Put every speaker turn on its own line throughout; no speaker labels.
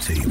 table.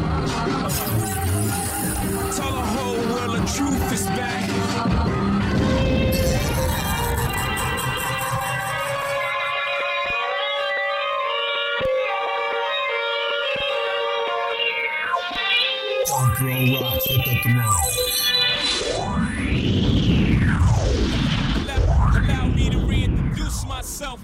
the whole world the truth is back.
Punk girl rocks at the throne.
Allow allow me to reintroduce myself.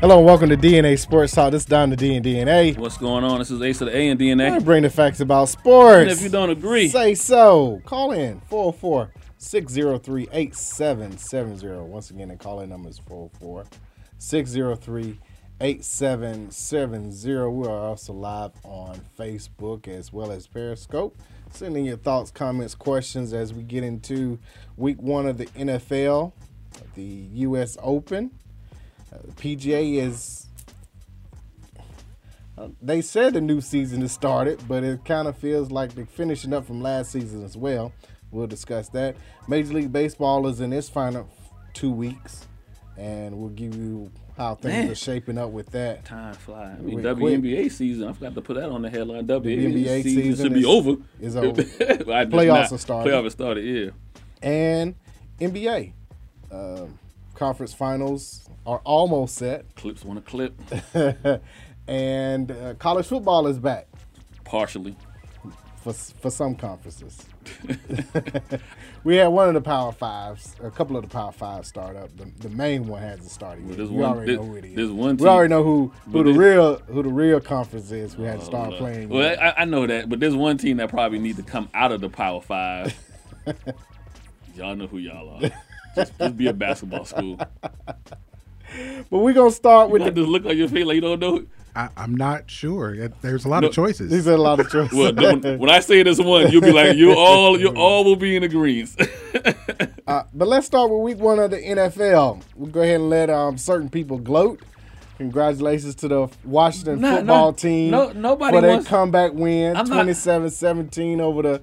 Hello and welcome to DNA Sports Talk. This is Don the D and DNA.
what's going on? This is Ace of the A and
I
DNA.
bring the facts about sports.
And if you don't agree,
say so. Call in 404 603 8770. Once again, the call in number is 404 603 8770. We are also live on Facebook as well as Periscope. Send in your thoughts, comments, questions as we get into week one of the NFL, the U.S. Open. Uh, the PGA is they said the new season has started, but it kind of feels like they're finishing up from last season as well. We'll discuss that. Major League Baseball is in its final two weeks, and we'll give you how things
Man.
are shaping up with that.
time flies. I mean,
Real
WNBA season. I forgot to put that on the headline. WNBA,
NBA
season,
season
should be
is-
over.
is over.
Well, I did
Playoffs
not.
are started.
Playoffs are started. Yeah.
And NBA um, conference finals are almost set,
Clips want to clip
and uh, college football is back
partially.
for for some conferences. we had one of the Power Fives, a couple of the Power Fives start up. The, the main one hasn't started yet.
there's
we
one-
already
there-
know who it is.
there's one
We already
team-
know who who
but
the
there-
real who the real conference is. We had to start
Uh,
playing.
Well, I, I know that, but there's one team that probably need to come out of the Power Five. y'all know who y'all are. Just, just be a basketball school.
but we're gonna start with
With
the.
this look on your face, like you don't know.
I, I'm not sure. There's a lot
No,
of choices.
These are a lot of choices.
Well, the- when, when I say this one, you'll be like, you all, you all will be in agreement.
Uh, but let's start with week one of the NFL. We'll go ahead and let um, certain people gloat. Congratulations to the Washington
No, no,
football team
no- nobody
for their
wants-
comeback win,
I'm not-
27-17 over the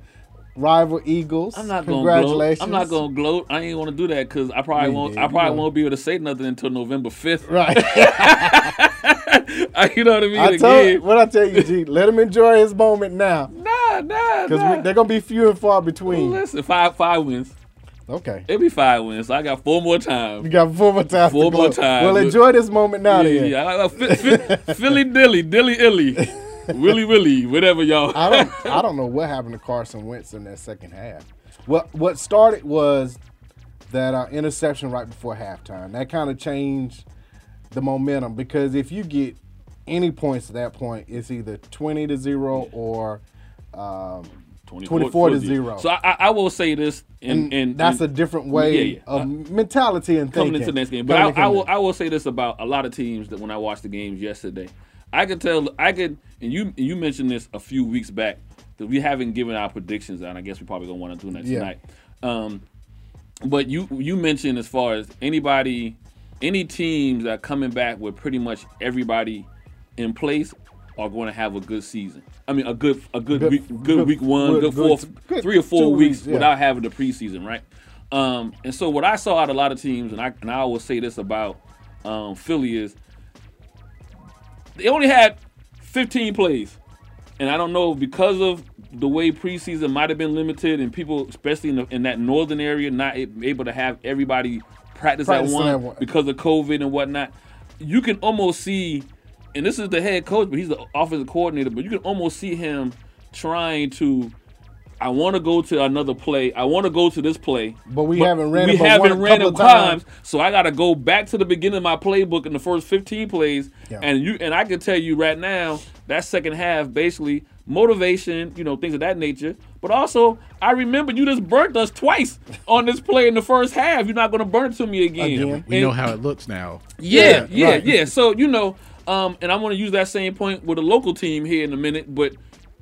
rival Eagles.
I'm not gonna gloat.
Congratulations.
I'm not gonna gloat. I ain't want to do that because I probably
You
won't.
did.
I
You
probably
did.
won't be able to say nothing until November 5th.
Right.
you know what I mean?
I
Again,
told what I tell you, G. Let him enjoy his moment now,
nah, nah,
because
nah.
they're gonna be few and far between.
Listen, five, five wins.
Okay.
It'll be five wins. So I got four more times.
You got four more times.
Four
to
more
gloat.
times.
Well,
Look-
enjoy this moment now,
Yeah,
then.
yeah, I like Phil- Phil- Philly dilly, dilly illy, willy willy, whatever y'all.
I don't I don't know what happened to Carson Wentz in that second half. What what started was that uh, interception right before halftime. That kind of changed the momentum because if you get any points at that point, it's either twenty to zero or um, 24 to zero.
So I, I, I will say this, and, and
that's a
and
different way
Yeah, yeah.
of
Uh,
mentality and
coming
thinking.
into the next game. But
Coming
I, I
into-
will I will say this about a lot of teams that when I watched the games yesterday, I could tell I could, and you you mentioned this a few weeks back that we haven't given our predictions, and I guess we probably gonna want to do that
Yeah.
tonight. Um, but you you mentioned as far as anybody, any teams that are coming back with pretty much everybody in place are going to have a good season. I mean, a good a good
Good-
week, good,
good-
week one, good,
good-
four,
good- good
three or
two
four weeks,
weeks, yeah.
without having the preseason, right? Um, and so what I saw at a lot of teams, and I and I always say this about um, Philly is they only had 15 plays. And I don't know because of the way preseason might have been limited, and people, especially in, the, in that northern area, not a- able to have everybody practice,
Practicing
at
at
once
one-
because of COVID and whatnot. You can almost see, and this is the head coach, but he's the offensive coordinator. But you can almost see him trying to. I want to go to another play. I want to go to this play.
But we haven't ran
we
it but
haven't
one-
ran
couple
it
of times.
so I got to go back to the beginning of my playbook in the first 15 plays,
Yeah.
and you and I can tell you right now that second half basically motivation, you know, things of that nature. But also, I remember you just burnt us twice on this play in the first half. You're not going to burn it to me again.
Again.
we
And-
know how it looks now.
yeah,
Yeah,
yeah,
right.
yeah. So you know, um, and I'm going to use that same point with a local team here in a minute. But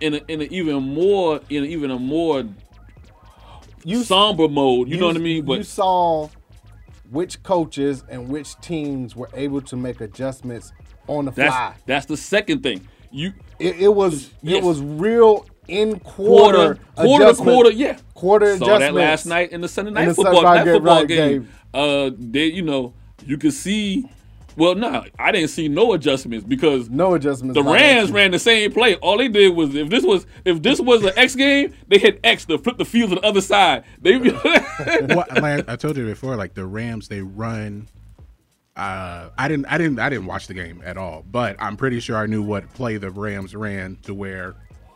in a, in an even more in a, even a more
You
somber mode. You, know what I mean?
you
But
saw which coaches and which teams were able to make adjustments on the
that's
fly.
that's the second thing. You
It, it was
Yes.
it was real in quarter
quarter to
adjustment-
quarter, yeah.
quarter
Saw that
adjustments.
last night in the Sunday night
the
football,
Sunday
that
night
football
right
game.
game.
Uh, they, you know, you could see. Well, nah, I didn't see no adjustments because
No adjustments.
the
by
Rams
Minshew.
ran the same play. All they did was if this was if this was an X game, they hit X to flip the field to the other side. They
well, like I told you before, like the Rams, they run. Uh, I didn't, I didn't, I didn't watch the game at all, but I'm pretty sure I knew what play the Rams ran to where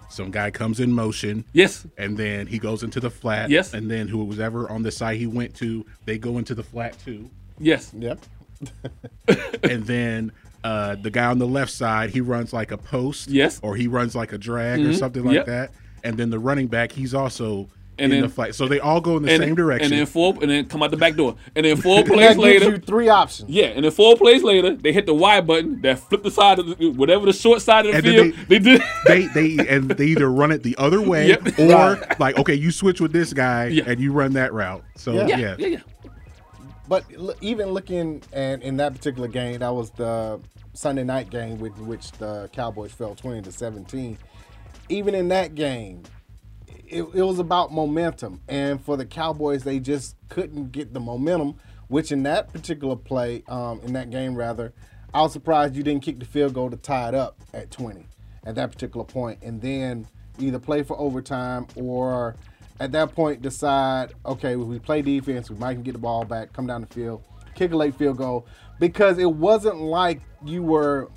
some guy comes in motion.
yes,
And then he goes into the flat.
Yes.
And then who was ever on the side he went to, they go into the flat too.
yes,
Yep.
and then uh, the guy on the left side, he runs like a post,
Yes. Mm-hmm.
or he runs like a drag or something like
Yep.
that. And then the running back, he's also
And
in
then-
the flat. So they all go in the
and
same direction.
and then four, and then come out the back door, and then four plays
That gives you
later.
three options.
Yeah, and then four plays later, they hit the Y button that flipped the side of the, whatever the short side of the
And then
field. They, did.
they they and they either run it the other way
Yep.
or
Right.
like okay, you switch with this guy
Yeah.
and you run that route. So yeah,
Yeah.
yeah, yeah, yeah.
But l- even looking and in that particular game, that was the Sunday night game with which the Cowboys fell twenty to seventeen. Even in that game, it, it was about momentum, and for the Cowboys, they just couldn't get the momentum. Which in that particular play, um, in that game rather, I was surprised you didn't kick the field goal to tie it up at twenty at that particular point, and then either play for overtime or at that point decide, okay, well, we play defense, we might can get the ball back, come down the field, kick a late field goal. Because it wasn't like you were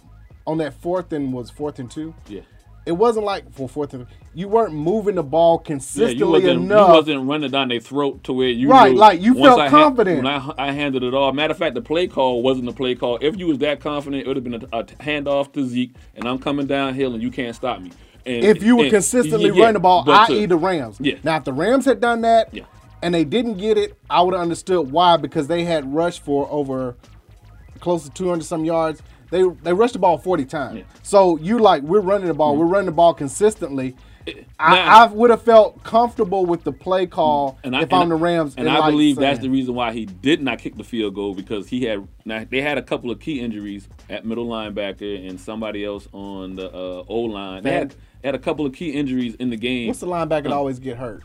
on that fourth and was fourth and two.
Yeah.
It wasn't like for fourth and you weren't moving the ball
Yeah, you
consistently
wasn't, you
enough.
wasn't running down their throat to where you
Right,
knew
like, you
once
felt
I
confident.
Had, when I, I handled it all. Matter of fact, the play call wasn't the play call. If you was that confident, it would have been a, a handoff to Zeke, and I'm coming downhill, and you can't stop me. And,
if you were
and-
consistently
yeah,
running the ball,
but to-
i.e. the Rams.
Yeah.
Now, if the Rams had done that
Yeah.
and they didn't get it, I would have understood why because they had rushed for over close to 200 some yards. They they rushed the ball 40 times.
Yeah. Mm.
So you like we're running the ball, we're running the ball consistently.
Eh, now- Mm.
I, I would have felt comfortable with the play call
and I,
if
and
I'm the Rams.
and I
like
believe that's the
saying,
reason why he did not kick the field goal because he had now they had a couple of key injuries at middle linebacker and somebody else on the uh, O line. They
Fan-
had, had a couple of key injuries in the game.
What's the linebacker that always get hurt?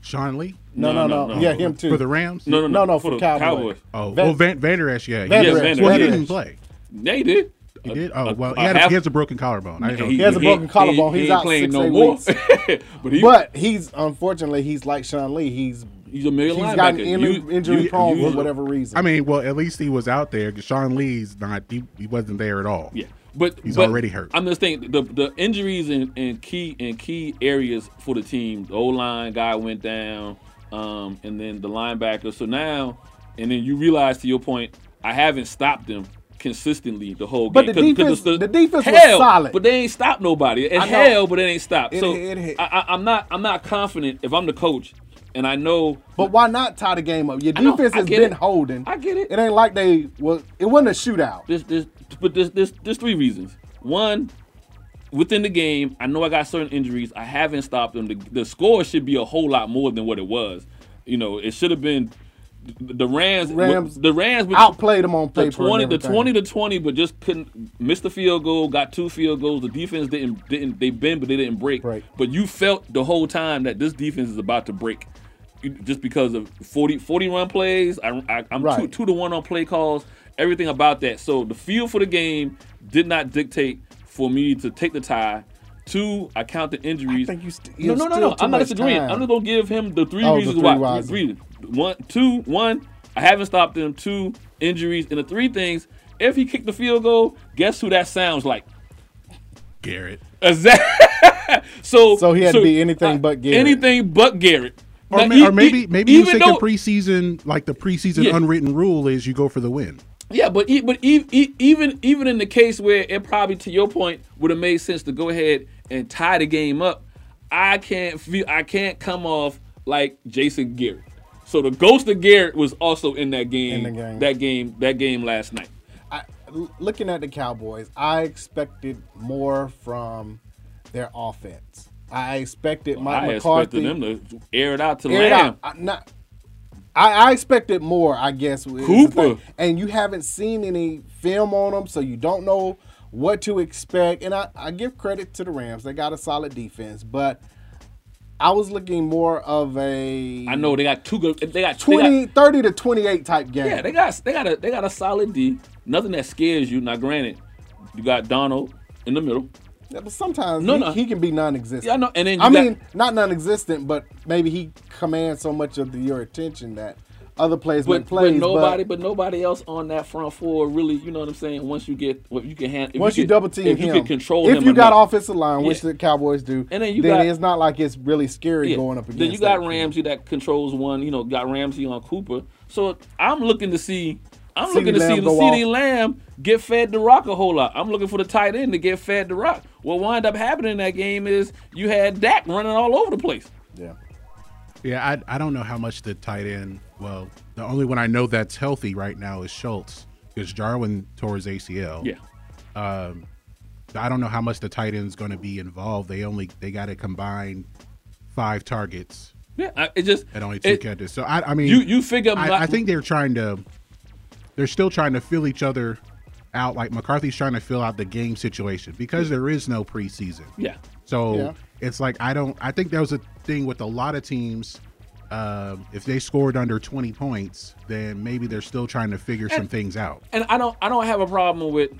Sean Lee
No, no,
No, no,
no.
no.
Yeah, him too.
for the Rams.
no, no, no,
no, no, for
the
Cowboys.
Oh,
Van-
well, Van Vander Esch, yeah, he-
Vander
Yeah, Esch, Vander
well, he
Esch.
didn't play.
They did.
He did. Oh, well,
a
he, had a,
half-
he has a broken collarbone. I didn't know.
He has a
ain't-
broken collarbone.
he
He's
ain't
out
playing
six,
no
eight
more.
weeks.
but, he,
But he's unfortunately he's like Sean Lee. He's
he's a million
he's
linebacker.
gotten in,
You-
injury
you-
prone
you-
for whatever reason.
I mean, well, at least he was out there. Sean Lee's not. He, he wasn't there at all.
Yeah, but
He's
but
already hurt.
I'm just thinking the the injuries in, in key in key areas for the team. The O line guy went down, um, and then the linebacker. So now, and then you realize to your point, I haven't stopped them consistently the whole
But the
game. 'Cause- 'cause
defense-
it's
the defense was
hell,
solid.
but they ain't stopped nobody. It's
I know.
hell, but it ain't stopped.
It-
so
it- it-
I, I, I'm not I'm not confident if I'm the coach, and I know
but why not tie the game up? Your
I know,
defense
I
has
get
been
it.
holding.
I get it.
It ain't like they well, it wasn't a shootout.
There's, there's, but there's, there's, there's three reasons. One, within the game, I know I got certain injuries. I haven't stopped them. The, the score should be a whole lot more than what it was. You know, it should have been the Rams.
Rams
the Rams with
Outplayed them on paper.
the
and
twenty, the
everything.
twenty to twenty, but just couldn't miss the field goal. Got two field goals. The defense didn't didn't they bend, but they didn't break.
Right.
But you felt the whole time that this defense is about to break, You- just because of 40, 40 run plays. I, I, I'm two,
Right.
two to one on play calls. Everything about that. So the field for the game did not dictate for me to take the tie. Two, I count the injuries.
I think you st-
no,
it's
no, no,
still
no.
too
I'm not
much
disagreeing.
time.
I'm just gonna give him the three
Oh, the
reasons
three
why.
whys.
Three one, two, one. I haven't stopped him. Two injuries and the three things. If he kicked the field goal, guess who that sounds like?
Garrett.
Exactly. so uh,
So he had to be anything but Garrett.
Anything but Garrett.
Or,
Now,
ma-
e-
or maybe
e-
maybe you
even
take
though-
the preseason like the preseason
Yeah.
unwritten rule is you go for the win.
Yeah, but e- but e- e- even even in the case where it probably to your point would have made sense to go ahead and tie the game up, I can't feel I can't come off like Jason Garrett. So the ghost of Garrett was also in that game,
In the game.
that game that game last night.
I, l- looking at the Cowboys, I expected more from their offense. I expected Mike
I
McCarthy.
expected them to air it out to
Air it
Lamb.
out. I, not, I, I expected more, I guess. is the
Cooper.
thing. And you haven't seen any film on them, so you don't know what to expect. And I, I give credit to the Rams. They got a solid defense, but I was looking more of a
I know they got two good. They got they got-
20, 30 to 28 type game.
Yeah, they got they got a they got a solid D. Nothing that scares you. Now, granted, you got Donald in the middle.
Yeah, but sometimes
No,
he,
no.
he can be non-existent.
Yeah, I know, and then you
I
got-
mean, not non-existent, but maybe he commands so much of the, your attention that other players
But,
make plays.
but nobody,
but
but, nobody else on that front four really. You know what I'm saying? Once you get, what you can handle.
once you, double team
if
him,
you can control
if
him
you got
enough.
offensive line, which
Yeah.
the Cowboys do,
And then you got-
it's not like it's really scary
Yeah.
going up against.
Then you got
that.
Ramsey that controls one. You know, got Ramsey on Cooper. So I'm looking to see. I'm
CeeDee
looking to
Lamb
see
go
CD
off.
Lamb get fed the rock a whole lot. I'm looking for the tight end to get fed the rock. What wound up happening in that game is you had Dak running all over the place.
Yeah,
Yeah, I, I don't know how much the tight end. Well, the only one I know that's healthy right now is Schultz because Jarwin tore his ACL.
Yeah.
I don't know how much the tight end's going to be involved. They only they got to combine five targets
Yeah, I- it just
and only two
it-
catches. So I, I mean,
You you figure
I, I think they're trying to they're still trying to fill each other out. Like McCarthy's trying to fill out the game situation because there is no preseason.
yeah.
So
Yeah.
it's like I don't. I think that was a thing with a lot of teams. Um, if they scored under 20 points, then maybe they're still trying to figure some things out.
And I don't I don't have a problem with.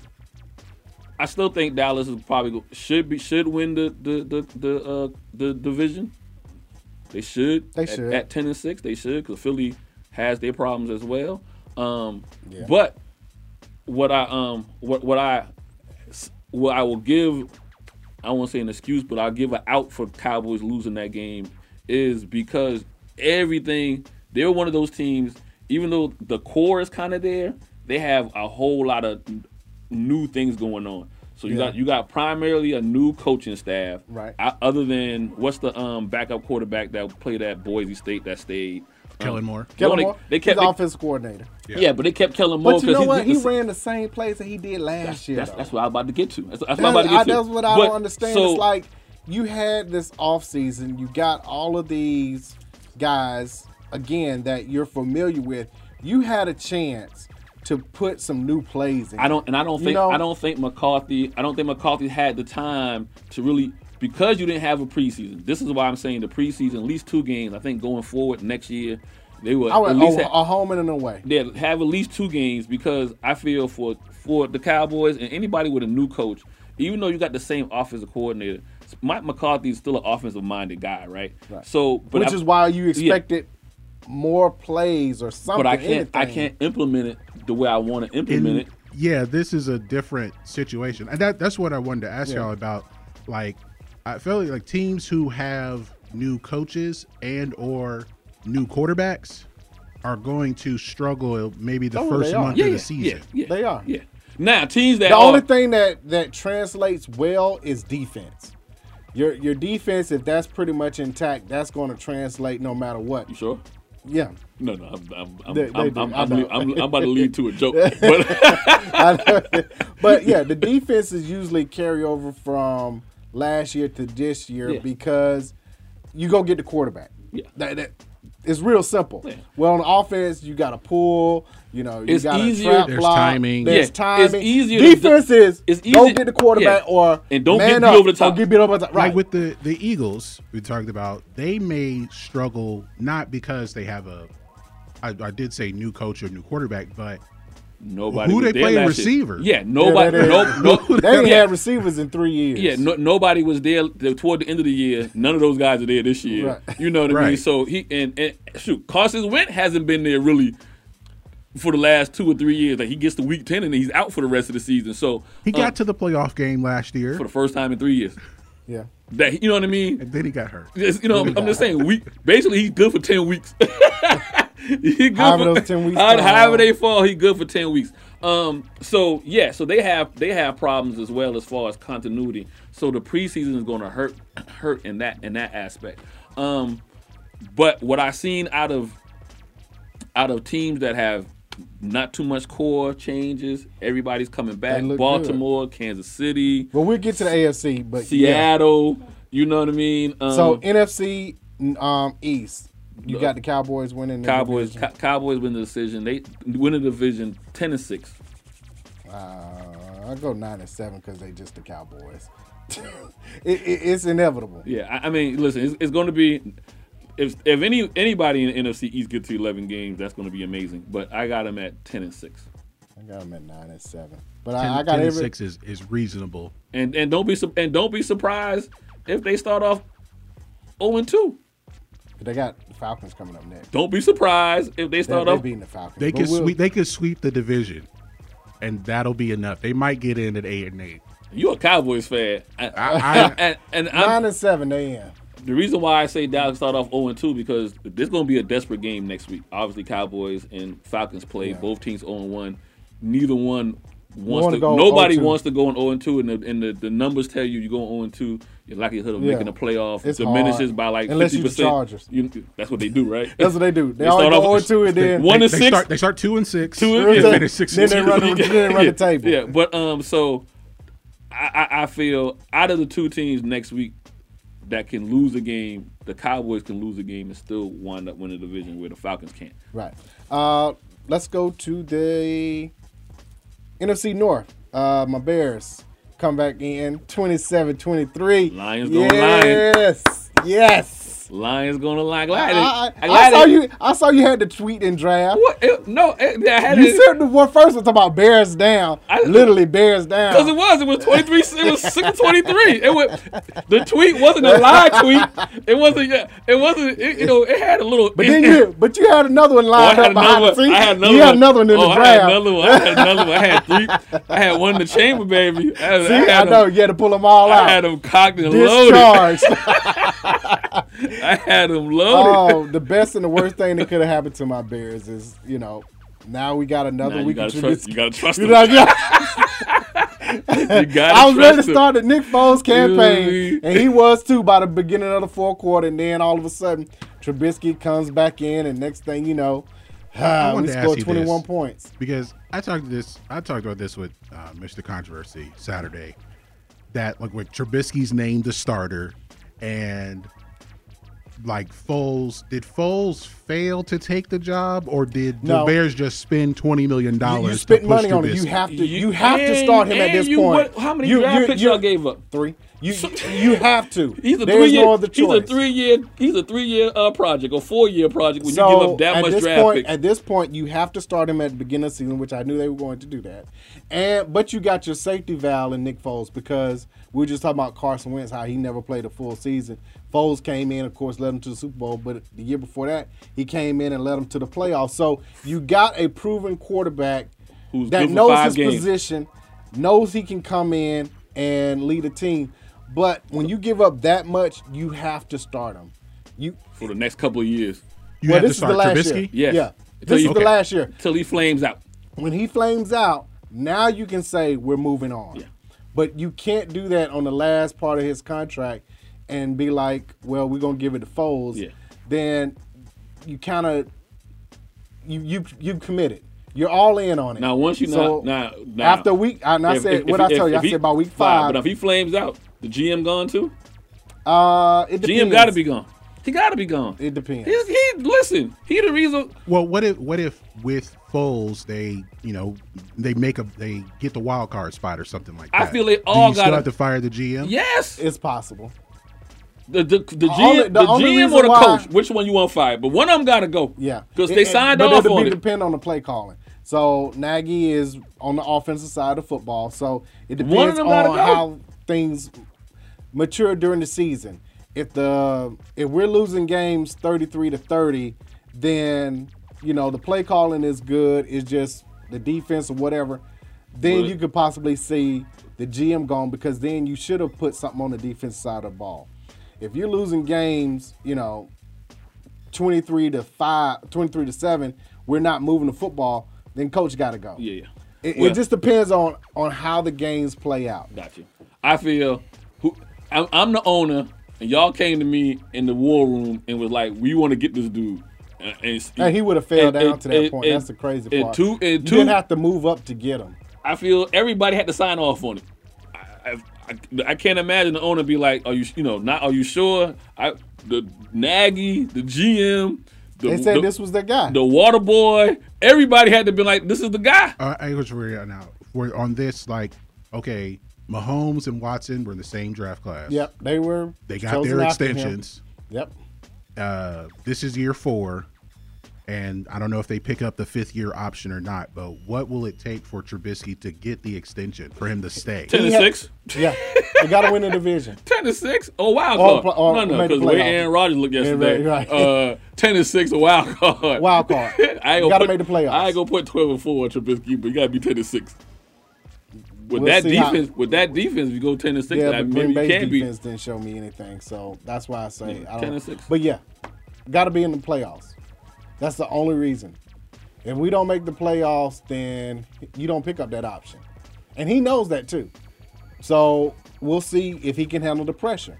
I still think Dallas is probably go- should be should win the the the the, uh, the division. They should.
They
At-
should.
at, ten and six. They should because Philly has their problems as well. Um,
Yeah.
But what I um what what I what I will give I won't say an excuse, but I'll give an out for Cowboys losing that game is because everything they're one of those teams, even though the core is kind of there, they have a whole lot of n- new things going on. So you
Yeah.
got you got primarily a new coaching staff,
Right.
o- other than what's the um backup quarterback that played at Boise State that stayed. Um,
Kellen Moore.
They only-
Moore,
they kept
he's
they-
offensive coordinator.
yeah. but they kept Kellen Moore
But you
because
know what? He
he's
ran the same plays that he did last year.
That's,
though.
that's what I was about to get to. That's, that's what
That's,
I'm about to get
I-
to.
that's what I
But-
don't understand.
so-
it's like you had this offseason, you got all of these guys again that you're familiar with. You had a chance to put some new plays in.
I don't, and I don't
You
think
know-
I don't think McCarthy. I don't think McCarthy had the time to really because you didn't have a preseason. This is why I'm saying the preseason, at least two games. I think going forward next year, they will
I would
at least
oh,
have,
a home and an away.
yeah, have at least two games because I feel for for the Cowboys and anybody with a new coach, even though you got the same offensive coordinator, Mike McCarthy is still an offensive minded guy, right?
Right.
So, but
which
I-
is why you
yeah
expected more plays or something.
but I can't I
anything.
can't implement it the way I want to
And,
implement it.
Yeah, this is a different situation, and that that's what I wanted to ask
Yeah.
y'all about. Like, I feel like, like teams who have new coaches and or new quarterbacks are going to struggle maybe the
Oh,
first
they are.
month
Yeah,
of
yeah,
the season.
yeah, yeah,
They are.
Yeah. Now teams that
The
are,
only thing that that translates well is defense. Your your defense, if that's pretty much intact, that's going to translate no matter what.
you sure.
Yeah.
No, no, I'm, I'm, I'm,
They- they
I'm,
do.
I'm,
I
I'm,
know.
lea- I'm, I'm about to lead to a joke, but
but yeah, the defenses usually carry over from last year to this year
Yeah.
because you go get the quarterback.
Yeah.
That, that- it's real simple.
Yeah.
Well, on offense, you got to pull. You know, you
It's
got a
easier-
trap
There's
block,
timing.
There's
Yeah,
it's
timing.
easier to-
Defense is
it's
go
easy-
get the quarterback
yeah.
or
And don't
man
get beat
up,
over the
Or
top.
get beat over the top. Right.
Like with the the Eagles, we talked about they may struggle not because they have a, I, I did say new coach or new quarterback, but
nobody.
Who
was
they
there
play
last year.
receiver?
Yeah, nobody.
Yeah, they-
no, no,
they ain't
yeah,
had receivers in three years.
yeah, no, nobody was there the- toward the end of the year. None of those guys are there this year.
Right.
You know what I mean?
Right.
So he and, and shoot, Carson Wentz hasn't been there really for the last two or three years. Like he gets to week ten and he's out for the rest of the season. So
he
uh,
got to the playoff game last year,
for the first time in three years.
Yeah.
That you know what I mean?
and then he got hurt.
Just, you know, I'm, I'm just saying. We basically he's good for ten weeks. he good
However
for,
those 10 weeks
how-
fall.
however they fall, he good for ten weeks. Um, so yeah, so they have they have problems as well as far as continuity. So the preseason is going to hurt hurt in that in that aspect. Um, but what I seen out of out of teams that have Not too much core changes. Everybody's coming back.
look good.
Baltimore, Kansas City,
Well, we'll get to the AFC, but yeah.
Seattle. You know what I mean? Um,
So NFC um, East, you got the Cowboys winning. The
Cowboys.
division.
Co- Cowboys win the decision. They win the division ten and six.
Uh, I go nine and seven because they just the Cowboys. it, it, it's inevitable.
Yeah, I, I mean, listen, it's, it's going to be if if any anybody in the NFC East gets to eleven games, that's going to be amazing. But I got them at ten and six.
I got them at nine and seven, but I-
10,
I got
10 and
every.
six is, is reasonable.
And and don't be sup- and don't be surprised if they start off zero and two.
They got the Falcons coming up next.
Don't be surprised if they
They,
start
they
off.
beating the Falcons.
They
But
could
we'll-
sweep. They could sweep the division, and that'll be enough. They might get in at eight and eight.
you a Cowboys fan, I,
I, I,
and and I'm,
nine and seven. They in.
the reason why I say Dallas start off zero and two because there's going to be a desperate game next week. Obviously, Cowboys and Falcons play.
Yeah.
Both teams zero and one. Neither one wants
wanna
to.
go
Nobody
0-2.
wants to go on zero and two, and the, and the, the numbers tell you you're going zero and two. Your likelihood of
Yeah.
making the playoff
It's
diminishes
hard.
by like
Unless
fifty
you the
percent.
Chargers.
That's what they do, right?
That's what they do. They,
They
always
start
go
off-
over two and then
one
they,
and
they
six.
start. They start two and six.
Two and-
and
yeah.
finish six.
Then
and
they
two.
run the, then they run the table.
Yeah, but um, so I, I I feel out of the two teams next week that can lose a game, the Cowboys can lose a game and still wind up winning the division where the Falcons can't.
Right. Uh, let's go to the NFC North. Uh, my Bears come back in 27-23.
Lions going
yes. Yes.
Lions gonna like
I,
like
I,
like-
I saw
like-
you. I saw you had the tweet and draft.
What? It- no, it, I had
You
it
said the one first was about Bears down.
I-
literally Bears down.
because it was it was twenty three. It was six twenty three. It was the tweet wasn't a live tweet. It wasn't. yeah, It wasn't. It, you know, it had a little.
But then you, but you had another one
Oh, I
lined
had
up behind
another
the
one.
scenes.
I had another
you
one.
had another one in
oh,
the
I had
draft.
another one. I had another one. I had three. I had one in the chamber, baby. I,
See,
I
I,
had
know
Them,
you had to pull them all
I
out.
had them cocked and loaded.
Discharged.
I had them loaded.
oh, the best and the worst thing that could have happened to my Bears is, you know, now we got another
Nah, you
week of
gotta
Trubisky.
trust. You gotta trust
You
them.
know,
You
yeah,
gotta
I was ready to
trust them.
start the Nick Foles campaign,
Dude.
and he was too by the beginning of the fourth quarter. And then all of a sudden, Trubisky comes back in, and next thing you know, ah,
wanted
we
to ask
scored
you
21
this.
points.
because I talked this. I talked about this with uh, Mr. Controversy Saturday. That like with Trubisky's name the starter, and like Foles, did Foles fail to take the job, or did
No.
the Bears just spend twenty
You-
million
You,
dollars?
spent
to push
money on him.
Trubisky?
You have to.
You-
You have to
and-
start him at
and
this
you-
point.
what- how many
you,
draft
you-
picks
you-
y'all gave up?
Three. You you have to.
He's a
There's
three year.
no other
he's
choice.
a three year. He's a three year uh, project or four year project when you give up that
at
much
this
draft
point,
picks.
At this point, you have to start him at the beginning of the season, which I knew they were going to do that. And but you got your safety valve in Nick Foles because we were just talking about Carson Wentz, how he never played a full season. Foles came in, of course, led him to the Super Bowl, but the year before that, he came in and led him to the playoffs. So you got a proven quarterback
Who's
that
good for
knows
five
his
games.
position, knows he can come in and lead a team. But when you give up that much, you have to start him. You
for the next couple of years.
You
well,
have to
this is
start
the last
Trubisky.
year.
Yes.
Yeah.
Until
This
you-
is the
okay.
last year.
Till he flames out.
When he flames out, now you can say we're moving on.
Yeah.
But you can't do that on the last part of his contract and be like, well, we're gonna give it to Foles.
Yeah.
Then you kind of you you you've committed. You're all in on it.
Now once you
So,
know, now, now
after week, and I
If-
said
if-
what
if-
I tell
if-
you,
if
I
he-
said by week five.
But if he flames out, the GM gone too.
uh, it depends.
GM got to be gone. He got to be gone.
It depends.
He's, he listen. He the reason.
Well, what if what if with Foles they you know they make a they get the wild card spot or something like that?
I feel they
Do
all
you still
gotta-
have to fire the GM.
Yes,
It's possible.
the the, the GM,
only-
the
the only
GM
reason
or the
why-
coach. Which one you want fired? But one of them got to go.
Yeah,
because
It-
they
it-
signed
but
off
it'll
on
be
it.
depend on the play calling. So Nagy is on the offensive side of football, so it
One of
depends
them gotta
on
go.
how things mature during the season. If the if we're losing games thirty three to thirty, then you know the play calling is good. It's just the defense or whatever. Then
But-
you could possibly see the GM gone because then you should have put something on the defense side of the ball. If you're losing games, you know 23 to 5 23 to 7 we're not moving the football then coach got to go
Yeah, yeah.
it,
Well-
it just depends on on how the games play out
Got you. I feel who I'm, I'm the owner, and y'all came to me in the war room and was like, "We want to get this dude." And, and-
And he would have fell
and-
down
and-
to that
and-
point. That's the crazy
and
part.
two- and
you
two-
didn't have to move up to get him.
I feel everybody had to sign off on it. I, I, I, I can't imagine the owner be like, "Are you, you know, not? Are you sure?" I the Nagy, the GM, the,
They said
the,
this was the guy.
the water boy. Everybody had to be like, "This is the guy."
Uh, I was reading now. We're on this like okay. Mahomes and Watson were in the same draft class.
Yep, they were.
They got
chosen
their
after him.
extensions.
Yep.
Uh, this is year four, and I don't know if they pick up the fifth year option or not. But what will it take for Trubisky to get the extension for him to stay?
Ten to
had-
six.
Yeah, they got to win the division.
Ten to six. Oh wild
Or
card.
pl- or
no,
make
no,
the
because the way
playoffs.
Aaron Rodgers looked yesterday.
Yeah, right, right.
Uh, ten to six. A wild card.
Wild card. You
I ain't gonna
gotta
put,
make the playoffs.
I ain't gonna put twelve and four on Trubisky, but you gotta be ten to six. With
We'll
that
see how-
defense, with that defense, you go ten to six.
Yeah,
I
but
maybe
Green
you
Bay's
can be.
defense didn't show me anything, so that's why I say
Yeah,
I don't.
10 and six.
But yeah, got to be in the playoffs. That's the only reason. If we don't make the playoffs, then you don't pick up that option, and he knows that too. So we'll see if he can handle the pressure,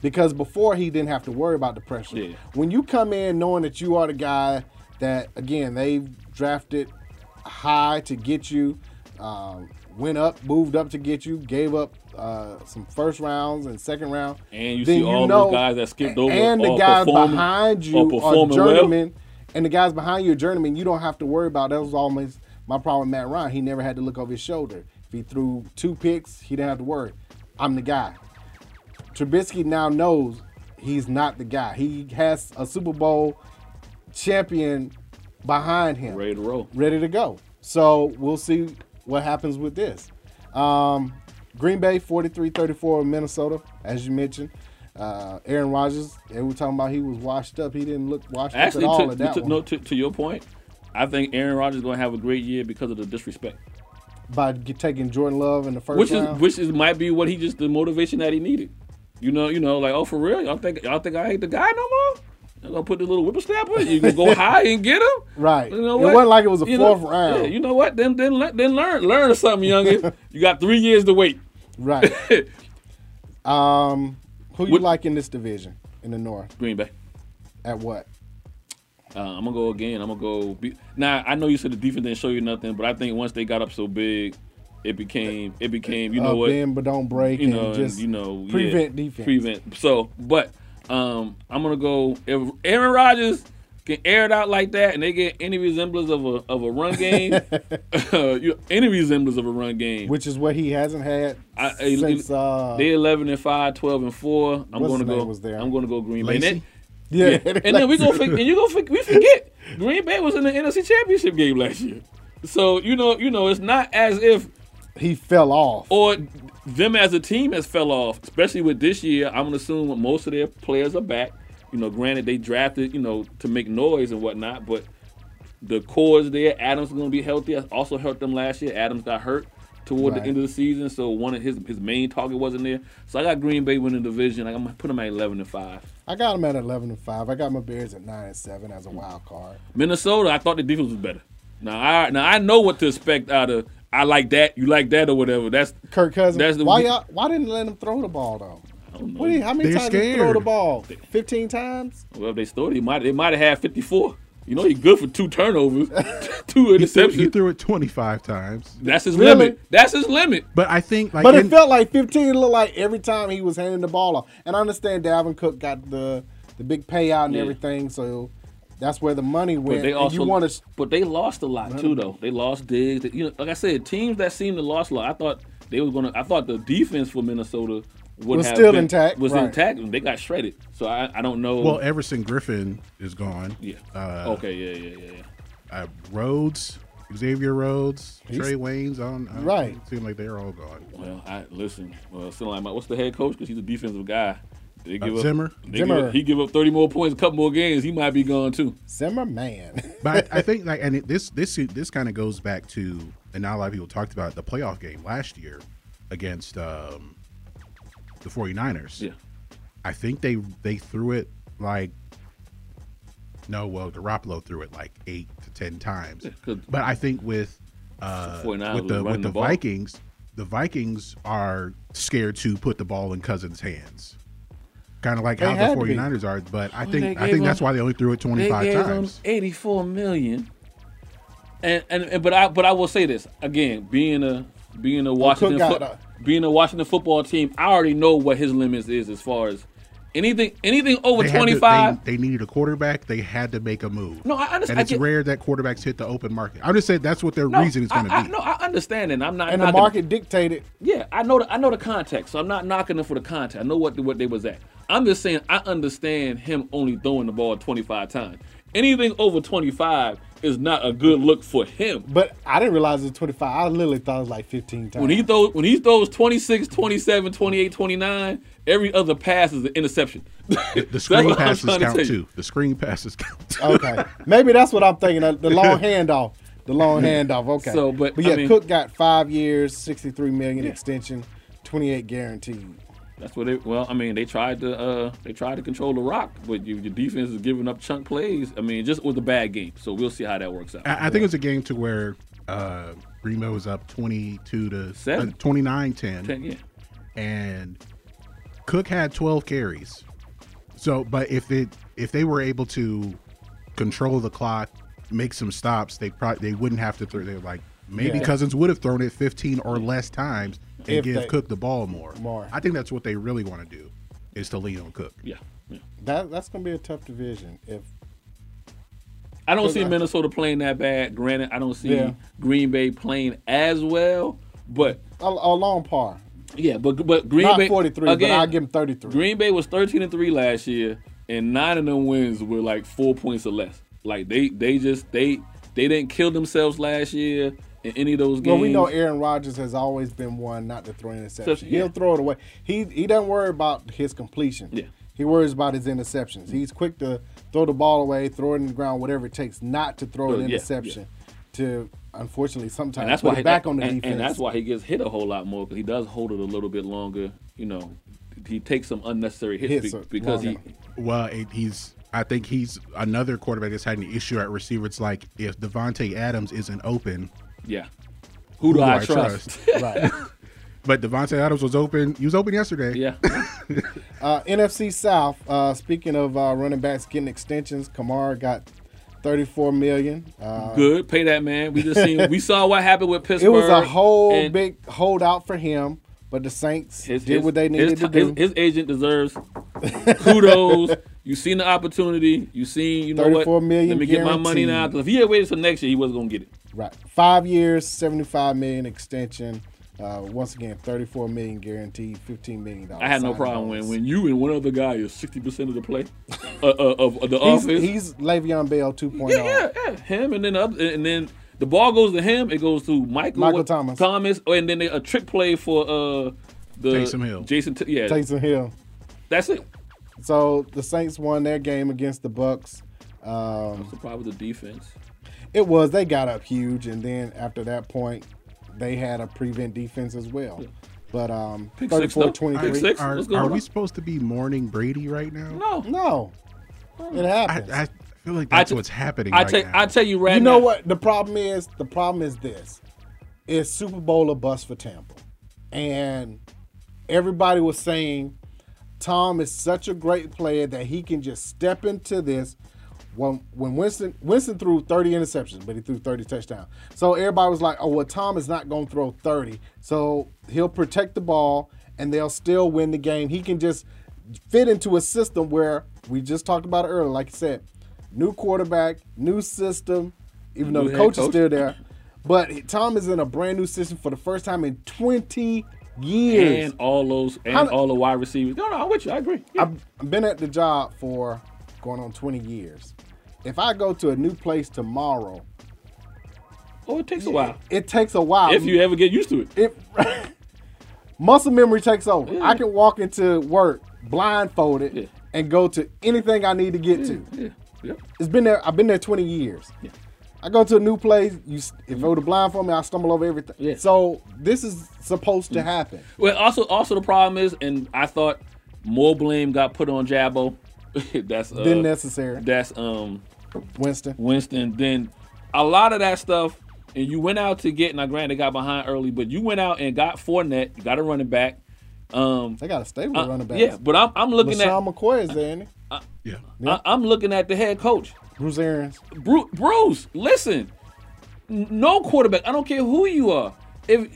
because before he didn't have to worry about the pressure.
Yeah.
When you come in knowing that you are the guy that again they've drafted high to get you, um, went up, moved up to get you, gave up uh, some first rounds and second round.
And you
then
see all
know-
those guys that skipped over
and the
are
guys
performing-
behind
are
you are
performing well.
journeymen, and the guys behind you are journeymen. You don't have to worry about. That was almost my problem. with Matt Ryan, he never had to look over his shoulder. If he threw two picks, he didn't have to worry. I'm the guy. Trubisky now knows he's not the guy. He has a Super Bowl champion behind him
Ready to roll.
ready to go. So we'll see what happens with this. Um, Green Bay 43-34 Minnesota, as you mentioned. Uh, Aaron Rodgers, they were talking about he was washed up. He didn't look washed
Actually,
up at all
to,
at that
to-
one.
no, to, to your point, I think Aaron Rodgers is going to have a great year because of the disrespect,
By g- taking Jordan Love in the first
which is
round.
which is might be what he just the motivation that he needed. You know, you know, like oh for real, y'all think y'all think I hate the guy no more? I'm gonna put the little whippersnapper. You can go high and get him.
Right.
You know
It
what?
wasn't like it was a
You
fourth
know-
round.
Yeah, you know what? Then then le- then learn learn something, youngin. you got three years to wait.
right. um, who you
What-
like in this division in the North?
Green Bay.
At what?
Uh, I'm gonna go again. I'm gonna go. Be- now I know you said the defense didn't show you nothing, but I think once they got up so big, it became it became you know
uh,
what
bend but don't break
you know
and
and,
just
you know yeah,
prevent defense.
prevent. So, but um, I'm gonna go. If Aaron Rodgers can air it out like that, and they get any resemblance of a of a run game, you- any resemblance of a run game,
Which is what he hasn't had
I- I-
since uh,
they 11 and 5, 12 and 4. I'm
What's
going to
his name
go.
was there?
I'm going to go Green Bay. And
Lacy?
then,
yeah,
and then we gonna forget, and you gonna forget, we forget Green Bay was in the NFC Championship game last year. So you know, you know, it's not as if
he fell off.
or them as a team has fell off, especially with this year. I'm gonna assume that most of their players are back. You know, granted they drafted, you know, to make noise and whatnot, but the core is there. Adams is gonna be healthy. I also helped them last year. Adams got hurt toward
Right.
the end of the season, so one of his his main target wasn't there. So I got Green Bay winning the division. I'm gonna put them at 11 and five.
I got them at eleven and five. I got my Bears at nine and seven as a wild card.
Minnesota, I thought the defense was better. Now I now I know what to expect out of I like that, you like that or whatever. That's
Kirk Cousins.
That's the-
why y'all, why didn't let him throw the ball though?
don't know.
What do you, how many
They're
times did he throw
scared.
the ball? Fifteen times.
well if they stole it, he might they might have had fifty four. You know he good for two turnovers, two interceptions.
He threw it 25 times.
That's his
Really?
limit. That's his limit.
But I think like
But it
in-
felt like fifteen. It looked like every time he was handing the ball off. And I understand Dalvin Cook got the the big payout and
Yeah.
everything, so that's where the money went.
But they
And
also
you want to
but they lost a lot too though. They lost digs. They- you know, like I said, teams that seem to lost a lot. I thought they were gonna. I thought the defense for Minnesota would
Was
have
still
been-
intact,
Was
right.
intact. They got shredded. So I, I don't know.
well, Everson Griffin is gone.
yeah.
Uh,
okay. Yeah. Yeah. Yeah. Yeah.
uh, Rhodes, Xavier Rhodes, Trey Wayne's on. I don't-
Right.
it Seemed like they're all gone.
Well, I listen. Well, it's like my, what's the head coach? Because he's a defensive guy. They give
Uh,
up.
Zimmer?
they give up-
Zimmer.
he give up thirty more points, a couple more games, he might be gone too.
Zimmer man.
But I, I think like and it, this this this kind of goes back to and not a lot of people talked about the playoff game last year against um, the 49ers.
Yeah.
I think they they threw it like no, well, Garoppolo threw it like eight to ten times.
'cause-
but I think with uh,
49ers
with the
was running
with the,
the ball.
Vikings, the Vikings are scared to put the ball in Cousins' hands. kind of like
They
how
had
the
to be.
49ers are. But I
they
think I
gave
think that's
them-
why they only threw it
They
25
gave
times.
him 84 million. And, and and but I but I will say this again, being a being a Washington
cookout,
fo-
uh.
being a Washington football team, I already know what his limits is as far as anything anything over
They had to-
25.
they, they needed a quarterback. They had to make a move.
No, I understand-
And
I
it's
get-
rare that quarterbacks hit the open market. I'm just saying that's what their
no,
reason is going
I-
to
I-
be.
No, I understand it. and I'm not
And the
knocking-
market dictated
Yeah, I know the I know the context, so I'm not knocking them for the context. I know what what they was at. I'm just saying I understand him only throwing the ball 25 times. Anything over 25 is not a good look for him.
But I didn't realize it was 25. I literally thought it was like 15 times.
When he throws when he throws 26, 27, 28, 29, every other pass is an interception.
The screen
what I'm
passes
trying to
count
tell you.
too. The screen passes count too.
okay. Maybe that's what I'm thinking. of, The long handoff. The long handoff. Okay.
So, but,
yeah,
I mean-
Cook got five years, 63 million extension, 28 guaranteed.
That's what it well, I mean, they tried to uh they tried to control the rock, but you, your defense is giving up chunk plays. I mean, just it was a bad game. So we'll see how that works out.
I, I think it was a game to where uh, Remo was up 22 to uh,
Seven.
29 10,
yeah.
and Cook had 12 carries. So, but if it if they were able to control the clock, make some stops, they probably they wouldn't have to throw. They're like maybe
Yeah.
Cousins would have thrown it 15 or less times and
If
give
they-
Cook the ball more.
More.
I think that's what they really want to do is to lean on Cook.
Yeah. yeah.
That That's going to be a tough division. If
I don't
Cause
see
I-
Minnesota playing that bad. Granted, I don't see
Yeah.
Green Bay playing as well, but
a, a long par.
yeah, but but Green
Not
Bay
43,
again,
but I'll give him 33.
Green Bay was thirteen and three last year, and nine of them wins were like four points or less. Like they they just they they didn't kill themselves last year in any of those games.
Well, we know Aaron Rodgers has always been one not to throw interception.
So, yeah.
He'll throw it away. He he doesn't worry about his completion.
Yeah.
He worries about his interceptions. He's quick to throw the ball away, throw it in the ground, whatever it takes, not to throw
Oh,
an
yeah,
interception. To unfortunately sometimes
and that's
put
why
it
he,
back on the
and,
defense.
and that's why he gets hit a whole lot more because he does hold it a little bit longer. You know, he takes some unnecessary hits,
Hits
be-
are
because he
longer.
Well, it, he's. I think he's another quarterback that's had an issue at receiver. It's like if Devonte Adams isn't open,
yeah. Who do, I, trust?
right.
But Devonte Adams was open. He was open yesterday.
Yeah,
Uh, NFC South. Uh, speaking of uh, running backs getting extensions, Kamara got thirty-four million. Uh,
good. Pay that man. We just seen. we saw what happened with
it
Pittsburgh.
was a whole
and
big holdout for him, but the Saints
his-
did
his-
what they
his
needed to
ti- his-
do.
His, agent deserves kudos. you seen the opportunity. You seen. You know what?
34 million
Let me get my
guaranteed.
money now. 'cause if he had waited till next year, he wasn't gonna get it.
Right. Five years, seventy-five million extension. Uh, once again, thirty-four million guaranteed, fifteen million dollars.
I had no
signing
problem when
bonus.
when you and one other guy is sixty percent of the play uh, uh, of, of the
he's,
offense.
he's Le'Veon Bell two oh.
yeah, yeah, yeah. Him and then the other, and then the ball goes to him. It goes to Michael,
Michael
what-
Thomas.
Thomas, oh, and then they, a trick play for uh the
Taysom Hill.
Jason, T- yeah,
Taysom Hill.
that's it.
So the Saints won their game against the Bucks. Um,
The problem with the defense.
it was they got up huge, and then after that point, they had a prevent defense as well. But um,
Pick six, though.
34
Pick
23.
six.
Are,
What's going
are
on?
we supposed to be mourning Brady right now?
No,
No, it
I,
happens.
I feel like that's
t-
what's happening.
I
right
tell
now.
I tell you right
you know
now,
what the problem is? The problem is this: it's Super Bowl a bust for Tampa, and everybody was saying Tom is such a great player that he can just step into this. When when Winston Winston threw 30 interceptions, but he threw 30 touchdowns. So everybody was like, "Oh, well, Tom is not going to throw 30, so he'll protect the ball and they'll still win the game. He can just fit into a system where we just talked about it earlier. Like you said, new quarterback, new system. Even though
New
the
head
coach is
coach.
still there, but Tom is in a brand new system for the first time in 20 years.
and all those and
How do-
all the wide receivers. No, no, I'm with you. I agree. Yeah.
I've, I've been at the job for going on 20 years. If I go to a new place tomorrow,
oh, it takes a while
it takes a while.
if you ever get used to it.
it, muscle memory takes over. I can walk into work blindfolded
Yeah.
and go to anything I need to get to.
Yeah, yeah.
It's been there. I've been there 20 years.
Yeah.
I go to a new place. You, s- if it were to blindfold me, I stumble over everything.
Yeah. Mm.
So this is supposed to happen.
Well, also, also the problem is, and I thought more blame got put on Jabbo. that's uh,
Been necessary,
that's um
Winston.
Winston. Then a lot of that stuff, and you went out to get. Now, granted, got behind early, but you went out and got Fournette. You got a running back. Um,
They got a stable of running back.
yeah, but I'm, I'm looking
LaShawn McCoy is there, ain't he?
Yeah.
at I, I'm looking at the head coach.
Bruce Arians.
Bruce, Bruce, listen. N- No quarterback. I don't care who you are. If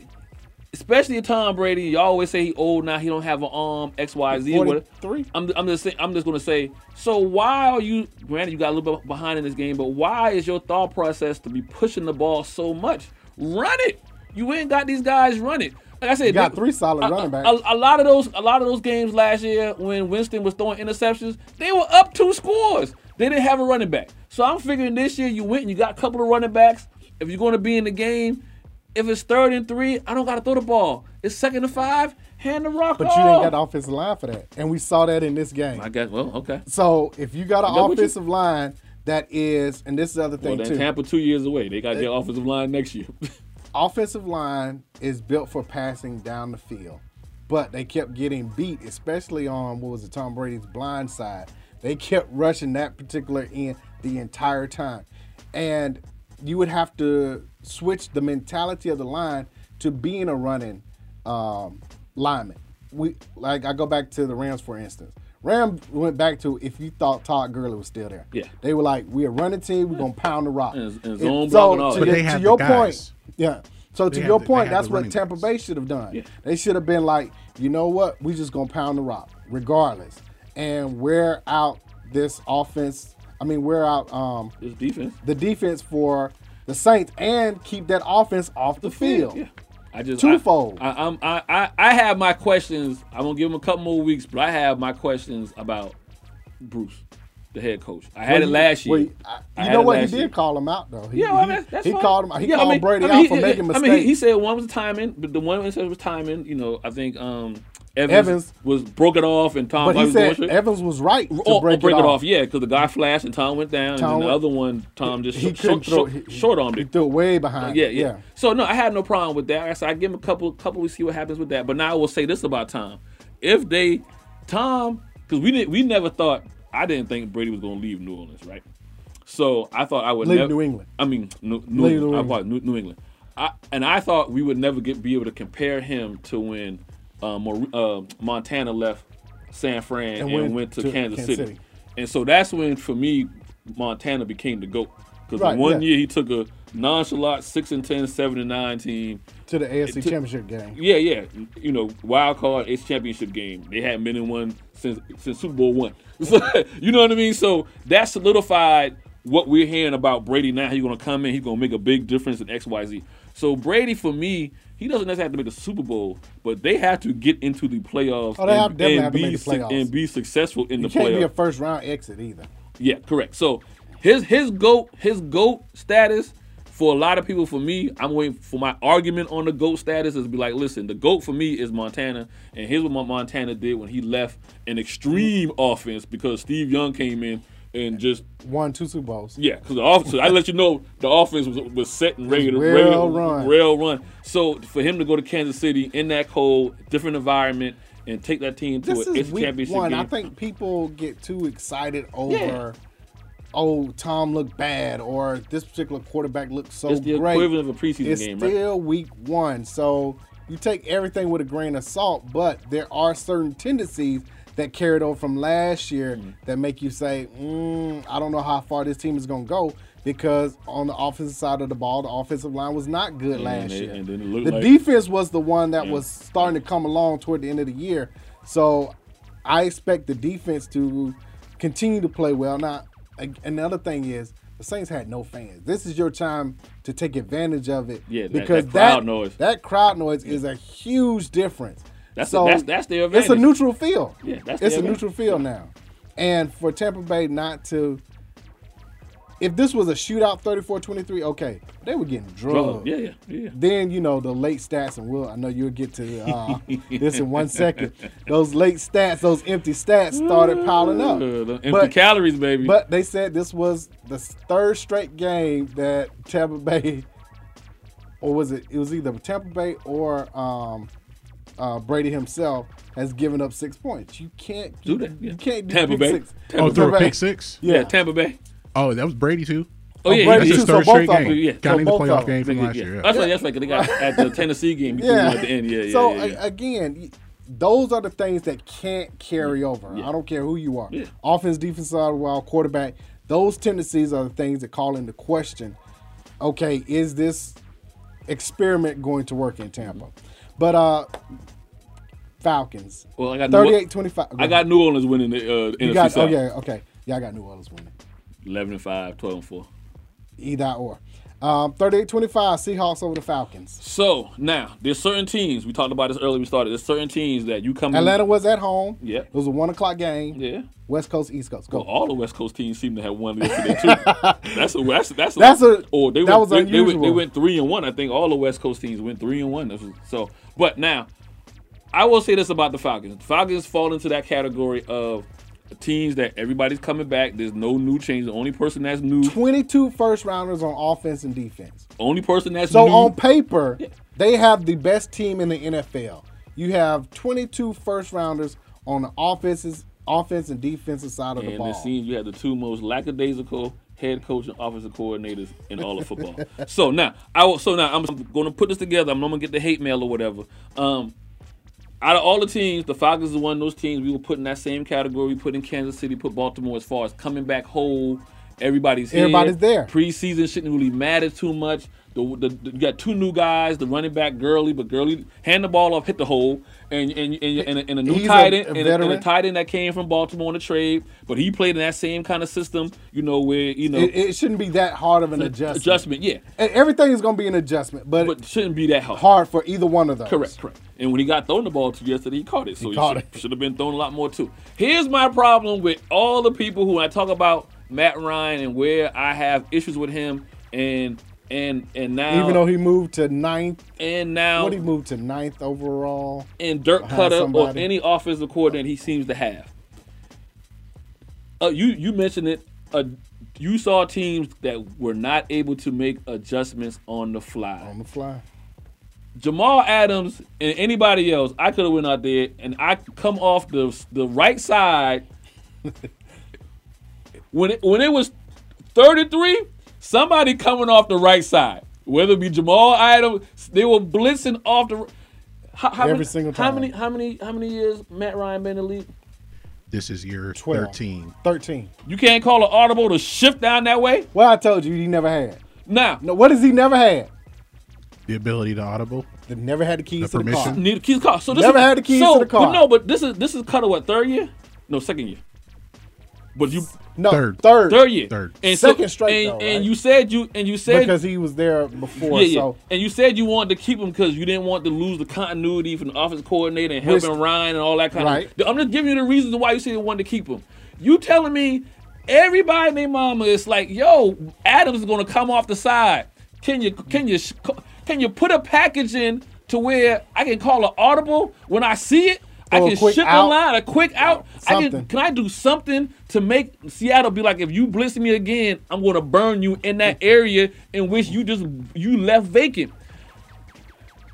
especially Tom Brady, you always say he old now. He don't have an arm. X Y Z. whatever.
43.
I'm, I'm just saying, I'm just gonna say. So why are you? Granted, you got a little bit behind in this game, but why is your thought process to be pushing the ball so much? Run it. You ain't got these guys run it. Like I said,
You got
they-
three solid
a-
running backs.
A, a lot of those, a lot of those games last year when Winston was throwing interceptions, they were up two scores. They didn't have a running back. So I'm figuring this year you went and you got a couple of running backs. If you're going to be in the game, if it's third and three, I don't got to throw the ball. It's second and five, hand the rock
But
off.
you didn't got the offensive line for that. And we saw that in this game.
I guess. Well, okay.
So if you got an
got what you-
offensive line that is, and this is the other
Well,
thing
then
too.
Tampa two years away. They got their offensive line next year.
offensive line is built for passing down the field, but they kept getting beat, especially on what was it, Tom Brady's blind side. They kept rushing that particular end the entire time. And you would have to switch the mentality of the line to being a running um, lineman. We like I go back to the Rams for instance. Ram went back to if you thought Todd Gurley was still there.
Yeah.
They were like, we're a running team, we're gonna pound the rock.
And- and
It-
zone block and all
so to,
that.
But
your-
they
to
had the
your
guys.
point, yeah. So to
They
your
had the- they
point,
had
that's
the
what
running
Tampa
backs.
Bay should have done. They should have been like, you know what, we just gonna pound the rock regardless, and wear out this offense. I mean, wear out um,
this defense.
the defense for the Saints and keep that offense off the field.
Yeah. I just
Twofold.
I, I, I'm I, I I have my questions. I'm gonna give him a couple more weeks, but I have my questions about Bruce, the head coach. I had it last year.
Well, you- I-
I
you
had
know
it
what? He
last
did
year.
call him out though. He,
Yeah, well, I
he-
mean, that's
he
fine.
called him. out. He
Yeah, I
called
mean-
Brady
I mean,
out for
he-
making mistakes.
I mean, he, he said one was timing, but the one instead was timing. You know, I think um, Evans,
Evans.
was broken off and Tom
but he
Bobby
said
Borchert-
Evans was right to
Oh, oh,
break, it off.
Yeah, because the guy flashed and Tom went down,
Tom
and then the
went-
other one Tom just
He
short, short,
couldn't throw. he-
short armed
He
it.
threw it way behind.
Yeah, yeah, So no, I had no problem with that. I said I give him a couple, couple weeks, see what happens with that. But now I will say this about Tom: if they, Tom, because we didn't, we never thought, I didn't think Brady was going to leave New Orleans, right? So I thought I would
Leave
never-
New England.
I mean, New, New
Leave New
England. I
England.
apologize, New, New England. I, and I thought we would never get be able to compare him to when uh, Mor- uh, Montana left San Fran and, went, to, Kansas, City. And so that's when, for me, Montana became the GOAT. Because
Right,
one
yeah.
year he took a nonchalant 6 and 10, 7 and 9 team.
To the AFC
It took-
Championship game.
Yeah, yeah. You know, wild card, it's championship game. They hadn't been in one since since Super Bowl one. So, you know what I mean? So that solidified what we're hearing about Brady now. He's gonna come in, he's gonna make a big difference in XYZ. So Brady for me, he doesn't necessarily have to make the Super Bowl, but they have to get into the playoffs
Oh, they have-
and,
definitely
and
have to
be
make the
su-
playoffs.
and be successful in
You
the
can't be
playoffs.
a first round exit either.
Yeah, correct. So his his goat his goat status for a lot of people for me, I'm waiting for my argument on the goat status is be like, listen, the goat for me is Montana, and here's what Mon- Montana did when he left an extreme offense because Steve Young came in and just
Won two Super Bowls.
yeah, because the offense I let you know the offense was, was set and ready to
Well
ready to-
run.
rail run. So for him to go to Kansas City in that cold, different environment, and take that team to
This
a
is
its
week
championship
one.
game.
I think people get too excited over,
Yeah.
oh, Tom looked bad or this particular quarterback looked so
it's the
great.
equivalent of a preseason
it's
game, right?
still week one. So you take everything with a grain of salt, but there are certain tendencies that carried over from last year
Mm-hmm.
that make you say, mm, I don't know how far this team is going to go because on the offensive side of the ball, the offensive line was not good last
they-
year.
and then it looked
the
like-
defense was the one that was starting to come along toward the end of the year. So I expect the defense to continue to play well. Now, a- another thing is the Saints had no fans. This is your time to take advantage of it.
Yeah, that-
because
that crowd noise.
That crowd noise is a huge difference.
That's the- that's- that's their
It's a
advantage.
neutral field.
Yeah, that's
it's
their
a neutral field now, and for Tampa Bay not to. If this was a shootout 34-23, okay, they were getting drugged.
Yeah, yeah, yeah.
Then you know the late stats, and we'll I know you'll get to uh, this in one second. Those late stats, those empty stats, started piling up.
Uh, the empty
But-
calories, baby.
but they said this was the third straight game that Tampa Bay, or was it? It was either Tampa Bay or um, uh, Brady himself has given up six points. You can't
Do that, yeah.
You can't do
Tampa
pick
Bay.
Six.
Oh, through a
Tampa Bay.
pick six.
yeah,
Yeah.
Tampa Bay.
Oh, that was Brady too.
Oh,
Brady
yeah,
That's
yeah,
too, so
his third
both
straight
of them.
game.
Yeah, so
Counting the
both of them.
playoff game from
yeah,
last
yeah.
year. yeah.
That's right. That's right. 'cause They got at the Tennessee game. He threw
Yeah.
one at the end. Yeah, yeah.
so
yeah, yeah.
a- again, those are the things that can't carry over. I don't care who you are.
Yeah.
Offense, defense, while quarterback, those tendencies are the things that call into question, okay, is this experiment going to work in Tampa? But uh Falcons.
Well, I got New-
38 25.
I got New Orleans winning the uh, NFC
you got
South.
okay, okay. Yeah, I got New Orleans winning.
11 and 5, 12 and 4.
Either or. Um 38 25 Seahawks over the Falcons.
So now there's certain teams. We talked about this earlier. We started. There's certain teams that you come. in-
Atlanta was at home.
Yeah.
It was a one o'clock game.
Mm. Yeah.
West Coast, East Coast. Go.
Well, all the West Coast teams seem to have won yesterday too. that's a that's that's a,
That's a-
or they
that
went,
was
they, they went, they
unusual.
went three and one. I think all the West Coast teams went three and one. That's what- So, but now I will say this about the Falcons: the Falcons fall into that category of teams that everybody's coming back. There's no new change. The only person that's new,
22 first rounders on offense and defense.
only person that's
So
new.
on paper, they have the best team in the NFL. You have 22 first rounders on the offenses, offense and defensive side of the
and
ball.
it seems you have the two most lackadaisical head coach and offensive coordinators in all of football. so now I will, so now I'm going to put this together. I'm, going to get the hate mail or whatever. Um, out of all the teams, the Falcons is one of those teams we will put in that same category. We put in Kansas City, put Baltimore as far as coming back whole. Everybody's here.
Everybody's there.
Preseason shouldn't really matter too much. The, the, the- you got two new guys, the running back Gurley, but Gurley hand the ball off, hit the hole, and and and, and, a, and a new
He's a-
tight end,
a
and a- and a
veteran.
tight end that came from Baltimore in a trade, but he played in that same kind of system, you know, where you know
it, it shouldn't be that hard of an adjustment.
adjustment, yeah,
And everything is going to be an adjustment, but,
but shouldn't be that hard.
hard for either one of those.
Correct, correct. And when he got thrown the ball to yesterday, he caught it. So he,
caught
should, have been thrown a lot more too. Here's my problem with all the people who I talk about Matt Ryan and where I have issues with him, and and and now
Even though he moved to ninth,
and now
what he moved to ninth overall.
and Dirk
behind
Cutter or
somebody.
any offensive coordinator he seems to have. Uh, you you mentioned it. Uh, you saw teams that were not able to make adjustments on the fly.
On the fly.
Jamal Adams and anybody else, I could have went out there and I come off the the right side when it, when it was 33, somebody coming off the right side, whether it be Jamal Adams, they were blitzing off the. How, how
Every
many,
single
How
time.
many? How many? How many years Matt Ryan been in the league?
This is year
12.
13.
13.
You can't call an audible to shift down that way.
Well, I told you, he never had.
Now,
No, what has he never had?
The ability to audible.
They never had the keys
The
to the car.
permission?
need the keys to the car. So this
Never
is,
had the keys
so,
to the car.
But no, but this is this is Cutter what third year? No, second year. But you
No,
Third.
third.
third year.
Third.
And
Second straight,
And,
though,
and
right?
you said you and you said
because he was there before.
yeah, yeah.
So
And you said you wanted to keep him because you didn't want to lose the continuity from the offense coordinator and
Which-
helping Ryan and all that kind
Right.
of. I'm just giving you the reasons why you said you wanted to keep him. You telling me everybody and their mama is like, yo, Adams is going to come off the side. Can you can you sh- can you put a package in to where I can call an audible when I see it? I
Or a
can
quick
shift the
out.
line, a quick out. I can,
Something.
can I do something to make Seattle be like, if you blitz me again, I'm going to burn you in that area in which you just you left vacant.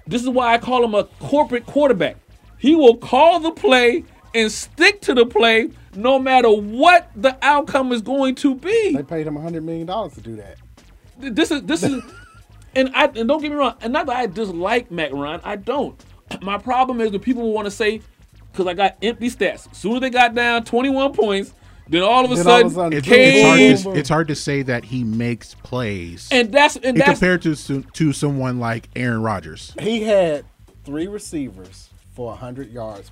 This is why I call him a corporate quarterback. He will call the play and stick to the play no matter what the outcome is going to be.
they paid him hundred million dollars to do that.
Th- This is this is and I and don't get me wrong, and not that I dislike Mac Ryan, I don't. My problem is the people want to say because I got empty stats. Soon as they got down 21 points, then all of a
Then all
sudden,
of a sudden,
It's,
Kane-
it's,
came
hard to, it's hard to say that he makes plays.
and that's and
he
that's
compared to some- to someone like Aaron Rodgers.
He had three receivers for hundred yards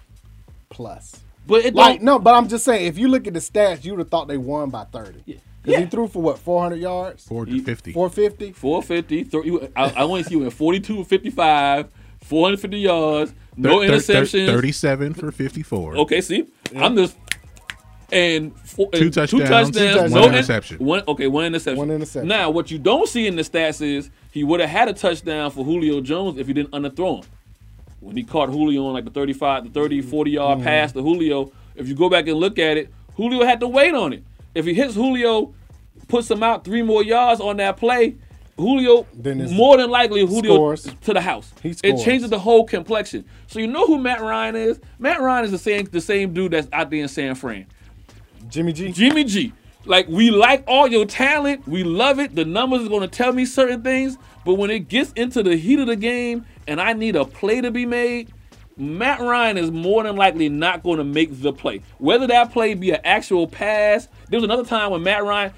plus.
but it
Like
like
no, but I'm just saying, if you look at the stats, you'd have thought they won by thirty. Because
Yeah.
he threw for what four hundred yards,
Four to fifty.
four fifty.
450, 30, I, I want to see you in 42 55, 450 yards, no
Thir- thir- thir-
interceptions.
Thirty-seven for fifty-four.
Okay, see, I'm just and, four,
Two
and
touchdowns,
one
no in-
interception.
one okay, one interception,
One interception.
Now, what you don't see in the stats is he would have had a touchdown for Julio Jones if he didn't underthrow him. When he caught Julio on like the 35, the 30,
Mm-hmm.
40 yard pass to Julio, if you go back and look at it, Julio had to wait on it. If he hits Julio, puts him out three more yards on that play, Julio
Then it's-
more than likely Julio
Scores.
to the house.
He
it
scores.
changes the whole complexion. So you know who Matt Ryan is? Matt Ryan is the same the same dude that's out there in San Fran.
Jimmy G.
Jimmy G. Like we like all your talent, we love it. The numbers is gonna tell me certain things, but when it gets into the heat of the game and I need a play to be made, Matt Ryan is more than likely not going to make the play. Whether that play be an actual pass, there was another time when Matt Ryan,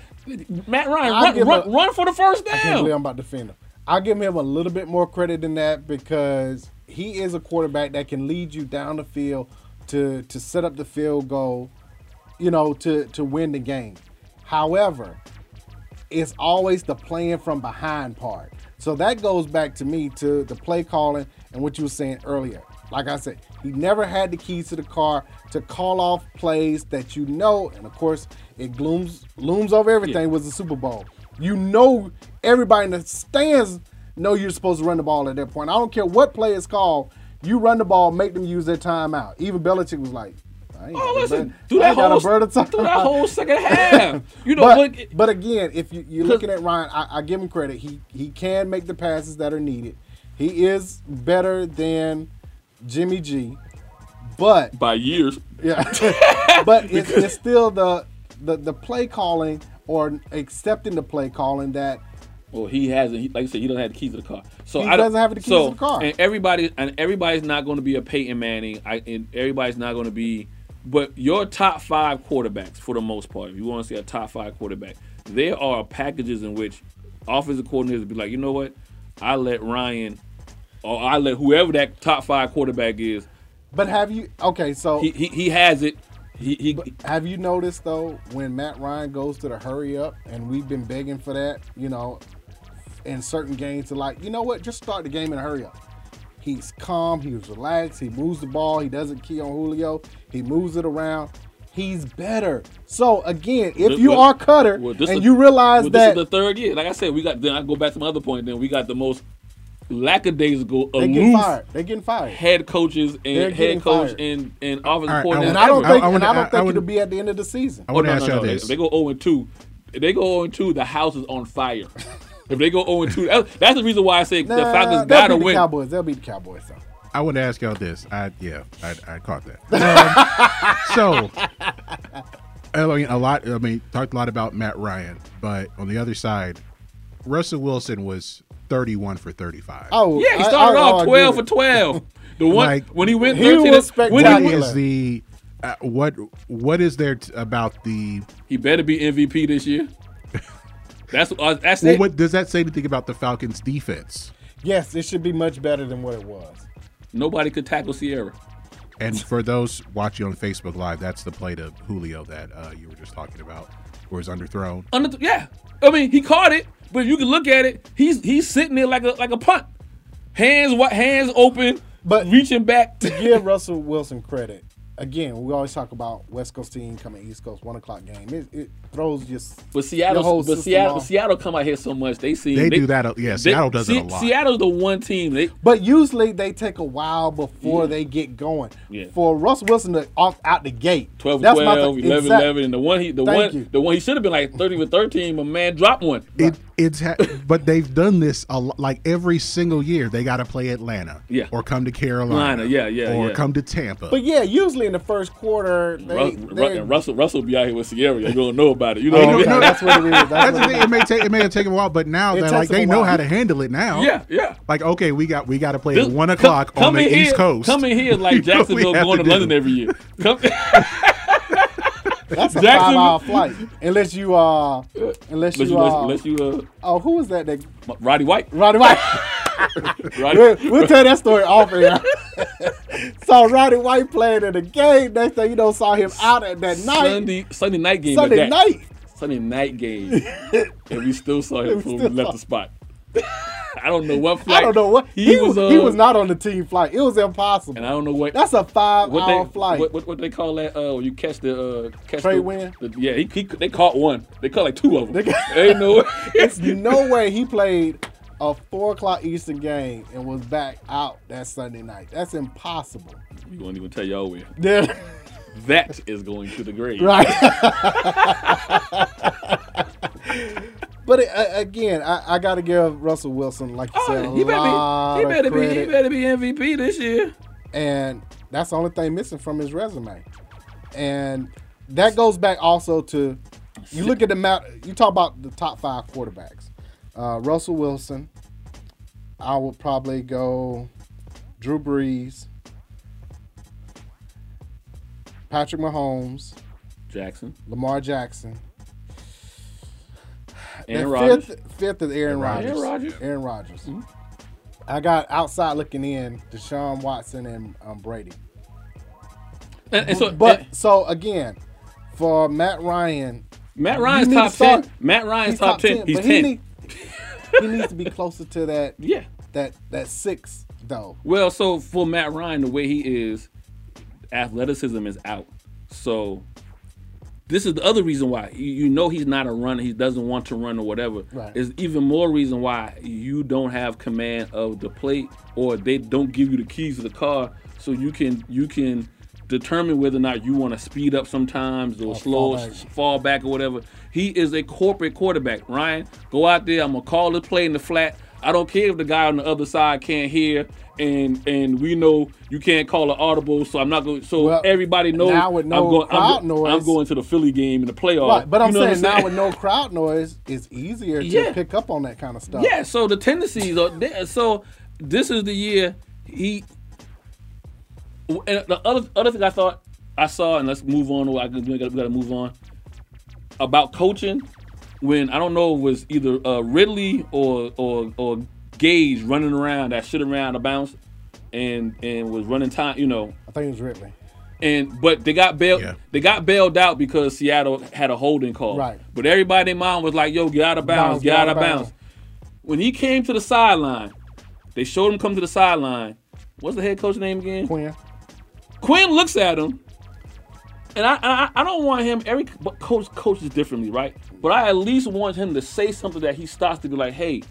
Matt Ryan
I'll
run,
give
run,
a-
run for the first
I can't believe I'm
down.
about to defend him. I give him a little bit more credit than that because he is a quarterback that can lead you down the field to to set up the field goal, you know, to to win the game. However, it's always the playing from behind part. So that goes back to me to the play calling and what you were saying earlier. Like I said, he never had the keys to the car to call off plays that you know, and of course it glooms looms over everything was the Super Bowl. You know everybody in the stands know you're supposed to run the ball at that point. I don't care what play is called, you run the ball, make them use their timeout. Even Belichick was like, I ain't
Oh,
got a
listen,
bird-
do
I
that
ain't got
whole,
a bird of
do that
timeout."
whole second half. You know,
but,
look,
but again, if you, you're looking at Ryan, I, I give him credit. He he can make the passes that are needed. He is better than Jimmy G, but
by years,
yeah, but it's, it's still the, the the play calling or accepting the play calling that
Well, he hasn't. He, like I said, he doesn't have the keys to the car. So
He
I don't-
doesn't have the keys
so-
to the car.
And everybody and everybody's not going to be a Peyton Manning. I, and everybody's not going to be. But your top five quarterbacks, for the most part, if you want to see a top five quarterback, there are packages in which offensive coordinators be like, you know what, I let Ryan, or I let whoever that top five quarterback is,
But have you okay? So
he he, he has it. He, he
have you noticed though when Matt Ryan goes to the hurry up, and we've been begging for that, you know, in certain games to like, you know what, just start the game in a hurry up. He's calm, he was relaxed, he moves the ball, he doesn't key on Julio, he moves it around. He's better. So again, if
Look,
you
look,
are Cutter
well,
and
this is-
you realize
well, this
that
is the third year. Like I said, we got. Then I go back to my other point. Then we got the most lackadaisical,
they get
aloof
fired, they getting fired.
head coaches
They're
and
getting
head coach
fired.
and and offensive
All right, I
coordinator.
And I don't
I-
think,
I
and
wanna-
I don't
I- I
think
wanna-
it'll be at the end of the season.
I want to
no,
ask
no,
y'all
no. They,
this.
they go zero and two. If they go zero and two, the house is on fire. if they go zero and two, that- that's the reason why I say the
Nah, they'll
Falcons gotta
beat the
win.
Cowboys. They'll beat the Cowboys though.
I want to ask y'all this. I yeah, I, I caught that. Um, so, I mean, a lot. I mean, talked a lot about Matt Ryan, but on the other side, Russell Wilson was thirty-one for thirty-five.
Oh
Yeah, he
I-
started
I- oh, I
off
get
twelve
it.
for twelve. The one
Like,
when he went
he
thirteen,
was
when he,
what
spectacular.
went-
is the uh, what what is there t- about the
he better be MVP this year. That's uh, that's
well,
it.
what does that say anything about the Falcons defense?
Yes, it should be much better than what it was.
Nobody could tackle Sierra.
And for those watching on Facebook Live, that's the play to Julio that uh, you were just talking about, where he's underthrown.
Under th- yeah, I mean he caught it, but if you can look at it, he's he's sitting there like a like a punt, hands what hands open,
But-
reaching back.
To give Russell Wilson credit, again, we always talk about West Coast team coming East Coast one o'clock game. It, it throws just
But
your whole
Seattle, but
system
Seattle,
off.
Seattle come out here so much. They see
They do that a- yeah, Seattle does it a lot.
Seattle's the one team. They
But usually they take a while before they get going.
Yeah.
For Russell Wilson to off out the gate,
12
That's my
12,
thing.
11
Exact-
11 and the one he the
Thank
one
you.
the one he should have been like 30 with 13, but man dropped one.
It, it's ha- but they've done this a lot, like every single year. They got to play Atlanta,
Yeah.
or come to Carolina,
Atlanta, yeah, yeah,
or
yeah.
come to Tampa.
But yeah, usually in the first quarter, they,
Ru- Ru-
they-
and Russell Russell be out here with Sierra. You don't know about it. You know
Oh,
what I
okay,
mean?
no,
that's what it is. That's what
That's the
it
thing.
is.
It may take it may have taken a while, but now
It
they're
takes
like
them
they
a
know
while.
how to handle it now.
Yeah, yeah.
Like okay, we got we got to play
This-
at one
co-
o'clock on
come
the
in
East
here-
Coast.
Come in here
You
like
know
Jacksonville
we have
going
to
to,
do.
London every year. Come,
That's a
Jackson-
five-hour flight, unless you uh, unless
unless
you
you,
uh,
unless you uh,
oh, who was that? That
M- Roddy White.
Roddy White.
Roddy,
we'll, we'll tell that story off air. so Roddy White playing in the game. Next thing you know, saw him out at that night. Sunday,
Sunday Sunday night game. at that.
night.
Sunday night game, and we still saw him before we
still
left
saw-
the spot. I don't know what
I
flight.
don't know what he, was.
uh,
he was not on the team flight. It was impossible.
and I don't know what.
That's a
what
five-hour
they
flight.
What, what, what they call that? Uh, when you catch the uh, catch
Trade
the,
wind?
the- yeah, he, he, they caught one. They caught like two of them. Ain't no.
It's no way he played a four o'clock Eastern game and was back out that Sunday night. That's impossible.
we won't even tell y'all where.
Yeah.
That is going to the grave.
Right. but uh, again, I, I got to give Russell Wilson, like you said, a
Oh, he
lot of
better be. He better be. He
credit.
better be MVP this year.
and that's the only thing missing from his resume. And that goes back also to you look at the map. You talk about the top five quarterbacks. Uh, Russell Wilson. I would probably go Drew Brees, Patrick Mahomes,
Jackson,
Lamar Jackson.
Aaron
And
Rodgers.
Fifth, fifth is Aaron Rodgers.
Rodgers. Aaron Rodgers.
Aaron Rodgers. I got outside looking in Deshaun Watson and um, Brady.
And, and so,
But
and
so again, for Matt Ryan,
Matt Ryan's
you need to
top ten.
start-
Matt Ryan's
he's
top, ten. He's
but
ten.
He, need- he needs to be closer to that
yeah.
that that six though.
Well, so for Matt Ryan, the way he is, athleticism is out. So this is the other reason why you, you know he's not a runner. He doesn't want to run or whatever.
Right.
Is even more reason why you don't have command of the plate or they don't give you the keys to the car so you can you can determine whether or not you want to speed up sometimes or, slow
fall
or
back.
s- fall back or whatever. He is a corporate quarterback. Ryan, go out there. I'm gonna call the play in the flat. I don't care if the guy on the other side can't hear, and and we know you can't call an audible. So I'm not going. So
Well,
everybody knows
now with no
I'm going. I'm,
crowd
go- I'm
noise-
going to the Philly game in the playoffs.
Right, but I'm
You know what
saying, now with no crowd noise, it's easier to
Yeah.
pick up on that kind of stuff.
Yeah, so the tendencies are there. So this is the year he. And the other other thing I thought I saw, and let's move on. I we gotta, we gotta move on about coaching. When I don't know it was either uh, Ridley or or or Gage running around that shit around a bounce, and and was running time. You know,
I think it was Ridley.
and but they got bailed.
Yeah.
They got bailed out because Seattle had a holding call.
Right.
But everybody in mind was like, "Yo, get out of bounds, get out of bounds." When he came to the sideline, they showed him come to the sideline. What's the head coach name again?
Quinn.
Quinn looks at him, and I, I I don't want him. Every but coach coaches differently, right? But I at least want him to say something that he starts to be like, "Hey,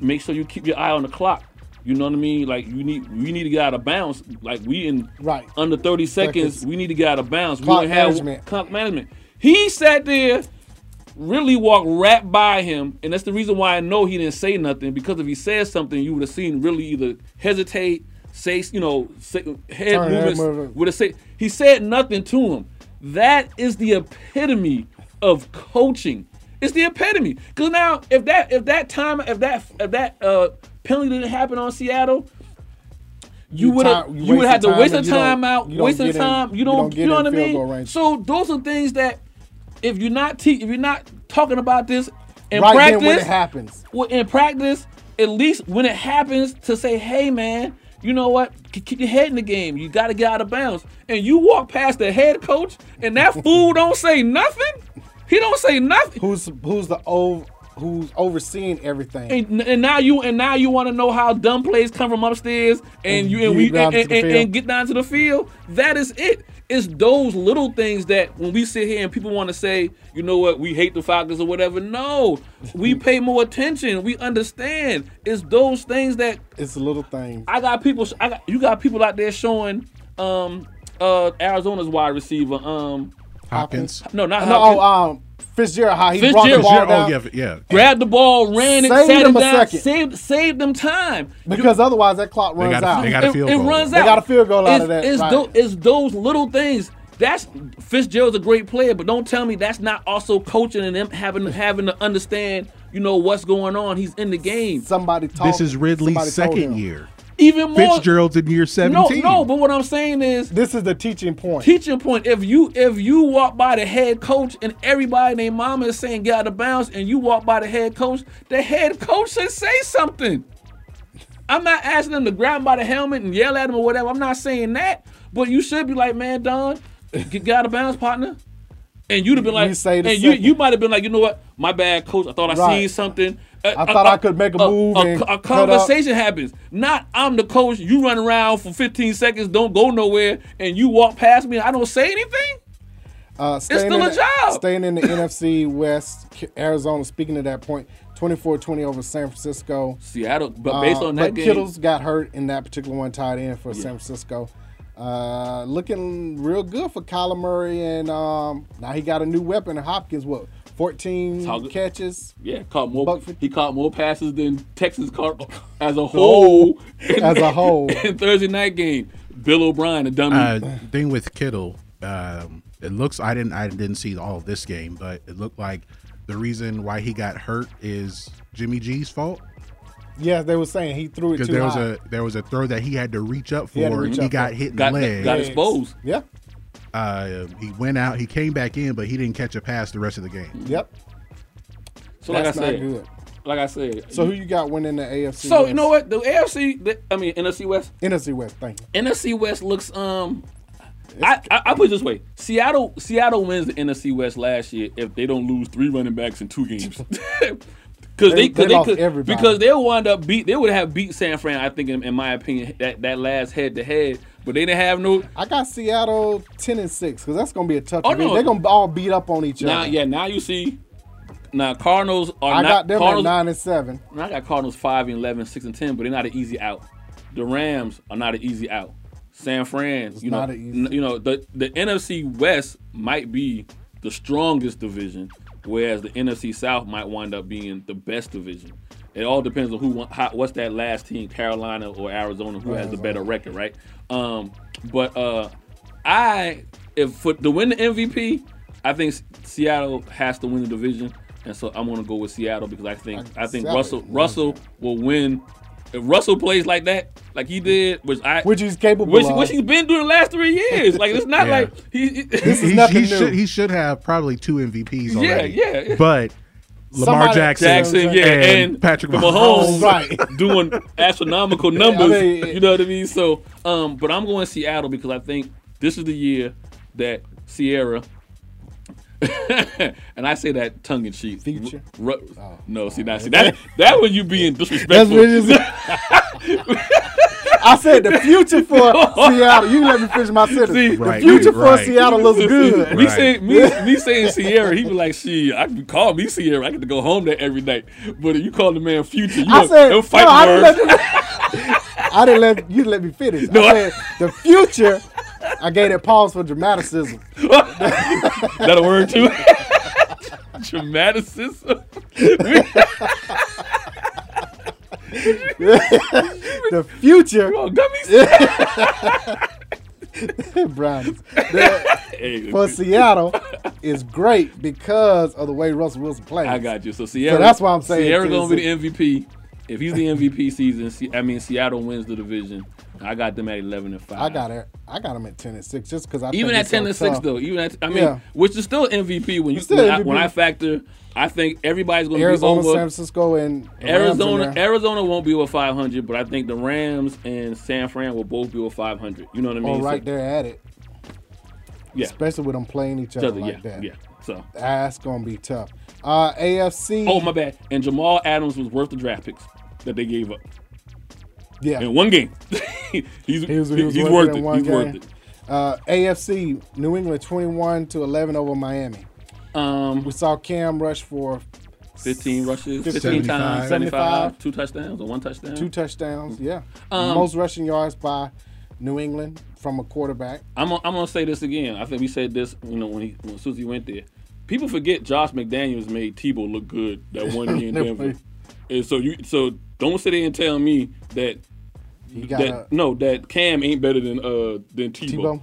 make sure you keep your eye on the clock." You know what I mean? Like you need we need to get out of bounds. Like we in
Right.
under thirty seconds.
Seconds.
We need to get out of bounds.
Clock
we don't have
management.
clock management. He sat there. Ridley walked right by him, and that's the reason why I know he didn't say nothing. Because if he said something, you would have seen Ridley either hesitate, say you know, say, head
Turn, head
movements
movement.
would have said he said nothing to him. That is the epitome of coaching. It's the epitome. Cause now if that if that time if that if that uh penalty didn't happen on Seattle, you
You
would have
time- you
you would have to
wasting
waste a
time and you don't- you
timeout,
don't
waste a
get in-
time. You
you
don't
don't
you,
get
know
in
what I
field
mean?
goal range.
So those are things that if you're not te- if you're not talking about this in
Right
practice,
then when it happens.
well, in practice, at least when it happens, to say, hey, man, you know what? K- Keep your head in the game. You got to get out of bounds. And you walk past the head coach, and that fool don't say nothing. He don't say nothing.
Who's who's the old who's overseeing everything?
And, and now you and now you want to know how dumb plays come from upstairs, and
And
you and
get
we
down
and,
to
and,
the
and-
field.
and get down to the field. That is it. It's those little things that when we sit here and people want to say, you know what, we hate the Falcons or whatever. No, we pay more attention. We understand. It's those things that
it's a little thing.
I got people. I got you got people out there showing um uh Arizona's wide receiver um
Hopkins.
no not
no,
Hopkins.
oh, um, Fitzgerald, how he brought the
Fitzgerald.
ball
oh,
down
yeah, yeah.
grabbed the ball, ran it,
Saved
sat it
them a
down,
second.
saved saved them time.
because otherwise that clock runs
gotta-
out.
they
it,
gotta- a field
it
goal.
runs
They
out.
got a field goal out
it's,
of that,
It's,
right.
tho- it's those little things. That's Fitzgerald's a great player, but don't tell me that's not also coaching and them having having to understand. You know what's going on. He's in the game.
somebody told
This is
somebody
Ridley's
told him.
second year.
Even more.
Fitzgerald's in year
no,
17.
no. But what I'm saying is,
This is the teaching point.
teaching point. If you if you walk by the head coach and everybody and their mama is saying get out of bounds, and you walk by the head coach, the head coach should say something. I'm not asking them to grab him by the helmet and yell at him or whatever. I'm not saying that, but you should be like, man, Don, get, get out of bounds, partner. And you'd have been like,
You say the
and you
second.
you might have been like, you know what, my bad, coach. I thought I
Right.
seen something. Uh, I
thought I could make a move
A,
and
a
cut up.
conversation happens. Not I'm the coach. You run around for 15 seconds, don't go nowhere, and you walk past me. and I don't say anything.
Uh, staying
still
in
a
the-
job.
Staying in the NFC West, K- Arizona. Speaking to that point, 24-20 over San Francisco.
Seattle, but based
Uh,
on that
but
game,
Kittle's got hurt in that particular one tight end for San Francisco. Uh, looking real good for Kyler Murray, and um, now he got a new weapon. Hopkins, what, fourteen
How good-
catches?
yeah, caught more.
Buck fifty.
He caught more passes than Texas caught as a whole.
as a whole.
in Thursday night game, Bill O'Brien, a dummy.
Uh, thing with Kittle, um, it looks I didn't I didn't see all of this game, but it looked like the reason why he got hurt is Jimmy G's fault
Yeah, they were saying he threw it
because
too
there was
high.
a there was a throw that he had to reach up for
had to reach
and he
up
got
for.
hit in
got
the leg.
got exposed.
yeah,
Uh, he went out. He came back in, but he didn't catch a pass the rest of the game.
Yep.
So like I
That's not
said,
good.
like I said.
So who you got winning the AFC?
so
West?
you know what? The AFC, the- I mean NFC West,
NFC West. Thank you.
NFC West looks um. I, I, I put it this way: Seattle Seattle wins the NFC West last year if they don't lose three running backs in two games, because
They- they
they, cause they
lost
could,
everybody.
because they wind up beat they would have beat San Fran I think in, in my opinion that, that last head to head, but they didn't have no
I got Seattle ten and six because that's gonna be a tough.
Oh,
division.
no.
They're gonna all beat up on each other.
now yeah now you see now Cardinals are
I
not
got them at
Cardinals,
nine and seven.
I got Cardinals 5 and 11, 6 and 10, but they're not an easy out. The Rams are not an easy out. San Fran, you know,
not an easy-
n- you know, the, the NFC West might be the strongest division, whereas the NFC South might wind up being the best division. It all depends on who won- how, what's that last team, Carolina or Arizona, who has the better record, right? Um, but uh, I if for, to win the MVP, I think Seattle has to win the division, and so I'm going to go with Seattle because I think I think
Seattle
Russell
wins
Russell will win. If Russell plays like that, like he did, which I
Which he's capable
which,
of.
which he's been doing the last three years. Like it's not
Yeah.
like he.
is
He,
nothing
he
new.
should he should have probably two MVPs already.
yeah, yeah.
But Lamar
Somebody-
Jackson,
Jackson, yeah, and,
Patrick
Mahomes,
Mahomes.
Right.
doing astronomical numbers.
mean,
you know what I mean? So, um, but I'm going Seattle because I think this is the year that Sierra. and I say that tongue in cheek.
Future?
Ru- no, see, not see that. That when you being
Oh, That's
disrespectful.
what it is. I said the future for Seattle. You let me finish my sentence.
See,
the
Right,
future for
right.
Seattle looks good.
Me
Right.
saying me, me saying Sierra, he be like, "She, I can call me Sierra. I get to go home there every night." But if you call the man Future, you
I
know,
said
them
no, I
fighting
didn't,
words.
let you, I didn't let you let me finish.
No,
I
I-
said the future. I gave it pause for dramaticism.
that a word too? Dramaticism.
The future,
Oh, gummies.
Browns, the,
Hey,
for Seattle is great because of the way Russell Wilson plays.
I got you. So Sierra,
that's why I'm saying
Sierra
too,
gonna be the MVP. If he's the MVP season, Se- I mean Seattle wins the division. I got them at eleven and five.
I got it. I got him at ten and six just because I
Even
think
at
it's so
ten and six
tough.
though, even at I mean,
Yeah.
which is still MVP when you
still
when, I, when
MVP.
I factor. I think everybody's gonna
Arizona,
be over
San Francisco, and the Rams in
Arizona,
there.
Arizona won't be over 500, but I think the Rams and San Fran will both be over 500. You know what I mean?
or
So-
Oh, right there at it.
Yeah.
Especially with them playing each
each
other,
other,
like
yeah,
that.
yeah. So,
That's gonna be tough. Uh, AFC.
oh my bad. And Jamal Adams was worth the draft picks that they gave up
yeah.
in one game. he's
was- he was
he's
worth it in
worth it.
one
He's worth
game.
it.
Uh, AFC. New England twenty-one to eleven over Miami.
Um,
We saw Cam rush for
15 rushes, 15
75.
times, 75, two touchdowns or one touchdown.
two touchdowns. Yeah. Most rushing yards by New England from a quarterback.
I'm gonna, I'm gonna say this again. I think we said this, you know, when he when Susie went there. People forget Josh McDaniels made Tebow look good that one year in Denver. And so you so don't sit there and tell me that
He got
that
a,
no that Cam ain't better than uh than
Tebow.
Tebow.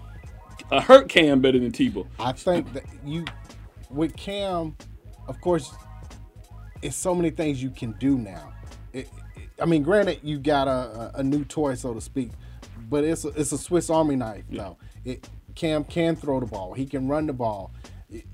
I hurt Cam better than Tebow.
I think that you with Cam, of course, it's so many things you can do now. It, it- I mean, granted, you got a, a, a new toy, so to speak, but it's a, it's a Swiss Army knife. Though it Cam can throw the ball, he can run the ball. It-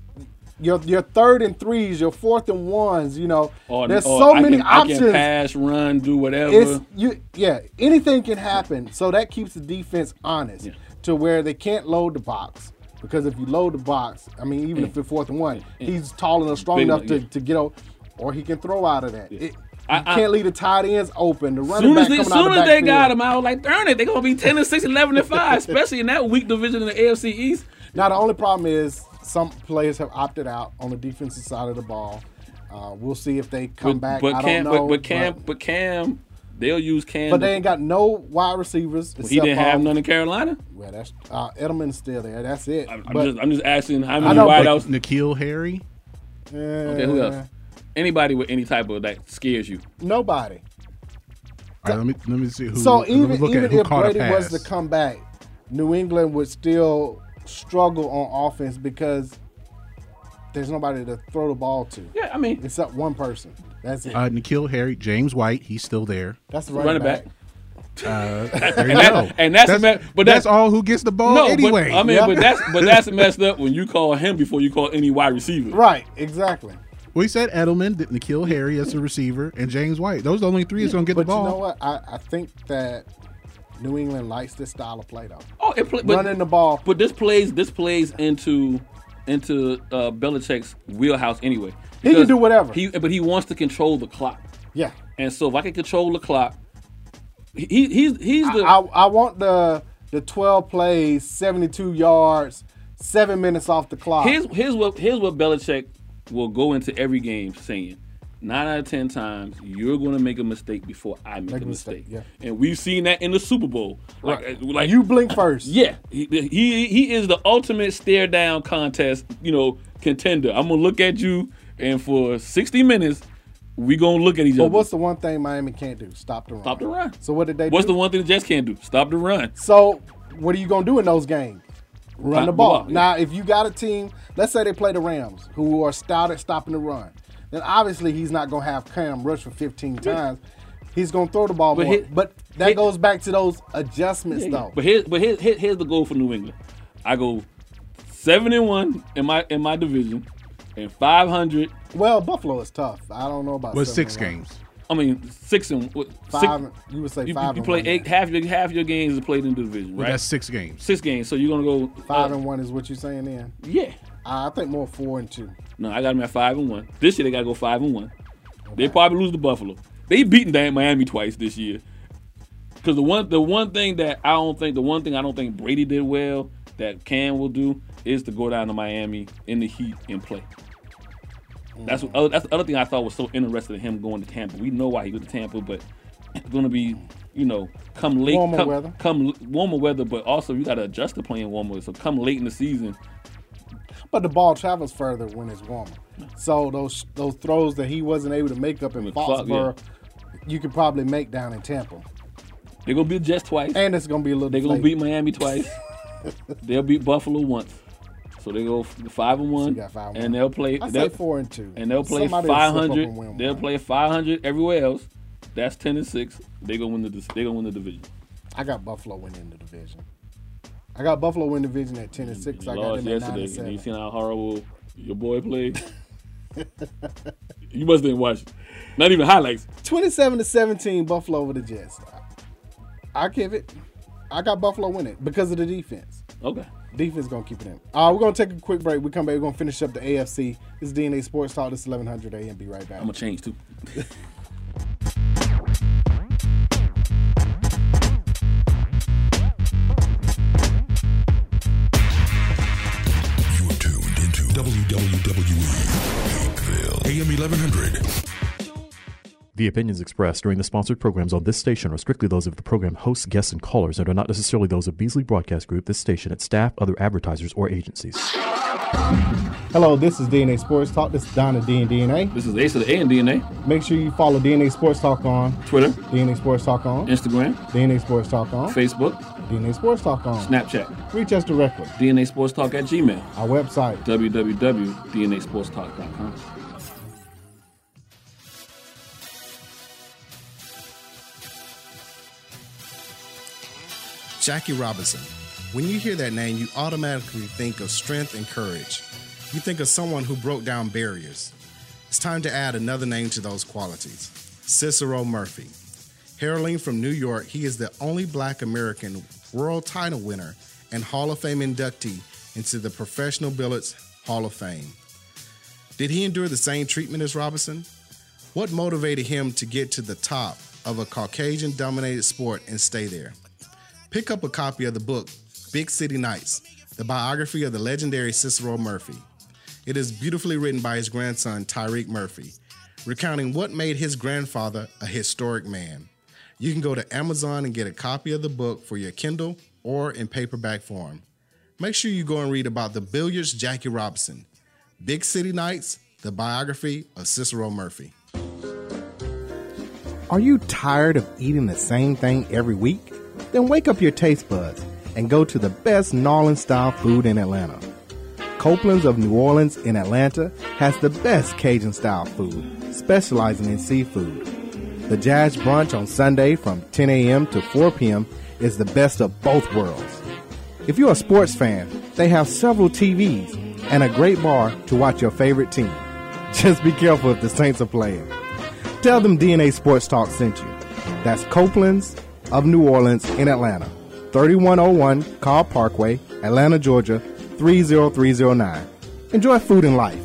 Your your third and threes, your fourth and ones. You know,
Or-
there's
or
so
I
many
can, I can
options.
pass, run, do whatever.
It's you, yeah. Anything can happen, so that keeps the defense honest to where they can't load the box. Because if you load the box, I mean, even if it's fourth and one, he's tall enough, strong
Big
enough
enough,
to,
yeah.
to get out, or he can throw out of that. It,
I-
you
I-
can't leave the tight ends open. The running
soon
back
as they,
coming out
soon
the
as they
backfield.
got him, I was like, darn it, they're gonna be ten and six, 11 and five, especially in that weak division in the AFC East.
Now the only problem is some players have opted out on the defensive side of the ball. Uh, we'll see if they come back. I don't
Cam,
know.
but, but Cam, but, Cam, they'll use Cam.
but they
to-
ain't got no wide receivers.
he didn't have
um,
none in Carolina.
Well, that's uh, Edelman's still there. That's it.
I'm
But-
just, I'm just asking how
I
many
know,
Like
wideouts.
Nikhil Harry.
Okay, who else? Anybody with any type of that scares you.
Nobody.
All right, let me let me see who.
So
let me
even
look at
even
who
if
caught a
Brady was
pass.
to come back, New England would still struggle on offense because there's nobody to throw the ball to
Yeah, I mean,
except one person. That's it.
uh, Nikhil Harry, Uh, James White, he's still there.
That's the running
running
back.
back.
Uh, there you
that-
go.
and that's me- but
but that's,
that's-
all who gets the ball
No,
anyway.
but I mean,
Yep.
but that's but that's messed up when you call him before you call any wide receiver.
Right, exactly.
we said Edelman didn't kill Harry as a receiver and James White. Those are the only three that's gonna get
But
the ball.
you know what? I, I think that New England likes this style of play though.
Oh, it play, but,
Running the ball.
But this plays this plays into into uh, Belichick's wheelhouse anyway.
He can
Because
do whatever.
He but he wants to control the clock,
Yeah.
and so if I can control the clock, he, he he's he's the
I, I want the the 12 plays, 72 yards, seven minutes off the clock.
here's here's what here's what Belichick will go into every game saying. Nine out of ten times, you're going to make a mistake before I make,
Make
a
a
mistake,
mistake,
and we've seen that in the Super Bowl. Like, uh, like
you blink first.
Yeah, he, he he is the ultimate stare down contest, you know, contender. I'm gonna look at you, and for 60 minutes, we gonna look at each
But
other.
what's the one thing Miami can't do? Stop the run.
Stop the run.
So what did they
What's
do?
the one thing the Jets can't do? Stop the run.
so what are you going to do in those games? Run the
the
ball.
ball, yeah.
Now, if you got a team, let's say they play the Rams, who are stout at stopping the run, then obviously he's not going to have Cam rush for 15 times. He's going to throw the ball
But
more.
he-
but that
he-
goes back to those adjustments, though.
But here's but here's, here- here's the goal for New England. I go seven and one in my in my division, and 500.
well, Buffalo is tough. I don't know about
was
seven
six
and one.
games.
I mean six and what,
Five.
Six,
you would say
you,
five.
you
and
play
one,
eight
yeah.
half your half your games is played in the division,
But
right?
That's six games.
six games. So you're gonna go
Five
uh,
and one is what you're saying. Then
yeah.
I I think more four and two.
No, I got them at five and one. This year they gotta go five and one. They probably lose to Buffalo. They beaten damn Miami twice this year. Cause the one the one thing that I don't think the one thing I don't think Brady did well that Cam will do is to go down to Miami in the heat and play. That's
Mm.
what, other- that's the other thing I thought was so interesting in him going to Tampa. We know why he went to Tampa, but it's gonna be you know come late
Warmer
come,
weather.
come l- warmer weather, but also you gotta adjust to playing warmer. So come late in the season,
But the ball travels further when it's warmer. So those those throws that he wasn't able to make up in
With clock,
Foxborough, you could probably make down in Tampa.
they're gonna be the Jets twice.
And it's gonna be a little.
They're gonna
deflated.
beat Miami twice. they'll beat Buffalo once. So they go f- five and one,
got five and one.
and they'll play.
I
they'll-
say four and two.
and they'll play
Somebody will slip
five
up
hundred.
and win
They'll
one.
play five hundred everywhere else. That's ten and six. They gonna win the. dis- They gonna win the division.
I got Buffalo winning the division. I got Buffalo win division at ten and six.
They
I got
lost
them at nine
yesterday.
and
And you
seven.
seen how horrible your boy played. you must didn't watch. it. Not even highlights.
Twenty-seven to seventeen, Buffalo over the Jets. I I give it. I got Buffalo winning because of the defense.
Okay.
Defense gonna keep it in. Uh, we're gonna take a quick break. We come back. We're gonna finish up the AFC. This is DNA Sports Talk. This is 1100 AM. Be right back.
I'm gonna change too.
You're tuned into WWE Pinkville. AM 1100.
The opinions expressed during the sponsored programs on this station are strictly those of the program hosts, guests, and callers and are not necessarily those of Beasley Broadcast Group, this station, its staff, other advertisers, or agencies.
Hello, this is DNA Sports Talk. This is Donna D and DNA.
This is Ace of the A and DNA.
Make sure you follow DNA Sports Talk on
Twitter,
DNA Sports Talk on
Instagram,
DNA Sports Talk on
Facebook,
DNA Sports Talk on.
Snapchat,
Reach us directly.
DNA Sports Talk at Gmail.
Our website.
www.dnasportstalk.com.
Jackie Robinson. When you hear that name, you automatically think of strength and courage. You think of someone who broke down barriers. It's time to add another name to those qualities Cicero Murphy. Heralding from New York, he is the only Black American world title winner and Hall of Fame inductee into the Professional Billiards Hall of Fame. Did he endure the same treatment as Robinson? What motivated him to get to the top of a Caucasian dominated sport and stay there? pick up a copy of the book Big City Nights, the biography of the legendary Cicero Murphy. It is beautifully written by his grandson, Tyreek Murphy, recounting what made his grandfather a historic man. You can go to Amazon and get a copy of the book for your Kindle or in paperback form. Make sure you go and read about the billiards Jackie Robinson, Big City Nights, the biography of Cicero Murphy.
Are you tired of eating the same thing every week? Then wake up your taste buds and go to the best gnarling style food in Atlanta. Copeland's of New Orleans in Atlanta has the best Cajun style food, specializing in seafood. The Jazz Brunch on Sunday from 10 a.m. to 4 p.m. is the best of both worlds. If you're a sports fan, they have several TVs and a great bar to watch your favorite team. Just be careful if the Saints are playing. Tell them DNA Sports Talk sent you. That's Copeland's of New Orleans in Atlanta. 3101 Carl Parkway, Atlanta, Georgia 30309. Enjoy food and life.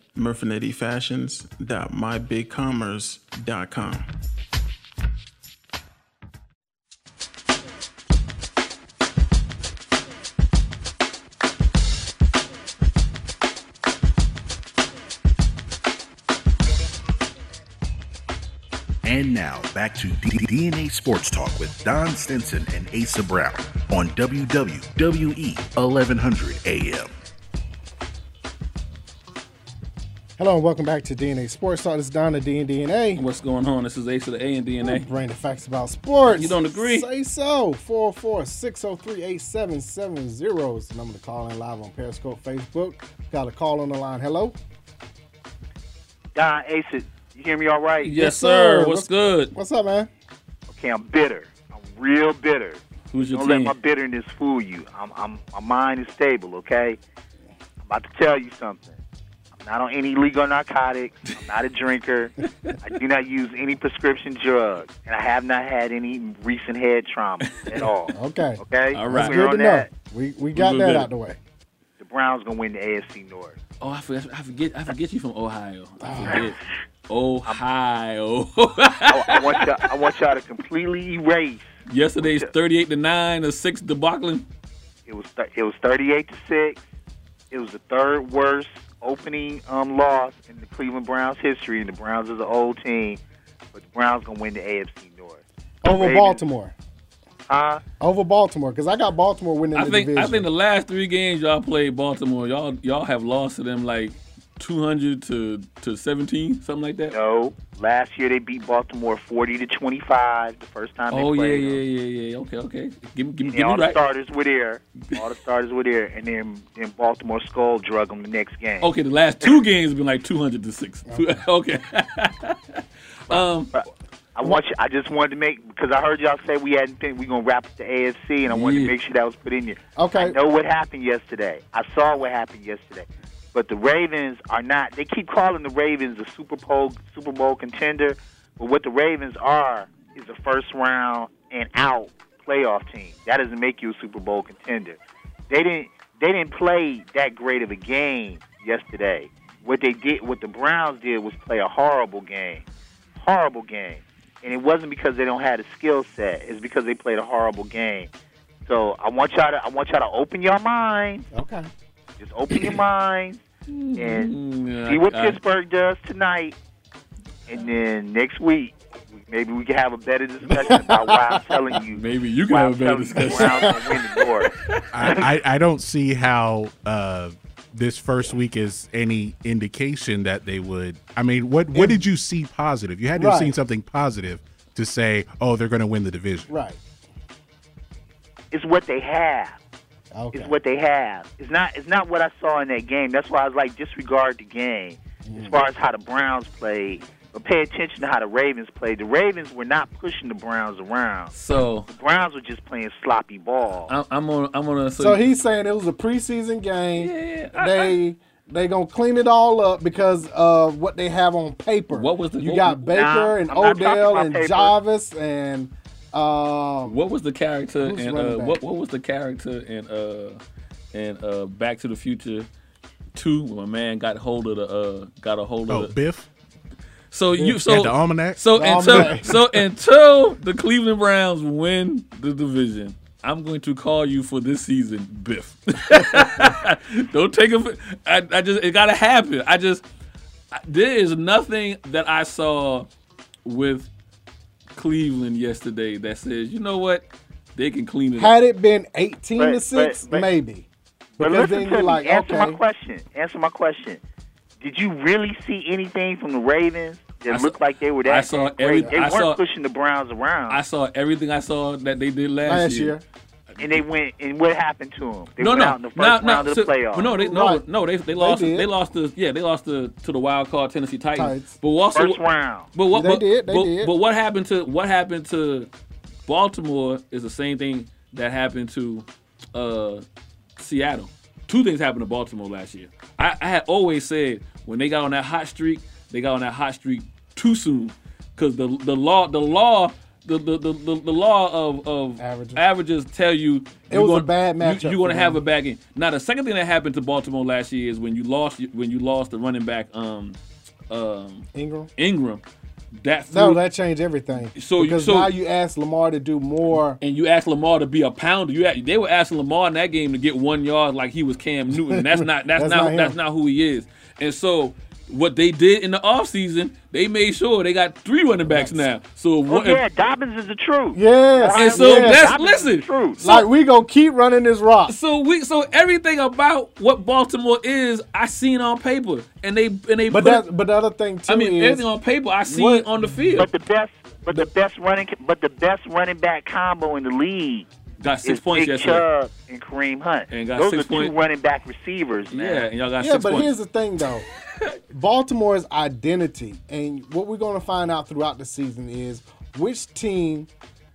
murfinettifashions.mybigcommerce.com.
And now back to D- DNA Sports Talk with Don Stinson and Asa Brown on WWE 1100 AM.
Hello and welcome back to DNA Sports Talk. This is Donna D and DNA.
What's going on? This is Ace of the A and DNA.
Bring the facts about sports.
You don't agree?
Say so. 404-603-8770 is the number to call in live on Periscope, Facebook. Got a call on the line. Hello?
Don Ace, you hear me all right?
Yes, sir. What's, good?
What's up, man?
Okay, I'm bitter. I'm real bitter.
Who's your
Don't
team?
let my bitterness fool you. I'm, I'm, my mind is stable, okay? I'm about to tell you something. I'm not on any legal narcotics. I'm not a drinker. I do not use any prescription drugs. And I have not had any recent head trauma at all.
Okay.
Okay?
All
That's
right.
We're
good
on
to know.
that.
We, we got
We
that
good.
out the way.
The Browns going to win the AFC North.
Oh, I forget. I forget. I forget you from Ohio. I forget. Ohio.
I, I want y'all, I want y'all to completely erase.
Yesterday's thirty-eight to nine, a six debacling.
It was th- it was 38 to six. It was the third worst opening um, loss in the Cleveland Browns history, and the Browns is an old team, but the Browns gonna win the AFC North.
Over
Ravens,
Baltimore.
huh?
Over Baltimore, because I got Baltimore winning
I
the
think.
division.
I think the last three games y'all played Baltimore, y'all y'all have lost to them like two hundred to to seventeen, something like that.
No, last year they beat Baltimore 40 to 25. The first time they
Oh yeah,
played
yeah,
them.
yeah, yeah. Okay, okay. Give me, give
And
me, give me
all the
right.
starters were there. All the starters were there, and then then Baltimore Skull drug them the next game.
Okay, the last two games have been like two hundred to six. okay. um,
I want you. I just wanted to make because I heard y'all say we hadn't think we gonna wrap up the AFC, and I wanted
Yeah.
to make sure that was put in there.
Okay.
I know what happened yesterday. I saw what happened yesterday, but the Ravens are not. They keep calling the Ravens a Super Bowl Super Bowl contender, but what the Ravens are is a first round and out playoff team. That doesn't make you a Super Bowl contender. They didn't. They didn't play that great of a game yesterday. What they did, what the Browns did, was play a horrible game horrible game. And it wasn't because they don't have the skill set. It's because they played a horrible game. So I want y'all to I want y'all to open your minds.
okay.
Just open your minds and
yeah,
see what
Mm, I- I-
Pittsburgh does tonight. And then next week, maybe we can have a better discussion about why I'm telling you.
Maybe you can
why
have a
I'm
better
telling you the
discussion.
Browns gonna win the North.
I, I, I don't see how uh, this first week is any indication that they would. I mean, what what did you see positive? You had to have
Right.
seen something positive to say, oh, they're going to win the division.
Right.
It's what they have.
Okay.
It's what they have. It's not. It's not what I saw in that game. That's why I was like, disregard the game as
Mm.
far as how the Browns played, but pay attention to how the Ravens played. The Ravens were not pushing the Browns around.
So
The Browns were just playing sloppy ball.
Uh,
I'm, I'm on. I'm on. So,
So he's saying it was a preseason game.
Yeah, I-
they they gonna clean it all up because of what they have on paper.
What was the-
you
what-
got Baker
Nah,
and
I'm not talking
Odell
about
and
paper.
Jarvis and um,
what was the character
Who's
and
running
uh,
back?
what what was the character in uh and uh Back to the Future two when my man got hold of the uh got a hold
Oh,
of the,
Biff
so you so
at the almanac.
so
The
until
almanac.
so until the Cleveland Browns win the division, I'm going to call you for this season, Biff. Don't take it. I, I just it gotta happen. I just I- there is nothing that I saw with Cleveland yesterday that says you know what they can clean it.
Had
up.
it been 18
But-
to
but-
6,
but-
maybe.
But
Because
listen
then
to
you're
me.
like,
Answer my
okay.
question. Answer my question. Did you really see anything from the Ravens that
I saw-
looked like they were that?
I saw
great?
every-
They
I
weren't
saw-
pushing the Browns around,
I saw everything I saw that they did last,
Last
year.
year. and they went. And what happened to them? They
no,
went
no,
out in the first
no, no,
round of the
so-
playoffs.
No, they no, no, they they lost. They,
did.
lost the yeah, they lost the to the wild card Tennessee Titans.
Titans.
But also
First round.
But what
They
but,
did, they
but,
did.
but what happened to what happened to Baltimore is the same thing that happened to uh, Seattle. Two things happened to Baltimore last year. I, I had always said when they got on that hot streak, they got on that hot streak too soon because the the law the law. The, the, the, the, the law of, of averages. tell you
It
you
was a
gonna-
bad matchup
You, are gonna
for
have
them.
a back end. Now the second thing that happened to Baltimore last year is when you lost when you lost the running back um um
Ingram.
Ingram. That threw,
No, that changed everything.
So you-
because
so-
now you ask Lamar to do more.
and you asked Lamar to be a pounder. You asked, they were asking Lamar in that game to get one yard like he was Cam Newton. And that's not that's,
That's
not,
not him.
that's not who he is. And so what they did in the offseason, they made sure they got three running backs now. So if
Oh
one,
yeah, Dobbins is the truth.
Yes.
and so
yes.
that's listen.
like we gonna keep running this rock.
So we so everything about what Baltimore is, I seen on paper, and they and they.
But
put-
that, but the other thing too
I mean,
is
everything on paper I seen
What-
on the field.
But the best, but the best running, but the best running back combo in the league
Got six
is
points
Big
yesterday.
Chubb and Kareem Hunt.
And got
Those
six
are
points.
two running back receivers, man.
Yeah, and y'all got
yeah,
six
but
points.
here's the thing though. Baltimore's identity and what we're gonna find out throughout the season is which team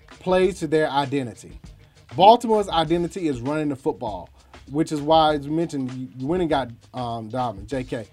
plays to their identity. Baltimore's identity is running the football, which is why as you mentioned you- you went and got um Diamond, JK.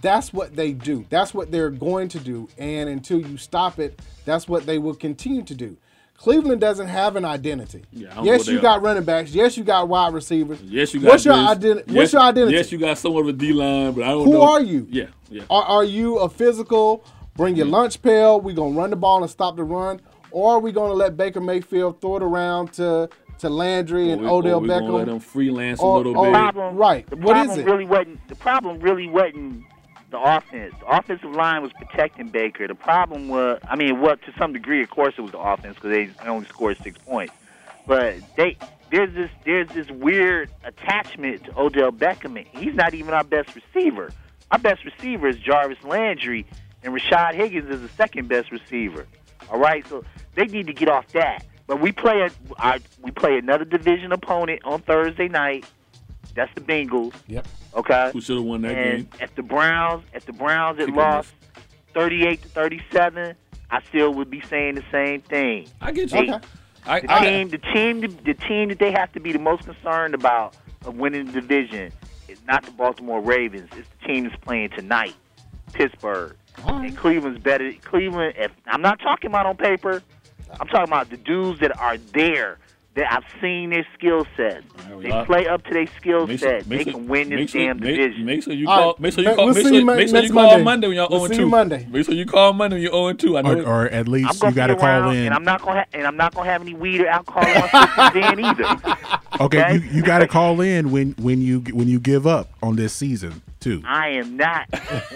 That's what they do. That's what they're going to do. And until you stop it, that's what they will continue to do. Cleveland doesn't have an identity.
I don't know what
yes,
they
you
are.
got running backs. Yes, you got wide receivers.
yes, you got.
What's your
this.
identity?
Yes,
What's your identity?
Yes, you got somewhat of a D line, but I don't
Who
know.
are you?
Yeah, yeah.
Are, are you a physical? Bring your lunch pail. We're gonna run the ball and stop the run, or are we gonna let Baker Mayfield throw it around to to Landry and
we-
Odell
or we gonna
Beckham?
let them freelance a
Or-
little
or-
bit.
problem,
right.
The
What
problem
is it?
really wasn't the problem. Really wasn't the offense. The offensive line was protecting Baker. The problem was, I mean, what to some degree, of course, it was the offense because they only scored six points. But they there's this there's this weird attachment to Odell Beckham. He's not even our best receiver. Our best receiver is Jarvis Landry, and Rashad Higgins is the second best receiver. All right, so they need to get off that. But we play a, our, we play another division opponent on Thursday night. That's the Bengals.
Yep.
Okay.
Who should have won that
and
game?
If the Browns, if the Browns had
Think they
lost thirty-eight to thirty-seven, I still would be saying the same thing.
I get
They-
you. I,
the
I,
team, the team, the team that they have to be the most concerned about of winning the division is not the Baltimore Ravens. It's the team that's playing tonight, Pittsburgh. And Cleveland's better. Cleveland. If I'm not talking about on paper, I'm talking about the dudes that are there. That I've seen their skill sets. They
well, I-
play up to their skill
Make sure-
set.
make
they
sure-
can win
make
this
sure-
damn
make-
division.
Make sure you
All right.
call. Make sure you
Hey,
call.
we'll
make
see
sure,
you ma-
make sure you
next
call
Monday.
Monday, when y'all
We'll
own
see you
two.
Monday.
Make sure you call Monday when you own two. I know.
Or, or at
I'm
least
gonna
you got to
be
call
around, and
in.
I'm not gonna ha- and I'm not gonna have any weed or alcohol in my system then either.
Okay, you, you got to call in when when you when you give up on this season too.
I am not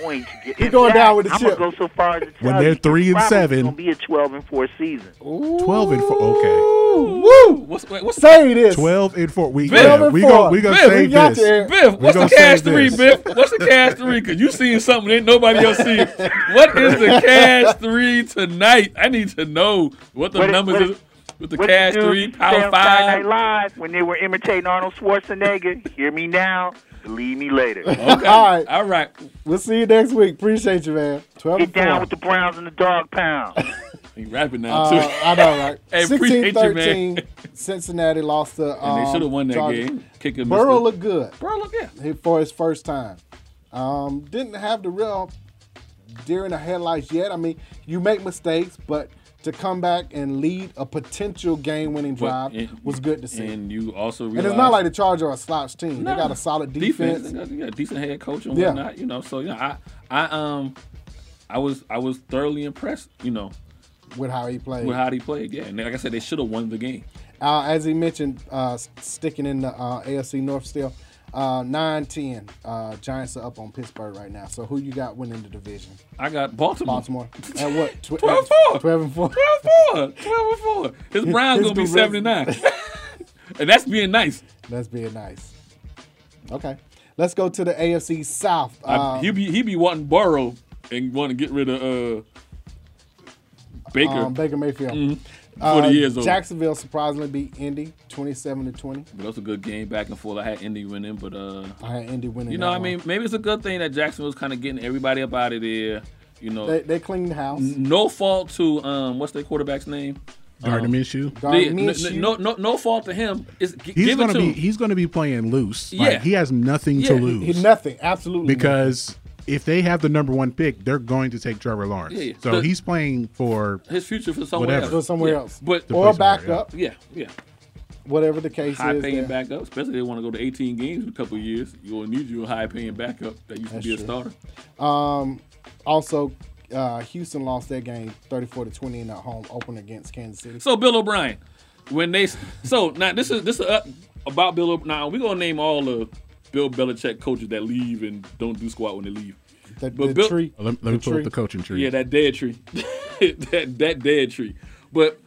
going to get.
He
in
going
fact,
down with the
I'm
chip.
gonna go so far as to tell
When they're
you, it's
three and
probably
seven.
gonna be a twelve and four season.
Twelve and four. Okay,
Woo!
What's, wait, what's
Say this.
twelve and four. We
Biff.
yeah, we gonna we gonna
Biff, we
save
got
this.
you.
We
Biff, what's the
gonna
cash
save
three,
this.
Biff? What's the cash three? Because you seen something that nobody else seen. What is the cash three tonight? I need to know what the
What it-
numbers
what
is
it-
with the
What
cash
the dudes
three,
used to say
power
on
five.
Saturday Night Live when they were imitating Arnold Schwarzenegger. Hear me now, believe me later.
Okay.
All right.
All right.
We'll see you next week. Appreciate you, man. Twelve
Get
and four.
down with the Browns and the Dog Pound.
He rapping now too.
Uh, I know, right?
Hey, appreciate you,
16
man.
13, Cincinnati lost to. Um,
And they should have won that
Chargers.
game. Kicker missed
Burrow
it.
looked good.
Burrow looked yeah.
He- for his first time. Um, didn't have the real deer in the headlights yet. I mean, you make mistakes, but to come back and lead a potential game-winning
But-
drive
and-
was good to see. And,
And you also realize
it's not like the Chargers are a slouch team.
No.
They got a solid
defense.
defense.
You got, you got a decent head coach and
Yeah.
whatnot. You know, so you know, I, I um, I was I was thoroughly impressed. You know,
with how he played.
with how they played. Yeah, and like I said, they should have won the game.
Uh, as he mentioned, uh, s- sticking in the uh, AFC North still, Uh, 9 10. Uh, Giants are up on Pittsburgh right now. So who you got winning the division?
I got Baltimore.
Baltimore. At what? Tw-
12 4. 12 and 4. 12 4. 12 and 4. His Browns going to be 79. and that's being nice.
That's being nice. Okay. Let's go to the AFC South.
I-
Um,
he be he be wanting Burrow and want to get rid of uh, Baker.
um, Baker Mayfield.
Mhm. Before
Uh,
the year's over.
Jacksonville surprisingly beat Indy 27 to 20.
But that was a good game back and forth. I had Indy winning, but uh,
I had Indy winning
You know,
that
what I mean, maybe it's a good thing that Jacksonville's kind of getting everybody up out of there. You know,
They, they cleaned the house.
N- No fault to um, what's their quarterback's name?
Gardner
um,
Minshew.
yeah, n- n- no, no, no fault to him. It's g-
He's
give it
gonna
to
be
him.
he's gonna be playing loose. Like
Yeah.
he has nothing
Yeah,
to
he-
lose.
He- nothing. Absolutely.
because if they have the number one pick, they're going to take Trevor Lawrence.
Yeah, yeah.
So
The-
he's playing for
his future for somewhere
Whatever.
else.
For somewhere
Yeah,
else.
but oh,
To Or play somewhere, backup.
Yeah, yeah.
Whatever the case
high
is.
paying
there.
backup, especially if they want to go to 18 games in a couple of years. You'll need you a high paying backup that used
That's
to
true.
be a starter.
Um, also, uh, Houston lost their game 34 to 20 in that home opener against Kansas City.
So Bill O'Brien, when they so now this is this is uh, about Bill. O- Now we gonna name all the Bill Belichick coaches that leave and don't do squat when they leave.
The,
the tree. Let- let me The pull up tree. the coaching tree.
Yeah, that dead tree, that that dead tree. But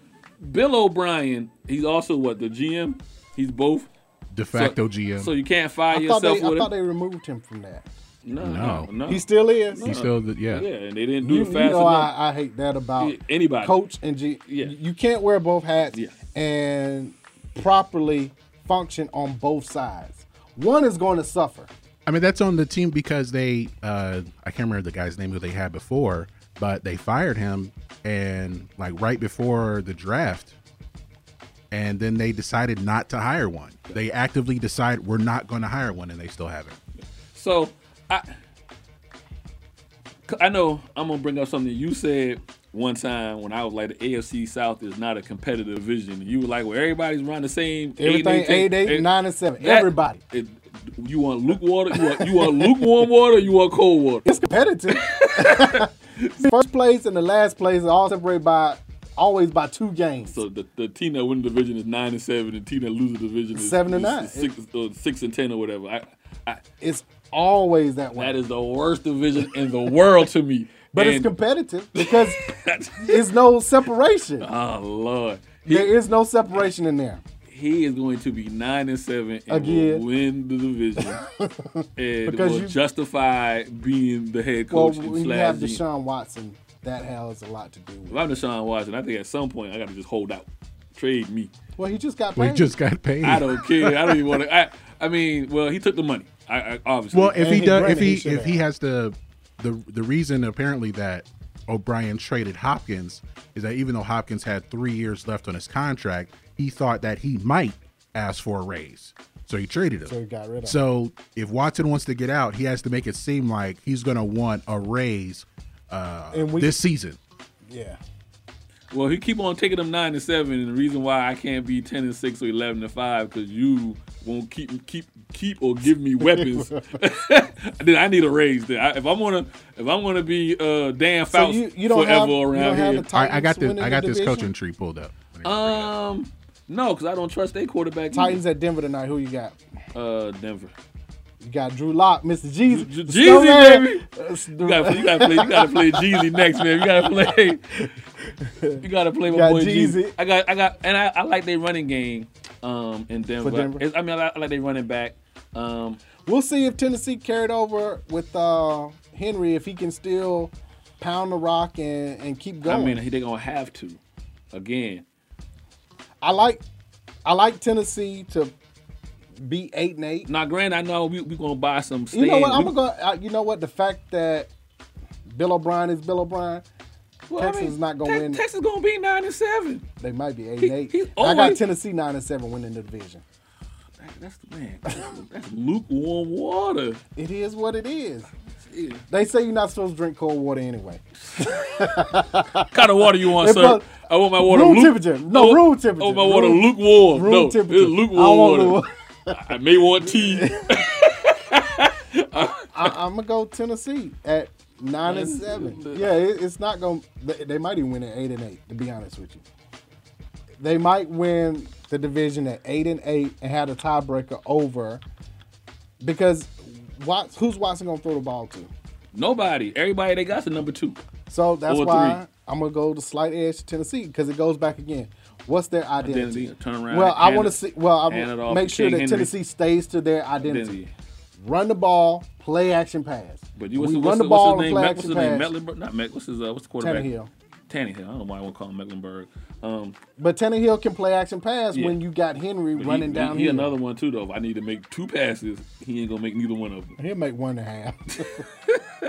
Bill O'Brien, he's also what the GM. He's both
de facto GM.
So you can't fire
I thought,
yourself
they,
with
I
it.
thought they removed him from that.
No, no, no.
He still is.
He still the- yeah.
Yeah, and they didn't do
you,
it fast
You know,
enough.
I, I hate that about
Yeah, anybody.
coach and G. Yeah. You can't wear both hats and properly function on both sides. One is going to suffer.
I mean, that's on the team because they, uh, I can't remember the guy's name who they had before, but they fired him and like right before the draft. And then they decided not to hire one. They actively decide we're not going to hire one and they still haven't.
So I I know I'm gonna bring up something you said one time when I was like the AFC South is not a competitive division. You were like, well, everybody's running the same.
Everything eight, eight,
ten-
eight, nine, and seven.
that-
Everybody.
it- you want lukewarm water? You want, you want lukewarm water? Or you want cold water?
It's competitive. First place and the last place are all separated by always by two games.
So the, the team that wins the division is nine and seven, and the team that loses the division is
Seven and
is
nine.
six, uh, six and ten or whatever. I, I,
it's always that
way. That is the worst division in the world to me.
But it's
And-
competitive because it's no separation.
Oh Lord,
there is no separation in there.
he is going to be nine and seven and
Again.
will win the division, and
Because
will
you-
justify being the head
Well,
coach. and
when you
slash
have
GM.
Deshaun Watson, that has a lot to do with
If I'm Deshaun Watson, I think at some point I got to just hold out, trade me.
it. Well, he just got paid.
We just got paid.
I don't care. I don't even want to. I, I mean, well, he took the money. I, I obviously.
Well, if he does, if he if he has the the the reason apparently that O'Brien traded Hopkins is that even though Hopkins had three years left on his contract, he thought that he might ask for a raise, so he traded him.
So he got rid of him.
So if Watson wants to get out, he has to make it seem like he's going to want a raise uh,
And we-
this season.
Yeah.
Well, he keep on taking them nine and seven, and the reason why I can't be ten and six or eleven and five because you won't keep keep keep or give me weapons. then I need a raise. Then I, if I'm gonna if I'm gonna be uh, Dan
So
Fouts
you- you don't
forever
have- you
around
don't have
here,
the I- I Titans got the- winning I got the this division? Uh, coaching tree pulled up.
Um, no, because I don't trust their quarterback.
Titans at Denver tonight. Who you got?
either. uh Denver.
You got Drew Lock, Mr. Jeezy. the
J- Jeezy, baby.
Snowman.
You gotta, play, you gotta play. You gotta play Jeezy next, man. You gotta play. You gotta play my
Got
boy
Jeezy.
Jeezy. I got. I got. And I, I like their running game. Um, in Denver.
Denver?
It's- I mean, I like, I like their running back. Um,
We'll see if Tennessee carried over with uh, Henry if he can still pound the rock and, and keep going.
I mean, they're gonna have to. Again,
I like I like Tennessee to be eight and eight.
now, granted, I know we we gonna buy some. Stand.
You know what? I'm
we-
gonna. Uh, you know what? The fact that Bill O'Brien is Bill O'Brien,
Well, I
Texas
mean,
is not gonna
Tex-
win.
Texas gonna be nine and seven.
They might be eight and eight.
he
I got
always-
Tennessee nine and seven winning the division.
That's the man. That's lukewarm water.
It is what it is.
Yeah.
They say you're not supposed to drink cold water anyway.
kind of water you want,
It
sir?
must-
I want my water
room
luke-
temperature. No,
I want-
room temperature.
I want my water
Room-
lukewarm.
room
no, it's
temperature.
lukewarm
I want
water. I I may want tea.
I, I'm gonna go Tennessee at nine and seven. Yeah, it, it's not gonna. They, they might even win at eight and eight. To be honest with you, they might win the division at eight and eight and have a tiebreaker over Because Watts, who's Watson gonna throw the ball to?
Nobody. Everybody they got's a number two.
So that's
Or
why
three.
I'm gonna go the slight edge to Tennessee because it goes back again. What's their identity?
Identity, turn around,
well, I
hand
want
it-
to see. Well, I
hand it
w-
off
make
to
sure
King
that
Henry.
Tennessee stays to their identity.
Identity.
Run the ball, play action pass.
But you
we
what's, the,
run
what's,
the
the,
ball
what's his
and
name?
play
Mac, what's
action
his name?
pass.
Mecklenburg? Not Meck. What's his uh, what's the quarterback?
Tannehill.
Tannehill. I don't know why I want to call him Mecklenburg. Um,
But Tannehill can play action pass
Yeah.
when you got Henry
but he-
running
he,
down
He,
here.
another one too though. If I need to make two passes, he ain't gonna make neither one of them.
He'll make one and a half.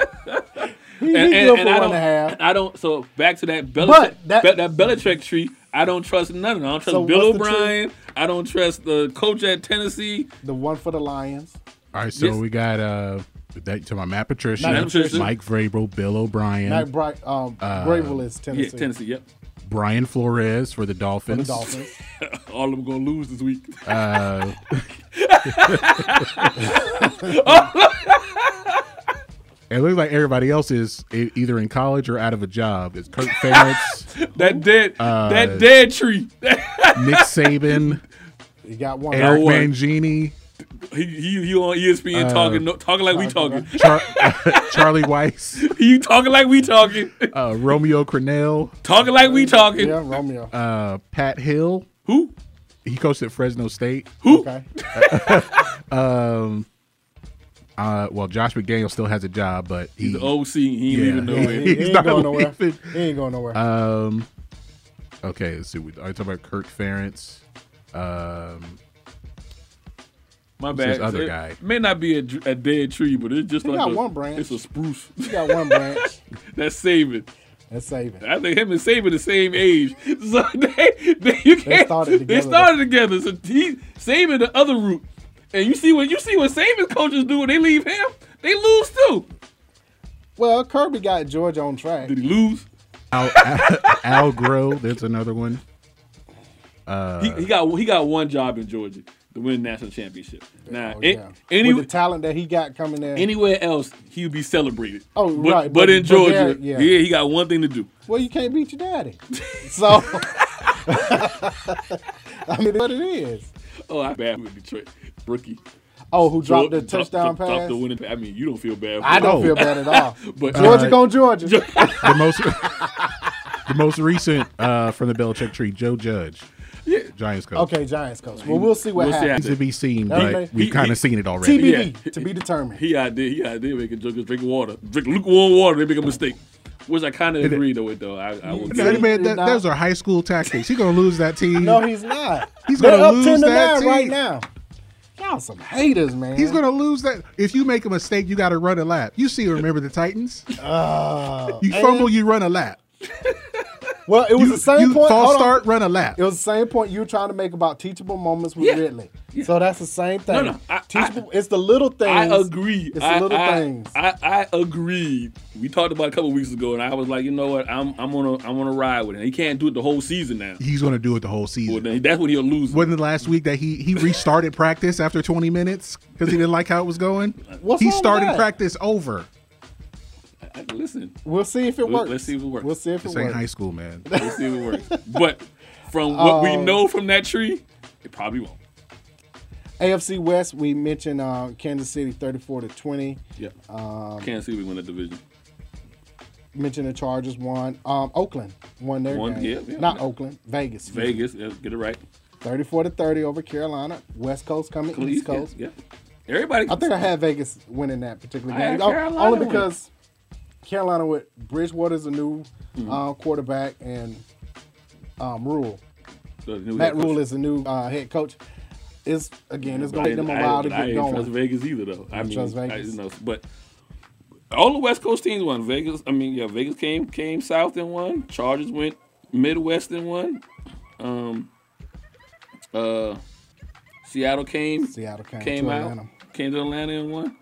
And,
he
and-
good
and
for one and
I
a
don't-
half.
I don't. So back to that Belichick.
But
That,
that-
that Belichick tree. I don't trust none of them. I don't trust
So
Bill
what's the
O'Brien. I don't trust the coach at Tennessee.
The one for the Lions.
All right, so
Yes.
we got uh that to my Matt Patricia,
Matt Patricia.
Mike Vrabel, Bill O'Brien,
Matt Bright, um,
uh,
Gravel is Tennessee.
Yep.
Brian Flores for the Dolphins.
Dolphins.
All of them gonna lose this week.
Uh, it looks like everybody else is e- either in college or out of a job. It's Kirk Ferentz,
that dead,
Uh,
that dead tree.
Nick Saban,
You got one.
Eric
one.
Mangini,
He he, he on E ESPN
Uh,
talking no, talking like we talking.
Char- Charlie Weiss,
you talking like we talking.
uh, Romeo Cornell,
Talking like we talking.
Yeah, Romeo.
uh, Pat Hill,
who
he coached at Fresno State.
Who?
Okay.
um. Uh, well, Josh McDaniel still has a job, but he,
He's the OC. He ain't leaving
He-
nowhere.
he
He's
ain't
not
going nowhere.
leaving.
He ain't going nowhere.
Um, okay, let's see. We are you talking about Kirk Ferentz. Um,
My
who's
bad.
This other
It
guy.
May not be a, dr- a dead tree, but it's just
He
like
got
a,
one branch.
It's a spruce.
You got one branch.
That's Saban.
That's Saban.
I think him and Saban the same age, so they, they you can't. They started
started
together.
together.
So he Saban the other route, and you see what you see what Saban coaches do when they leave him, they lose too.
Well, Kirby got Georgia on track.
Did he lose?
Al, Al Groh. There's another one. Uh,
he, he got he got one job in Georgia to win national championship. Now,
Oh,
it,
yeah.
any,
With the talent that he got coming there.
anywhere else he would be celebrated.
Oh,
but,
right,
But
but-
in
but
Georgia,
there-
yeah.
yeah.
he got one thing to do.
well, you can't beat your daddy. So, I mean, what it is.
Oh, I bad with Detroit rookie.
Oh, who dropped the
Dropped-
touchdown
dropped-
pass?
dropped the winning pa- I mean, you don't feel bad. For
I don't
him.
feel bad at all.
But-
Georgia
Uh,
going Georgia.
the Oh, most, the most recent uh, from the Belichick tree, Joe Judge, Giants coach.
okay, Giants coach. Well, we'll see what
We'll see
happens.
Needs to be seen,
He-
but
he-
we've kind
he-
of seen it already.
TBD, to be determined.
He idea, he idea making jokers drink water, drink lukewarm water. They make a mistake, which I kind of agree though. With though, I, I would
No,
say-
man, that, those are high school tactics. He's gonna lose that team.
No, he's not.
He's
They're
gonna
up
lose
10 to
that
9 right
team.
now. Y'all some haters, man.
He's gonna lose that. If you make a mistake, you gotta run a lap. You see, remember the Titans?
Uh,
You
and-
fumble, you run a lap.
Well, it was
you-
the same
you
point.
false
hold on.
start, run a lap.
It was the same point you were trying to make about teachable moments with
Yeah.
Ridley. So that's the same thing.
no, I-
teachable. it's the little things.
I agree.
It's
I,
the little
I,
things.
I, I agree. We talked about it a couple weeks ago, and I was like, you know what? I'm I'm gonna I'm gonna ride with him. He can't do it the whole season now.
He's gonna do it the whole season.
Well, then that's when he'll lose. it.
Wasn't it last week that he he restarted practice after 20 minutes because he didn't like how it was going?
What's
he
wrong with
started
that?
practice over.
I- I- Listen,
We'll see if it
Let-
works.
let's see if it works.
We'll see if it
This ain't
works.
high school, man.
we'll see if it works. But from what we
Um,
know from that tree, it probably won't.
AFC West. We mentioned uh, Kansas City, thirty-four to twenty.
Yeah, can't see we win the division.
Mentioned the Chargers won. Um, Oakland won their
Won-
game.
yeah, yeah.
Not Oakland, Vegas.
Vegas, yeah, get it right.
thirty-four to thirty over Carolina. West Coast coming, East
Please, yeah,
Coast.
Yeah, everybody.
I think I had Vegas winning that particular
I had
game. Oh,
Carolina
only
winning.
because Carolina with Bridgewater's a new
Hmm.
uh, quarterback and um, Rule.
The new
Matt
head coach.
Rule is the new uh, head coach. It's again, it's
But
gonna
I-
take them a
I-
while to
but I
get
ain't Trust
going.
Vegas either though. I
You
mean,
trust
I-
Vegas?
you know, but all the West Coast teams won. Vegas, I mean, yeah, Vegas came came south and won. Chargers went Midwest and won. Um, uh, Seattle came
Seattle came,
came
to
out
Atlanta.
came to Atlanta and won.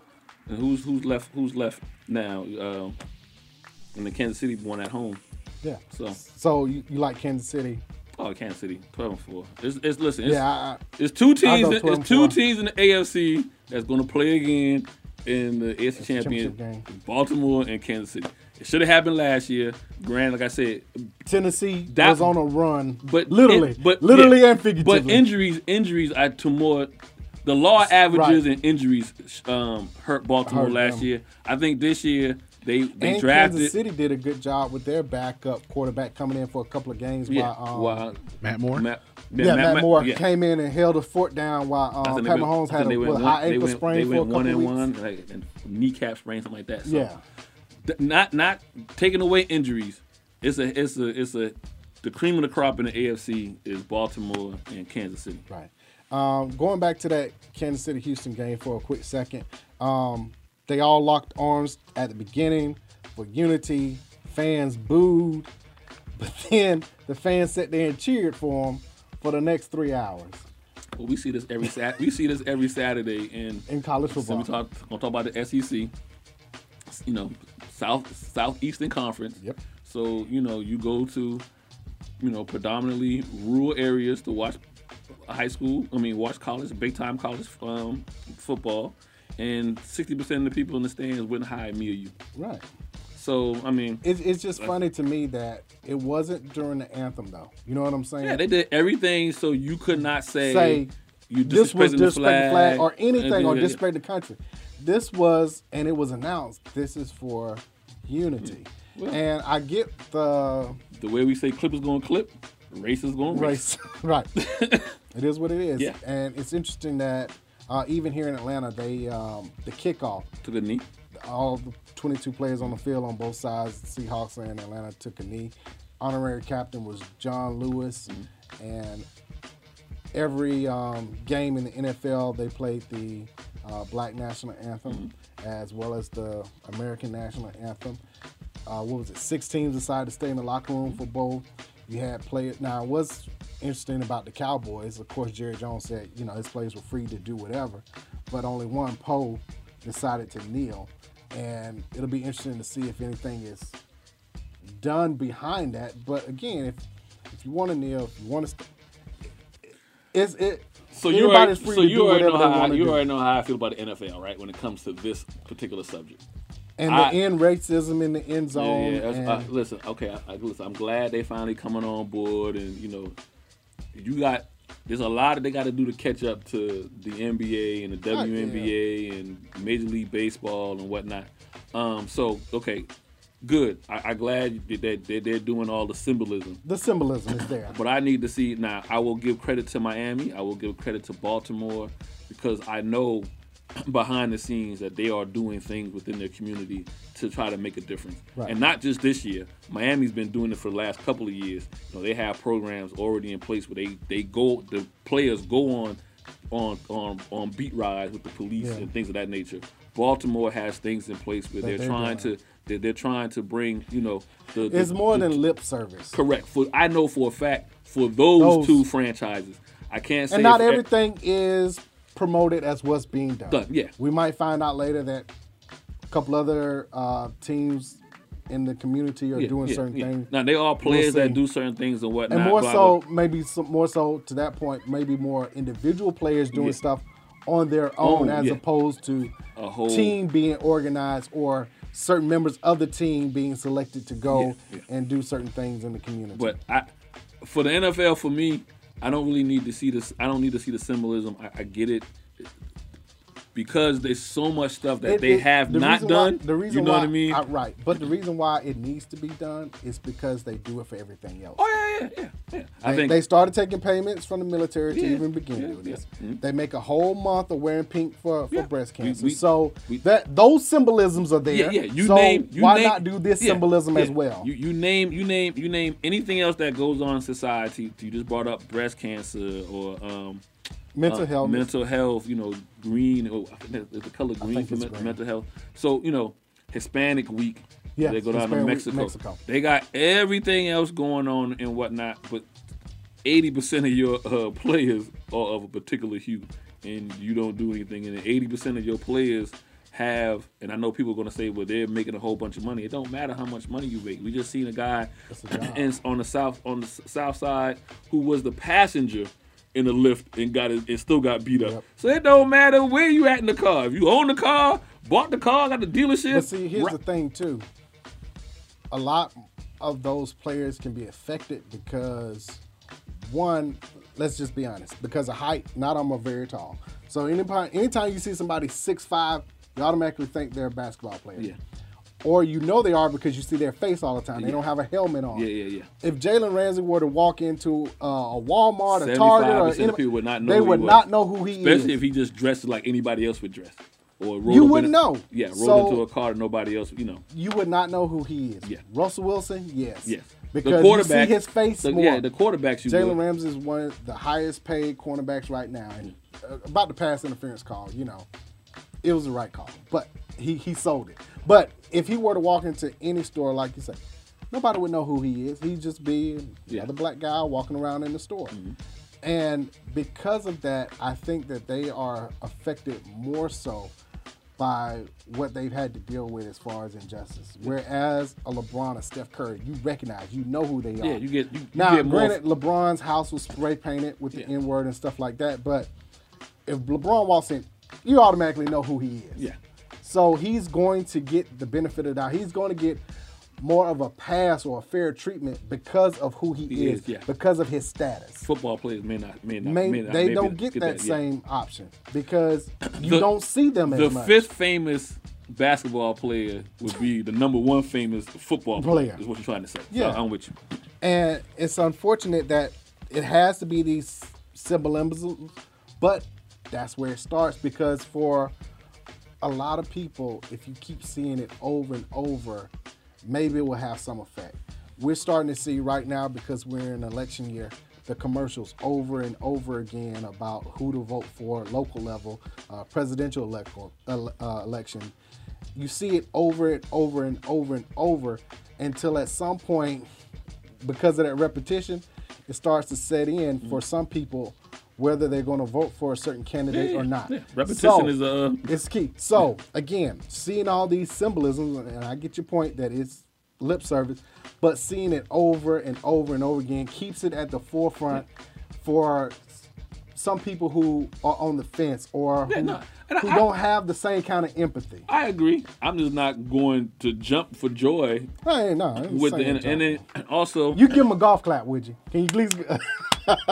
And who's who's left? Who's left now? Uh, and the Kansas City won at home.
Yeah.
So
So you, you like Kansas City?
oh, Kansas City twelve and four. It's, it's listen. It's,
yeah. I,
it's two
I'll
teams.
go
It's
12
two
and four.
teams in the AFC that's going to play again in the AFC
championship
champion, Baltimore and Kansas City. It should have happened last year. Granted, like I said,
I, Tennessee
That-
was on a run,
but
literally,
in- but
literally
yeah,
and figuratively.
But injuries, injuries are to more the law averages and injuries um, hurt Baltimore
Hurt
last
them.
year. I think this year they they
and Kansas
drafted
City did a good job with their backup quarterback coming in for a couple of games.
yeah,
while, um,
while-
Matt Moore.
yeah, Matt, Moore came in and held a fort down while
I
um,
think
Pat
they went-
Mahomes
I
had
think
a
they went
what,
one-
high
they
ankle
went-
sprain
They
for a
went
couple
one
of
and
weeks.
one, like and kneecap sprain, something like that. So
Yeah.
th- not not taking away injuries. It's a it's a it's a the cream of the crop in the AFC is Baltimore and Kansas City.
Right. Um, going back to that Kansas City Houston game for a quick second, um, they all locked arms at the beginning for unity. Fans booed, but then the fans sat there and cheered for them for the next three hours.
Well, we see this every Sat. we see this every Saturday in
in college football.
We talk gonna talk about the SEC. You know, South Southeastern Conference. Yep. So you know you go to, you know, predominantly rural areas to watch high school. I mean, watch college, big time college um, football, and sixty percent of the people in the stands wouldn't hire me or you.
Right.
So I mean,
It's, it's just funny to me that it wasn't during the anthem, though. You know what I'm saying?
Yeah, they did everything so you could not say,
Say,
you
this was
disrespecting the
disrespect the flag or anything or
Yeah, yeah, yeah.
disrespect the country. This was, and it was announced, this is for unity.
Well-
and I get the
The way we say clip is going to clip, race is going to race.
race, right? it is what it is.
Yeah.
And it's interesting that uh, even here in Atlanta, they um, the kickoff
Took a knee.
All the 22 players on the field on both sides, Seahawks and Atlanta, took a knee. Honorary captain was John Lewis, and every um, game in the NFL, they played the uh, Black National Anthem as well as the American National Anthem. Uh, what was it? Six teams decided to stay in the locker room for both. You had players. Now, what's interesting about the Cowboys, of course, Jerry Jones said, you know, his players were free to do whatever, but only one poll decided to kneel. And it'll be interesting to see if anything is done behind that. But again, if if you want to kneel, if you want to, st- it's it.
So you already,
everybody's free
so
to
you
do
already
whatever
know
they
how
want to
you
do.
already know how I feel about the NFL, right? When it comes to this particular subject.
and
I-
the end racism in the end zone.
Yeah, yeah. that's-
and-
uh, listen, okay, I, I, listen, I'm glad they finally coming on board, and you know, you got there's a lot that they got to do to catch up to the NBA and the
Ah,
Fuck yeah.
WNBA and Major League Baseball and whatnot. Um, so okay, good. I, I'm glad that they, that they're doing all the symbolism.
the symbolism is there.
But I need to see now. I will give credit to Miami. I will give credit to Baltimore because I know behind the scenes that they are doing things within their community to try to make a difference.
Right.
And not just this year. Miami's been doing it for the last couple of years. You know, they have programs already in place where they they go the players go on on on on beat rides with the police
Yeah.
and things of that nature. Baltimore has things in place where
That
they're,
they're
trying
doing.
to they're, they're trying to bring, you know, the
It's
the-
more
the-
than lip service,
Correct. For I know for a fact for those,
Those.
two franchises, I can't say
and not
if-
everything is promoted as what's being done.
Done, yeah.
we might find out later that a couple other uh, teams in the community are
yeah,
doing
yeah,
certain
yeah.
things.
Now they are
We'll
players
see.
that do certain things and whatnot.
and more
blah,
so,
blah.
maybe some, more so to that point, maybe more individual players doing
Yeah.
stuff on their own
Own,
as
yeah.
opposed to
A whole-
team being organized or certain members of the team being selected to go
Yeah,
and do certain things in the community.
But I, for the NFL, for me, I don't really need to see this. I don't need to see the symbolism. I, I get it because there's so much stuff that
It-
they
it-
have
the
not
reason why-
done.
the reason
you know
why,
what I mean?
I- right. But the reason why it needs to be done is because they do it for everything else.
Oh yeah, yeah, yeah.
They,
I think-
they started taking payments from the military to
Yeah,
even begin
yeah,
doing
yeah.
this.
Mhm.
They make a whole month of wearing pink for, for breast cancer.
we-
so that those symbolisms are there.
Yeah, yeah. You
so
name. You
why
name-
not do this
yeah,
symbolism
yeah.
as well?
You, you name. You name. You name anything else that goes on in society. You just brought up breast cancer or um,
Mental health.
Mental health. You know, green. Or I think that- the color green
think
for
it's
men-
green.
mental health. So you know, Hispanic week.
Yeah,
they go down to
Hispanic Week,
Mexico.
Mexico.
They got everything else going on and whatnot, but eighty percent of your uh, players are of a particular hue, and you don't do anything. And eighty percent of your players have, and I know people are going to say, "Well, they're making a whole bunch of money." It don't matter how much money you make. We just seen a guy in, on the south on the s- south side who was the passenger in the lift and got it, and still got beat up. So it don't matter where you at in the car. If you own the car, bought the car, got the dealership.
But see, here's the thing too. A lot of those players can be affected because one, let's just be honest, because of height. Not I'm a very tall, So anybody, anytime you see somebody six five, you automatically think they're a basketball player. Yeah. Or you know they are because you see their face all the time. They
Yeah.
don't have a helmet on.
Yeah, yeah, yeah.
If Jalen Ramsey were to walk into uh, a Walmart, a
75%
Target, or
of
any-
people would not know
they
who he
would
was.
not know who he
Especially
is.
if he just dressed like anybody else would dress. Or rolled
You
up in
wouldn't
a-
know.
Yeah, rolled
So-
into a car that nobody else, you know.
you would not know who he is. Yeah. Russell Wilson, yes.
Yes.
Because you see his face
the,
more.
Yeah, the quarterbacks you
Jalen
would.
Ramsey is one of the highest paid cornerbacks right now, and uh, about the pass interference call, you know, it was the right call, but he he sold it. But if he were to walk into any store, like you say, nobody would know who he is. He'd just be another black guy walking around in the store.
Mm-hmm.
And because of that, I think that they are affected more so by what they've had to deal with as far as injustice. Whereas a LeBron, a Steph Curry, you recognize, you know who they are.
Yeah, you get- you- you
now,
get more-
granted, LeBron's house was spray painted with the N word and stuff like that, but if LeBron walks in, you automatically know who he is.
Yeah.
So he's going to get the benefit of the doubt. He's going to get more of a pass or a fair treatment because of who he,
He
is,
is, yeah.
because of his status.
Football players may not, may not,
May,
may not
they
may
don't
be-
get, that,
yeah.
same option because you
The-
don't see them as
the
much.
fifth famous basketball player would be the number one famous football player,
Player.
is what you're trying to say. So
Yeah.
I'm with you.
And it's unfortunate that it has to be these symbolisms, but that's where it starts because for a lot of people, if you keep seeing it over and over, maybe it will have some effect. We're starting to see right now because we're in election year the commercials over and over again about who to vote for at local level, uh, presidential electo- ele- uh, election. You see it over and over and over and over until at some point because of that repetition, it starts to set in for some people whether they're going to vote for a certain candidate
Yeah,
or not.
yeah. Repetition
So,
is, uh,
it's key. So again, seeing all these symbolisms, and I get your point that it's lip service, but seeing it over and over and over again keeps it at the forefront for s- some people who are on the fence or who, who don't have the same kind of empathy.
I agree. I'm just not going to jump for joy
Hey, no, I ain't
with the,
saying
and,
that.
and then also
You give him a golf clap, would you? Can you please?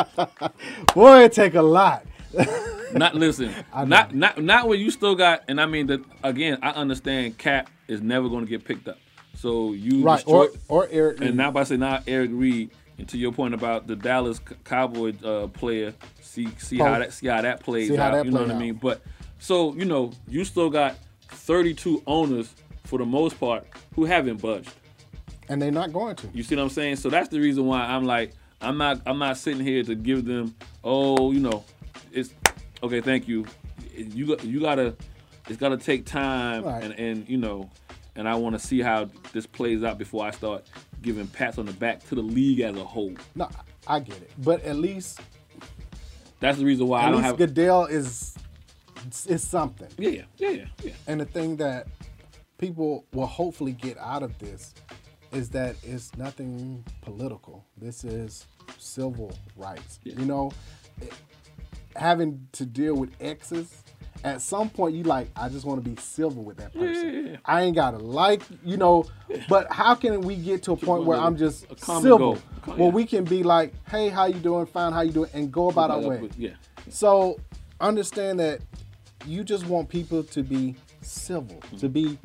Boy, it take a lot.
not listen. not not not when you still got. And I mean that again. I understand Cap is never going to get picked up. So you
Right, or-
destroy-
or Eric Reed.
And now I say not Eric Reed. And to your point about the Dallas C- Cowboy uh, player, see see how
Pope.
that see how that plays
Oh. See how
out.
that
you know
play
what I
out.
mean? But so you know, you still got 32 owners for the most part who haven't budged.
And they're not going to.
You see what I'm saying? So that's the reason why I'm like, I'm not, I'm not sitting here to give them, oh, you know, it's okay. Thank you. You got, you gotta, it's gotta take time,
Right.
and and you know, and I want to see how this plays out before I start giving pats on the back to the league as a whole.
No, I get it, but at least
That's the reason why I
at
don't
least
have.
Goodell is is something.
Yeah, yeah, yeah, yeah.
And the thing that people will hopefully get out of this is that it's nothing political. This is civil rights. You know, it- having to deal with exes. At some point, you like, I just want to be civil with that person. I ain't gotta like, you know. But how can we get to a point where I'm just
a common
civil?
goal.
Where we can be like, hey, how you doing? Fine, how you doing? And go about our way.
Yeah,
So understand that you just want people to be civil,
Mm-hmm.
to be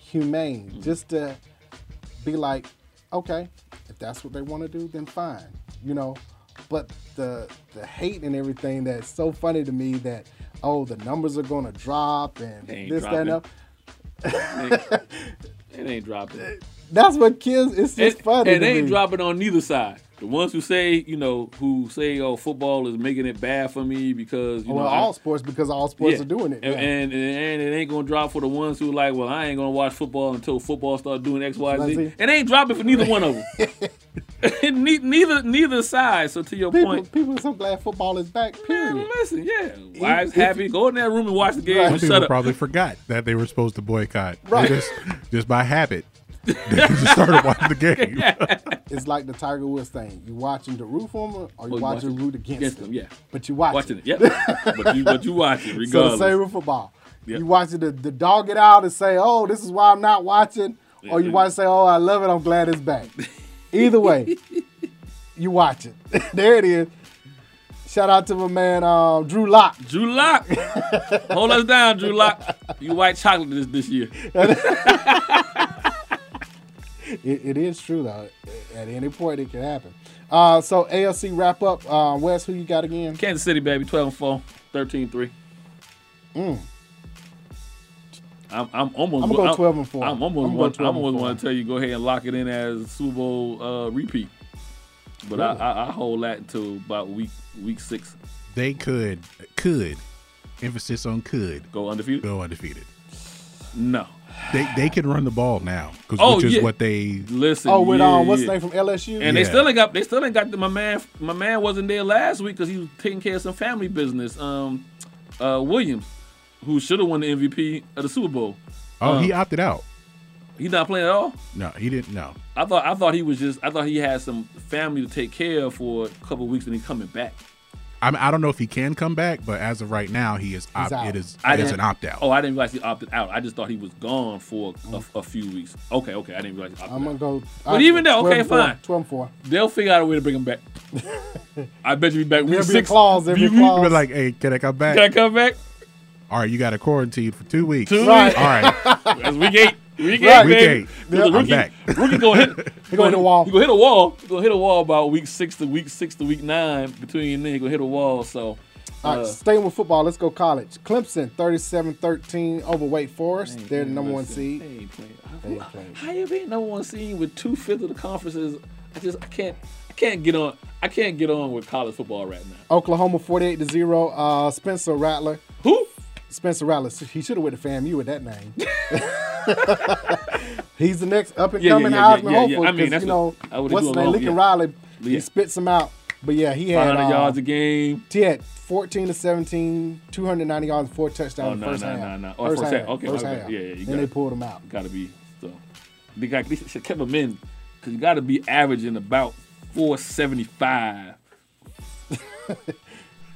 humane, just to be like, okay, if that's what they want to do, then fine, you know. But the the hate and everything that's so funny to me that oh the numbers are gonna drop and
They ain't
this that and
dropping.
up.
it ain't dropping.
That's what kids. It's just
and,
funny.
and
to
they ain't
me.
dropping on neither side. The ones who say, you know, who say, "Oh, football is making it bad for me because you
well,
know." I-
all sports because all sports
Yeah.
are doing it.
And,
now.
and, and it ain't gonna drop for the ones who like, well, I ain't gonna watch football until football start doing X, Y,
Let's
Z.
see.
It ain't dropping for neither one of them. Ne- neither neither side. So to your
people,
point,
people are so glad football is back. Period.
listen, yeah, wives happy. Go in that room and watch the game.
Some
and
people
shut up.
probably forgot that they were supposed to boycott. They
Right.
Just, just by habit, they just started watching the game.
it's like the Tiger Woods thing. You watching the roof on him, or you
Or Oh, you
watching
watching-
root against,
against
him.
him, yeah.
But you watch
watching it. Yep. but you but you watch it
So the
regardless.
same with football.
Yeah.
You watch the, the dog it out and say, "Oh, this is why I'm not watching," or you watch and say, "Oh, I love it. I'm glad it's back." Either way, you watch it. there it is. Shout out to my man um, Drew Lock.
Drew Lock, hold us down, Drew Lock. You white chocolate this this year.
It, it is true though. At any point, it can happen. Uh, so ALC wrap up. Uh, Wes, who you got again?
Kansas City, baby, 12 and 4, 13 3.
Mm.
I'm, I'm almost.
I'ma go 12 and 4.
I'm almost.
I'ma go 12
want, I
and
almost
4.
want to tell you go ahead and lock it in as Super Bowl uh, repeat. But
Really?
I, I, I hold that until about week week six.
They could could emphasis on could
go undefeated.
Go undefeated.
No,
they they can run the ball now 'cause-
Oh,
which is
yeah.
what they
Listen.
Oh, with
yeah,
um, what's
yeah.
the name from LSU?
And they still ain't got they still ain't got the, my man my man wasn't there last week because he was taking care of some family business. Um, uh, Williams, who should have won the MVP of the Super Bowl.
Oh,
Um,
he opted out.
he's not playing at all.
No, he didn't. No,
I thought I thought he was just I thought he had some family to take care of for a couple of weeks and he's coming back.
I mean, I don't know if he can come back, but as of right now, he is opt.
out.
It is
I
it is
didn't-
an opt out.
Oh, I didn't realize he opted out. I just thought he was gone for a, a few weeks. Okay, okay, I didn't realize. He opted
I'm gonna go.
But even though,
12
okay,
and 4,
fine.
Twelve and four.
They'll figure out a way to bring him back. I bet you be back.
There'll be
Week
a
six.
clause, there'll be a
You- you-
clause.
But like, hey, can I come back?
Can I come back?
All right, you got a quarantine for two weeks.
Two
All
weeks.
right,
That's week eight. Week eight,
Right. Week
baby.
eight.
Because
Yep.
the
I'm
Rookie,
back.
rookie gonna hit.
He gonna hit a wall.
He gonna hit a wall. He gonna hit a wall about week six to week six to week nine. Between then, he gonna hit a wall. So,
All right,
uh,
staying with football, let's go college. Clemson 37-13 over Wake Forest. They're the number one seed. They ain't playing.
how you been number one seed with two fifths of the conferences? I just I can't I can't get on I can't get on with college football right now.
Oklahoma 48 to 0. Uh, Spencer Rattler.
Who?
Spencer Rattler. He should have went to FAMU with that name. He's the next up and
Yeah, yeah,
coming
yeah, yeah,
Heisman
yeah, yeah.
hopeful.
I mean,
'cause,
that's
you know,
what- I would've
what's
do
his
a
name?
long-
Lincoln
yeah.
Riley. He
Yeah.
spits him out. But yeah, he had
500
uh,
yards a game.
He had 14 to 17, 290 yards, and four touchdowns
Oh,
in the
no,
first
no,
half.
no, no. Oh, first half. Okay,
first
okay.
half.
Yeah, yeah, you
Then
got
they
it.
pulled him out.
Gotta be so. They got they should kept him in because you gotta be averaging about four seventy five.
no,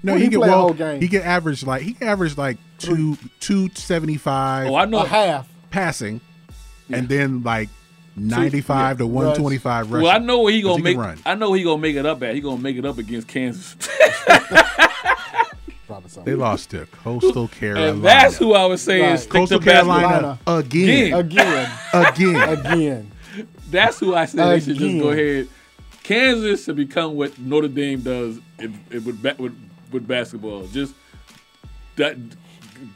Well,
he
he
can
played a
well,
whole game.
He can average like he can average like two two seventy five.
Oh, I know. A
half.
passing, and then like ninety five to
yeah,
one twenty five rushing.
Well, I know where he
'Cause
gonna
can
make.
run.
I know where he gonna make it up at. He gonna make it up against Kansas.
They lost to Coastal Carolina.
And that's who I was saying. Stick
Coastal
to
Carolina
basketball.
again.
Again.
Again.
Again.
That's who I said they should just go
Again.
ahead. Kansas should become what Notre Dame does if, if with, ba- with with basketball. Just that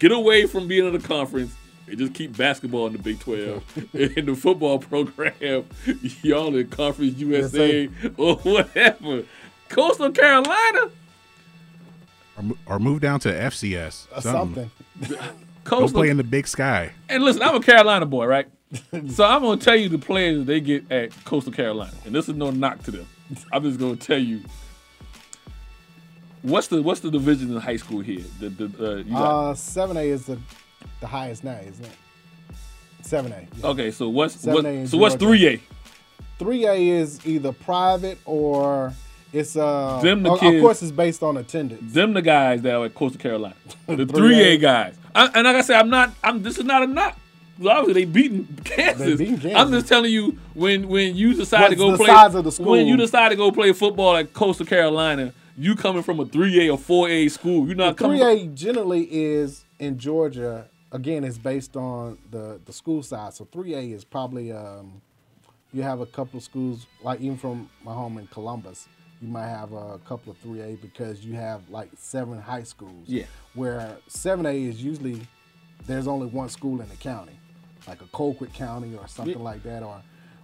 get away from being in a conference and just keep basketball in the Big Twelve in the football program. Y'all in Conference USA or whatever. Coastal Carolina,
Or mo- Or move down to FCS.
Uh,
Something. Go
Coastal
play in the big sky.
And listen, I'm a Carolina boy, right? so I'm gonna tell you the players that they get at Coastal Carolina, and this is no knock to them. I'm just gonna tell you what's the what's the division in high school here. The the uh, you got,
Uh, 7A is the, the highest now, isn't it? 7A. yeah.
okay, so what's
Seven
what,
A and
so what's
Georgia.
three A?
3A is either private or it's uh
Them the
of- of
kids-
course it's based on attendance.
Them the guys that are at Coastal Carolina, the
3A.
three A guys. I, and like I said, I'm not. I'm this is not a knock. 'Cause Obviously, they beaten Kansas.
They beating Kansas.
I'm just telling you when when you decide
What's
to go
the
play
size of the school?
when you decide to go play football at Coastal Carolina, you coming from a three A or four A school. You're not coming.
3A generally is in Georgia. Again, it's based on the the school size. So 3A is probably um, you have a couple of schools like even from my home in Columbus, you might have a couple of 3A because you have like seven high schools.
Yeah.
Where 7A is usually there's only one school in the county, like a Colquitt County or something
Yeah.
like that, or.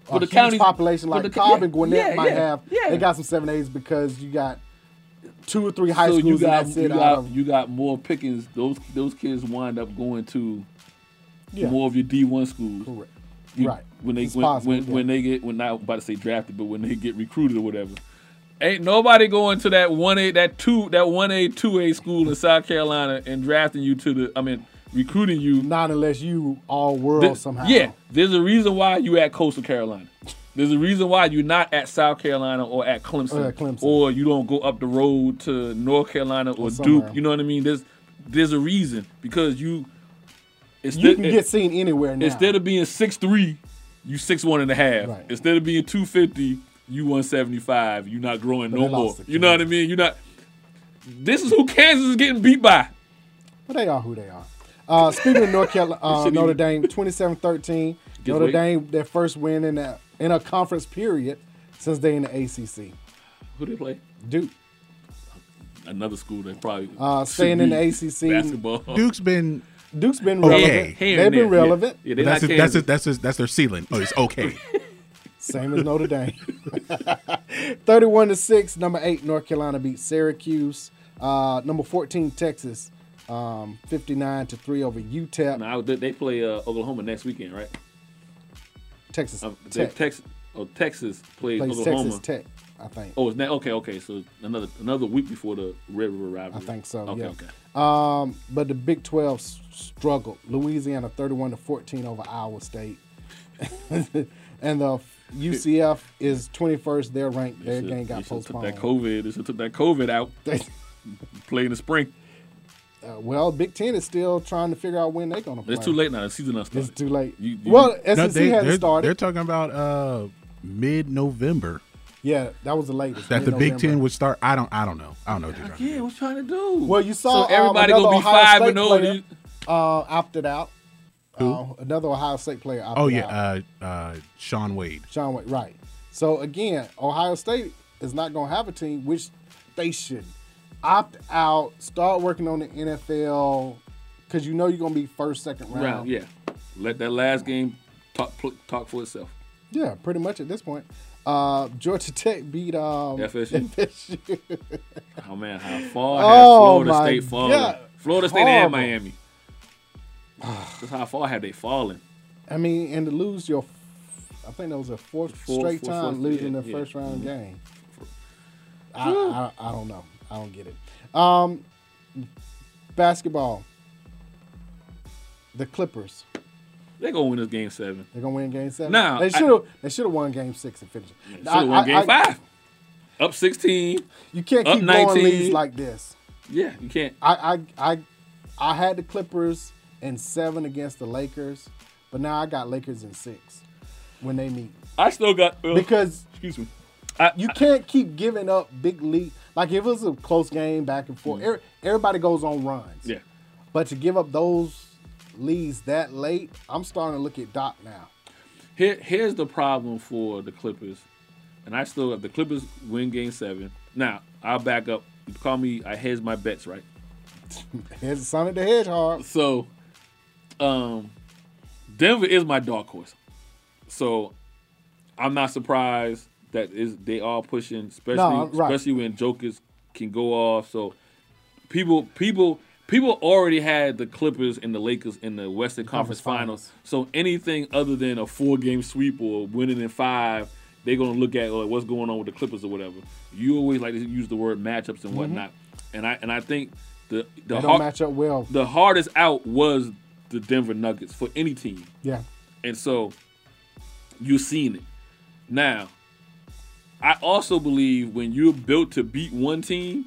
But
a
the
huge
counties-
population
but
like
the ca-
Cobb
yeah,
and Gwinnett
yeah,
might
yeah,
have.
yeah.
They got some seven A's because you got two or three high
so
schools
you got,
and that's
you,
it. out
got
of-
you got more pickings. Those those kids wind up going to
Yeah.
more of your D one schools.
Correct.
You-
Right.
When they
It's
when,
possible,
when,
yeah.
when they get when not about to say drafted, but when they get recruited or whatever. Ain't nobody going to that one A that two that one A two A school in South Carolina and drafting you to the I mean recruiting you.
Not unless you all world
Th-
somehow.
Yeah, there's a reason why you at Coastal Carolina. There's a reason why you're not at South Carolina or at Clemson,
Or at Clemson.
Or you don't go up the road to North Carolina or,
Or somewhere.
Duke. You know what I mean? There's there's a reason because you
You can get seen anywhere now.
Instead of being six three, you six one and a half. Instead of being two fifty, you one seventy five. You're not growing
But
no
they
more.
lost to
You know what I mean? You're not This is who Kansas is getting beat by.
But they are who they are. Uh, speaking of North Carolina,
This
uh,
shouldn't
Notre Dame,
even-
27-13.
Gives
Notre
weight.
Dame, their first win in a, in a conference period since they in the ACC.
Who they play?
Duke.
Another school that probably
Uh,
should
staying in
be
the ACC.
Basketball.
been
Duke's been
okay.
relevant. They've been relevant.
But that's it- that's it- that's it- that's their ceiling. Oh, it's okay.
Same as Notre Dame. 31 to 6, number 8, North Carolina beat Syracuse. Uh, number 14, Texas, um, 59 to 3 over E UTEP.
Now they- they play uh, Oklahoma next weekend, right?
Texas.
Um, they-
Tech.
Texas. Oh, Texas plays,
Plays
Oklahoma.
Texas Tech, I think.
Oh, it's that okay? Okay, so another another week before the Red River rivalry.
I think so.
Okay,
yeah.
okay.
Um, but the Big 12 s- struggled. Louisiana 31 to 14 over Iowa State. and the UCF is 21st. They're ranked. Their
Should've-
game
they
got
should've took that
postponed.
COVID. They should took that COVID out. play in the spring.
Uh, well, Big 10 is still trying to figure out when they're going to play.
It's too late now. The season done started.
It's too late.
You- you-
well, SEC
No, they-
hasn't
they're,
started.
They're talking about uh, mid-November
yeah, that was the latest.
that the Big
mid-November.
Ten would start. I don't. I don't know. I don't know. What they're talking
Yeah, what's trying to do?
Well, you saw
so everybody
um,
gonna be
another Ohio
five
State
and oh, zero.
player, uh, opted out.
Who?
Uh, another Ohio State player
about.
opted
Oh yeah,
out.
uh, uh, Sean Wade.
Sean Wade, right. So again, Ohio State is not going to have a team, which they should opt out, start working on the NFL, because you know you're going to be first, second round.
round. yeah. Let that last game talk pl- talk for itself.
Yeah, pretty much at this point. Uh, Georgia Tech beat um,
FSU.
FSU.
Oh man, how far
Oh,
has Florida
my
State fallen?
God.
Florida State and
Horrible.
Miami. That's how far have they fallen?
I mean, and to lose your, I think that was a fourth
Four-
straight
four-
time
fourth,
losing
yeah,
the
yeah.
first round
Mhm.
game. I, I, I don't know. I don't get it. Um, basketball. The Clippers.
They're gonna win this game seven.
They're gonna win Game Seven.
Nah,
they
I-
should have. They should have won Game Six and finished. it.
Should have won game five. Up sixteen.
You can't
up
keep blowing
19.
leads like this.
Yeah, you can't.
I, I I I had the Clippers in seven against the Lakers, but now I got Lakers in six when they meet.
I still got well,
Because
excuse me.
you can't keep giving up big lead. Like if it was a close game back and forth, every- everybody goes on runs.
Mm-hmm. Yeah.
But to give up those leads that late, I'm starting to look at Doc now.
Here, here's the problem for the Clippers, and I still if the Clippers win Game Seven. Now I'll back up. You call me. I hedge my bets, right?
Here's Sonic the Hedgehog.
So, um, Denver is my dark horse. So, I'm not surprised that is they are pushing, especially
No, right.
especially when Jokers can go off. So, people people people already had the Clippers and the Lakers in the Western Conference, Finals. So anything other than a four game sweep or winning in five, they're gonna look at like, what's going on with the Clippers or whatever. You always like to use the word matchups and whatnot, and I and I think the the
Mm-hmm. they don't
har-
match up well.
the hardest out was the Denver Nuggets for any team.
Yeah.
And so you've seen it. Now, I also believe when you're built to beat one team,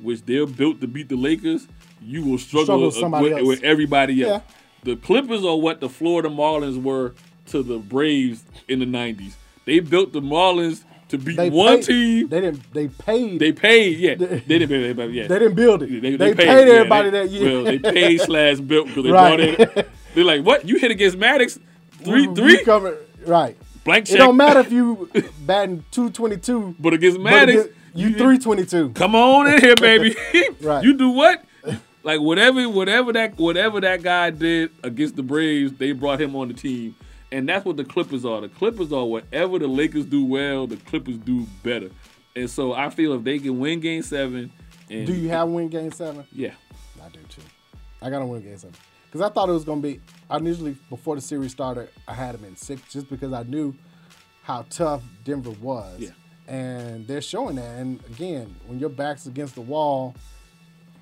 which they're built to beat the Lakers, you will struggle,
Struggle with
uh,
somebody
with,
else.
with everybody else.
Yeah.
The Clippers are what the Florida Marlins were to the Braves in the 90s. They built the Marlins to beat
They
one
paid-
team.
They didn't. They paid.
They paid, yeah. They didn't pay everybody, yeah.
They didn't build it.
Yeah,
They paid everybody
they-
that year.
Well, they paid slash built because they
Right. Mm-hmm.
brought in. They're like, what? You hit against Maddox? Three,
You
three?
cover- right.
Blank check.
It don't matter if you batting two twenty two,
But against Maddox,
you three twenty two.
Come on in here, baby.
Right.
You do what? Like whatever, whatever that, whatever that guy did against the Braves, they brought him on the team, and that's what the Clippers are. The Clippers are whatever the Lakers do well, the Clippers do better, and so I feel if they can win Game Seven, and
Do you have win game seven?
yeah,
I do too. I got to win game seven because I thought it was gonna be. I initially before the series started, I had them in six just because I knew how tough Denver was,
Yeah.
and they're showing that. And again, when your back's against the wall,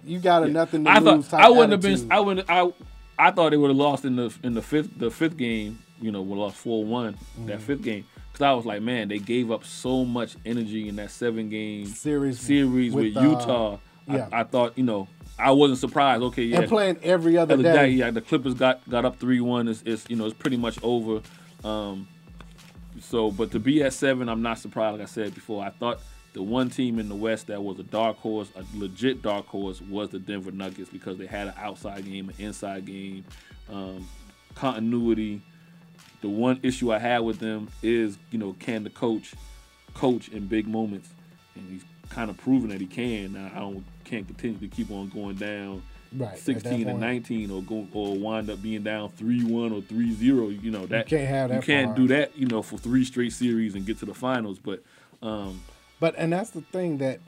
you got a nothing to
I
lose.
thought
type
I wouldn't have
attitude.
been. I wouldn't. I I thought they would have lost in the in the fifth the fifth game. You know, we lost four one that
Mhm.
fifth game because I was like, man, they gave up so much energy in that seven game
Series
series with,
with, uh,
Utah.
yeah.
I, I thought you know I wasn't surprised. Okay, yeah,
and playing every other,
other
day.
day, yeah, the Clippers got got up three one. It's, it's you know it's pretty much over. Um, so, but to be at seven, I'm not surprised. Like I said before, I thought the one team in the West that was a dark horse, a legit dark horse, was the Denver Nuggets because they had an outside game, an inside game, um, continuity. The one issue I had with them is, you know, can the coach coach in big moments? And he's kind of proven that he can. Now I don't can't continue to keep on going down
Right, at that
16 and
point.
19 or go or wind up being down 3-1 or 3-0 you know that
can't have
you
that
can't
far.
do that you know for three straight series and get to the finals but um
But and that's the thing that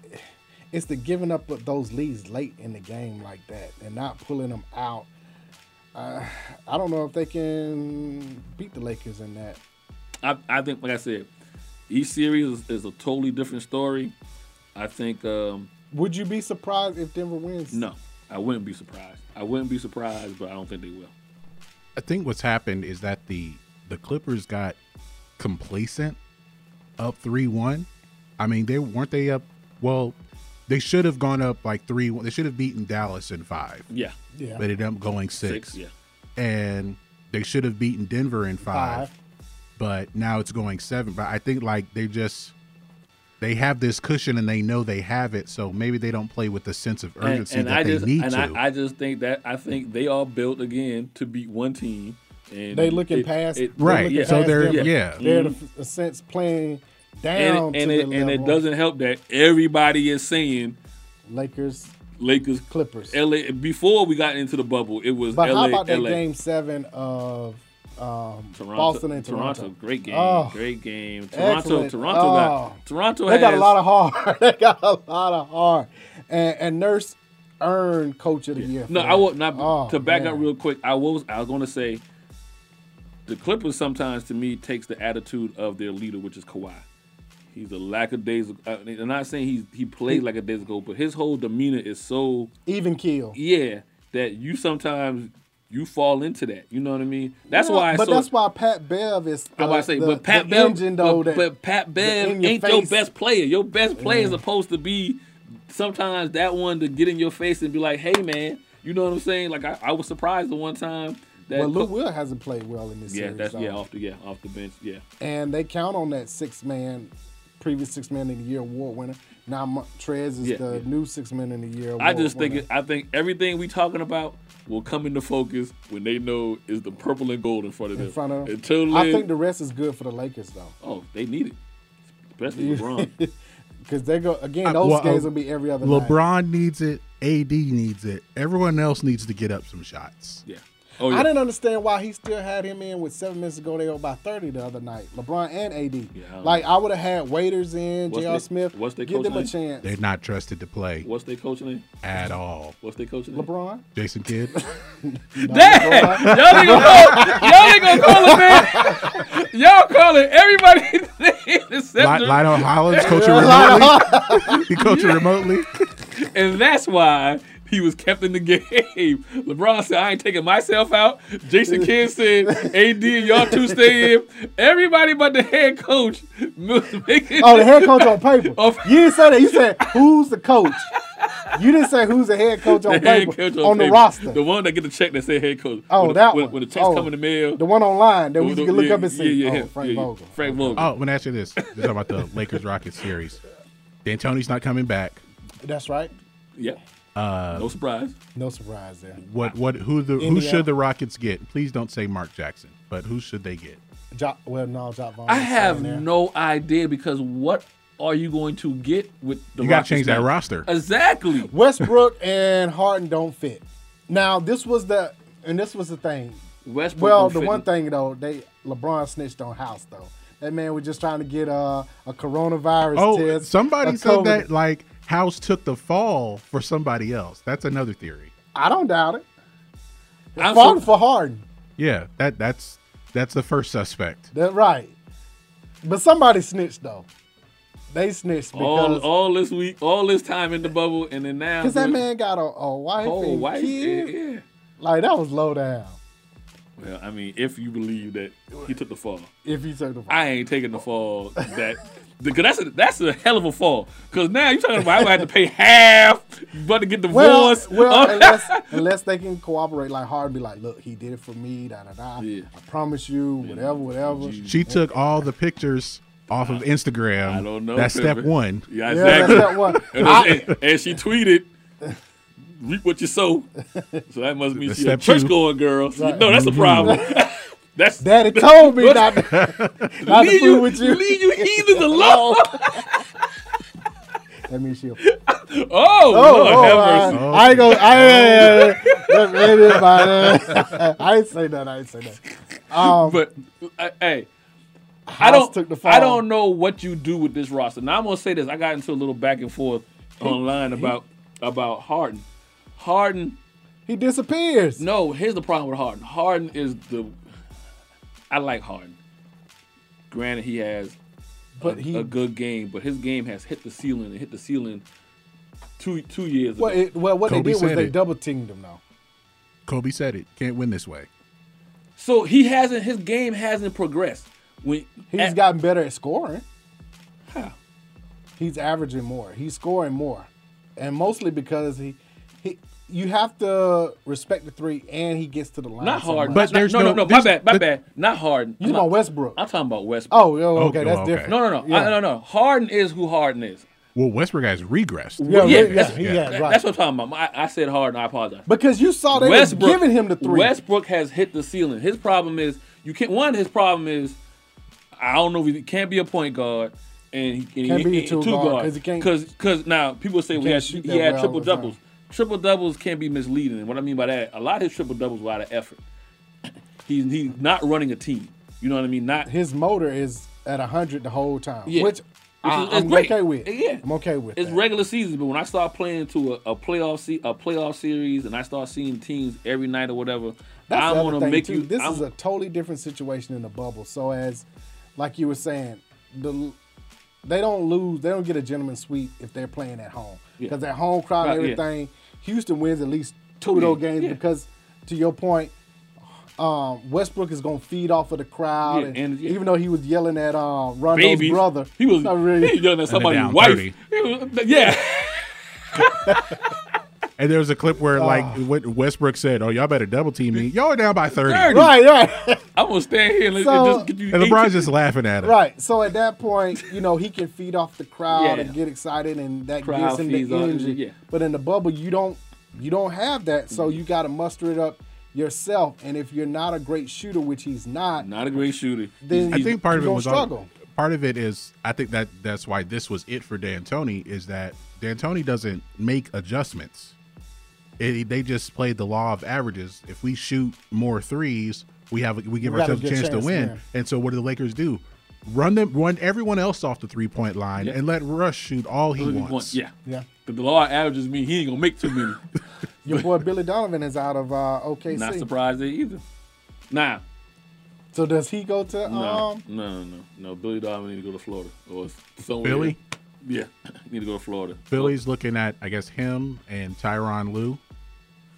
it's the giving up of those leads late in the game like that and not pulling them out. Uh, I don't know if they can beat the Lakers in that.
I, I think, like I said, each series is, is a totally different story. I think um,
Would you be surprised if Denver wins?
no, I wouldn't be surprised. I wouldn't be surprised, but I don't think they will.
I think what's happened is that the the Clippers got complacent up 3-1. I mean, they weren't they up well, they should have gone up like 3-1. They should have beaten Dallas in 5.
Yeah.
Yeah.
But it ended up going 6.
Six, yeah.
And they should have beaten Denver in 5. But now it's going 7. But I think like they just they have this cushion and they know they have it, so maybe they don't play with the sense of
And,
urgency
and
that
I
they
just
need
and
to.
I, I just think that I think they are built again to beat one team. And
They looking
it-
past
it-
they looking past Denver. they're in
Mhm.
a, a sense playing down
Mm-hmm. and, and
to
it
the
and
level.
it doesn't help that everybody is saying
Lakers,
Lakers,
Clippers.
LA. Before we got into the bubble, it was
But
LA,
how about that
LA.
game seven of um,
Toronto,
Boston and Toronto?
Great game.
Oh,
great game. Toronto.
excellent.
Toronto
Oh.
got Toronto.
They got a
has-
lot of heart. they got a lot of heart. And, and Nurse earned Coach of the Year.
No,
for
I
that.
will not.
Oh,
to back
man.
up real quick, I was I was going to say, the Clippers sometimes to me takes the attitude of their leader, which is Kawhi. He's a lackadaisical. Uh, I'm not saying he he played like a days ago, but his whole demeanor is so
even keel.
Yeah, that you sometimes you fall into that. You know what I mean? That's
Yeah,
why. I
But
so,
that's why Pat Bev is. The,
I'm about to say,
the-
but Pat
the
Bev,
engine, though, that-
but, but Pat
the
Bev
in your
ain't your
face-
best player. Your best player is
Yeah.
supposed to be sometimes that one to get in your face and be like, "Hey, man," you know what I'm saying? Like I, I was surprised the one time that
Well, Lou Will hasn't played well in this
yeah,
series.
that's
though.
yeah, off the yeah, off the bench, yeah.
And they count on that six man, previous six man in the year award winner. Now Mo- Trez is
Yeah,
the
yeah.
new six man in the year. Award
I just think
winner.
it, I think everything we talking about will come into focus when they know is the purple and gold in front of them.
in front of.
Until then,
I think the rest is good for the Lakers though.
oh, they need it, especially LeBron.
Because they go again.
Uh,
Those
well, uh,
games will be every other night.
LeBron needs it. AD needs it. Everyone else needs to get up some shots.
Yeah.
I didn't understand why he still had him in with seven minutes to go. They were by thirty the other night. LeBron and AD.
I don't
like I would have had waiters in.
What's
J.R.
they-
Smith.
what's they
give them a
coach name?
chance.
They're not trusted to play
What's their coach name?
at all.
What's their coach name?
LeBron.
Jason Kidd.
Damn! Y'all niggas call, y'all niggas call it, man. Y'all call it everybody's name except
Li-
the-
Lionel Hollins coaching remotely. he coaching remotely.
And that's why he was kept in the game. LeBron said, I ain't taking myself out. Jason Kidd said, AD and y'all two stay in. Everybody but the head coach was making
Oh, the head coach on paper.
Oh.
you didn't say that. You said who's the coach. You didn't say who's the head coach on
the head
paper
coach
on, the
paper.
roster.
The one that get the check that say head coach.
Oh,
when the,
that
when,
one.
When the checks
Oh.
come in the mail.
The one online that we
the-
can look
yeah,
up and see.
Yeah, yeah,
oh, Frank
yeah, yeah.
Vogel.
Frank Vogel.
Oh, when I ask you this, this is about the Lakers Rockets series. D'Antoni's not coming back.
That's right.
Yeah.
Uh,
No surprise.
No surprise there.
What? What? Who? The? Who
Indiana.
should the Rockets get? Please don't say Mark Jackson, but who should they get?
Jo- well, no, Jock Vaughn.
I
is
have
staying there.
no idea because what are you going to get with the
You gotta
Rockets
change that
now?
roster.
Exactly.
Westbrook and Harden don't fit. Now this was the and this was the thing.
Westbrook
Well,
don't
the
fit.
one thing though, they LeBron snitched on House though. That man was just trying to get uh, a coronavirus
Oh,
test.
somebody
a
said
COVID.
that like House took the fall for somebody else. That's another theory.
I don't doubt it.
I'm
Falling
so-
for Harden.
Yeah, that that's that's the first suspect.
That's right. But somebody snitched though. They snitched
all,
because
all this week, all this time in the bubble, and then now.
because that man got a, a wife
Oh,
and
wife,
kid.
yeah, yeah.
Like that was low down.
Well, I mean, if you believe that he took the fall,
If you took the
I ain't taking the fall that. Because that's a, that's a hell of a fall. Because now you're talking about I had to pay half, but to get
Well,
divorced.
well
Oh,
unless, unless they can cooperate, like Harden be like, look, he did it for me, da da da. I promise you, whatever, whatever.
She took all the pictures, off of Instagram. I
don't know.
That's step
baby.
one.
Yeah, exactly. and, and- and she tweeted, "Reap what you sow." So that must mean
That's
she's a
step two.
church going girl.
Right.
No, that's a problem. that's
Daddy told me not to- not to
leave
fool
you,
with you. Oh.
Leave you heathens alone.
That means she'll.
oh, Lord, have
Oh, I,
mercy.
I ain't gonna. I ain't, look, maybe if I- I ain't say that. I ain't say that. Um,
but uh, hey, I
House
don't.
took the fall.
I don't know what you do with this roster. Now I'm gonna say this. I got into a little back and forth online about about Harden. Harden.
He disappears.
No, here's the problem with Harden. Harden is the. I like Harden. Granted, he has
But
a,
he-
a good game, but his game has hit the ceiling and hit the ceiling two two years
Well,
ago.
it, well what
Kobe
they did was
said
they
it.
double teamed him now.
Kobe said it. Can't win this way.
So he hasn't. His game hasn't progressed. When
He's gotten better at scoring. He's averaging more. He's scoring more, and mostly because he, he, you have to respect the three, and he gets to the line.
Not Harden.
sometimes.
Not- no, no, no, My bad. My bad. Not Harden.
You about Westbrook?
I'm talking about Westbrook.
Oh, yo, okay, that's different.
No, no, no, I, no, no. Harden is who Harden is.
Well, Westbrook has regressed.
Oh,
Well,
that's-
that- That's what I'm talking about. I, I said Harden. I apologize.
Because you saw they was giving him the three.
Westbrook has hit the ceiling. His problem is you can't. One, his problem is I don't know if he can't be a point guard and he and
Can't
he,
be a
and
two
two
guard,
guard
'cause he can't-
because because now people say
He
we
can't
had,
shoot
he
that well
had
all
triple
the time.
doubles. Triple doubles can be misleading, and what I mean by that, a lot of his triple doubles were out of effort. He's he's not running a team. You know what I mean? Not
his motor is at hundred the whole time,
Yeah.
which,
Which
I,
is- is
I'm
great.
okay with.
Yeah.
I'm okay with.
it's regular season, but when I start playing to a, a playoff se- a playoff series, and I start seeing teams every night or whatever,
That's
I'm
the other
gonna
thing
make
too.
you.
This
I'm-
is a totally different situation in the bubble. So as, like you were saying, the they don't lose. They don't get a gentleman's sweep if they're playing at home
Yeah.
because that home crowd and
Right, yeah.
everything. Houston wins at least two of those
Yeah,
games
yeah.
because, to your point, um, Westbrook is gonna feed off of the crowd.
Yeah,
and
and- yeah.
even though he was yelling at uh, Rondo's
Babies.
brother,
He was-
not really
he was yelling at And they're somebody's down wife. 30. yeah.
And there was a clip where like
Ah.
what Westbrook said, "Oh, y'all better double team me. Y'all are down by 30.
Right, right.
I'm gonna stand here and,
So-
and just get you.
And LeBron's just laughing at him.
Right. So at that point, you know, he can feed off the crowd
Yeah.
and get excited and that
Crowd
gives him
feeds
the
off-
energy.
yeah.
But in the bubble, you don't you don't have that. So
Mm-hmm.
you gotta muster it up yourself. And if you're not a great shooter, which he's not,
Not a great shooter.
Then
I think part of it
gonna
was
struggle.
all, part of it is I think that that's why this was it for D'Antoni is that D'Antoni doesn't make adjustments. It, they just played the law of averages. If we shoot more threes, we have we give
We got a
ourselves a
good
chance, to
chance,
win.
yeah.
And so what do the Lakers do? Run them, run everyone else off the three point line, and let Rush shoot all he
Look at
wants.
one- Yeah,
Yeah.
But the law of averages mean he ain't gonna make too many.
Your boy Billy Donovan is out of uh OKC.
Not surprised there either. Nah,
So does he go to
no,
um
no, no, no, no. Billy Donovan need to go to Florida or somewhere.
Billy?
Yeah, need to go to Florida.
Philly's looking at I guess him and Tyron Lue.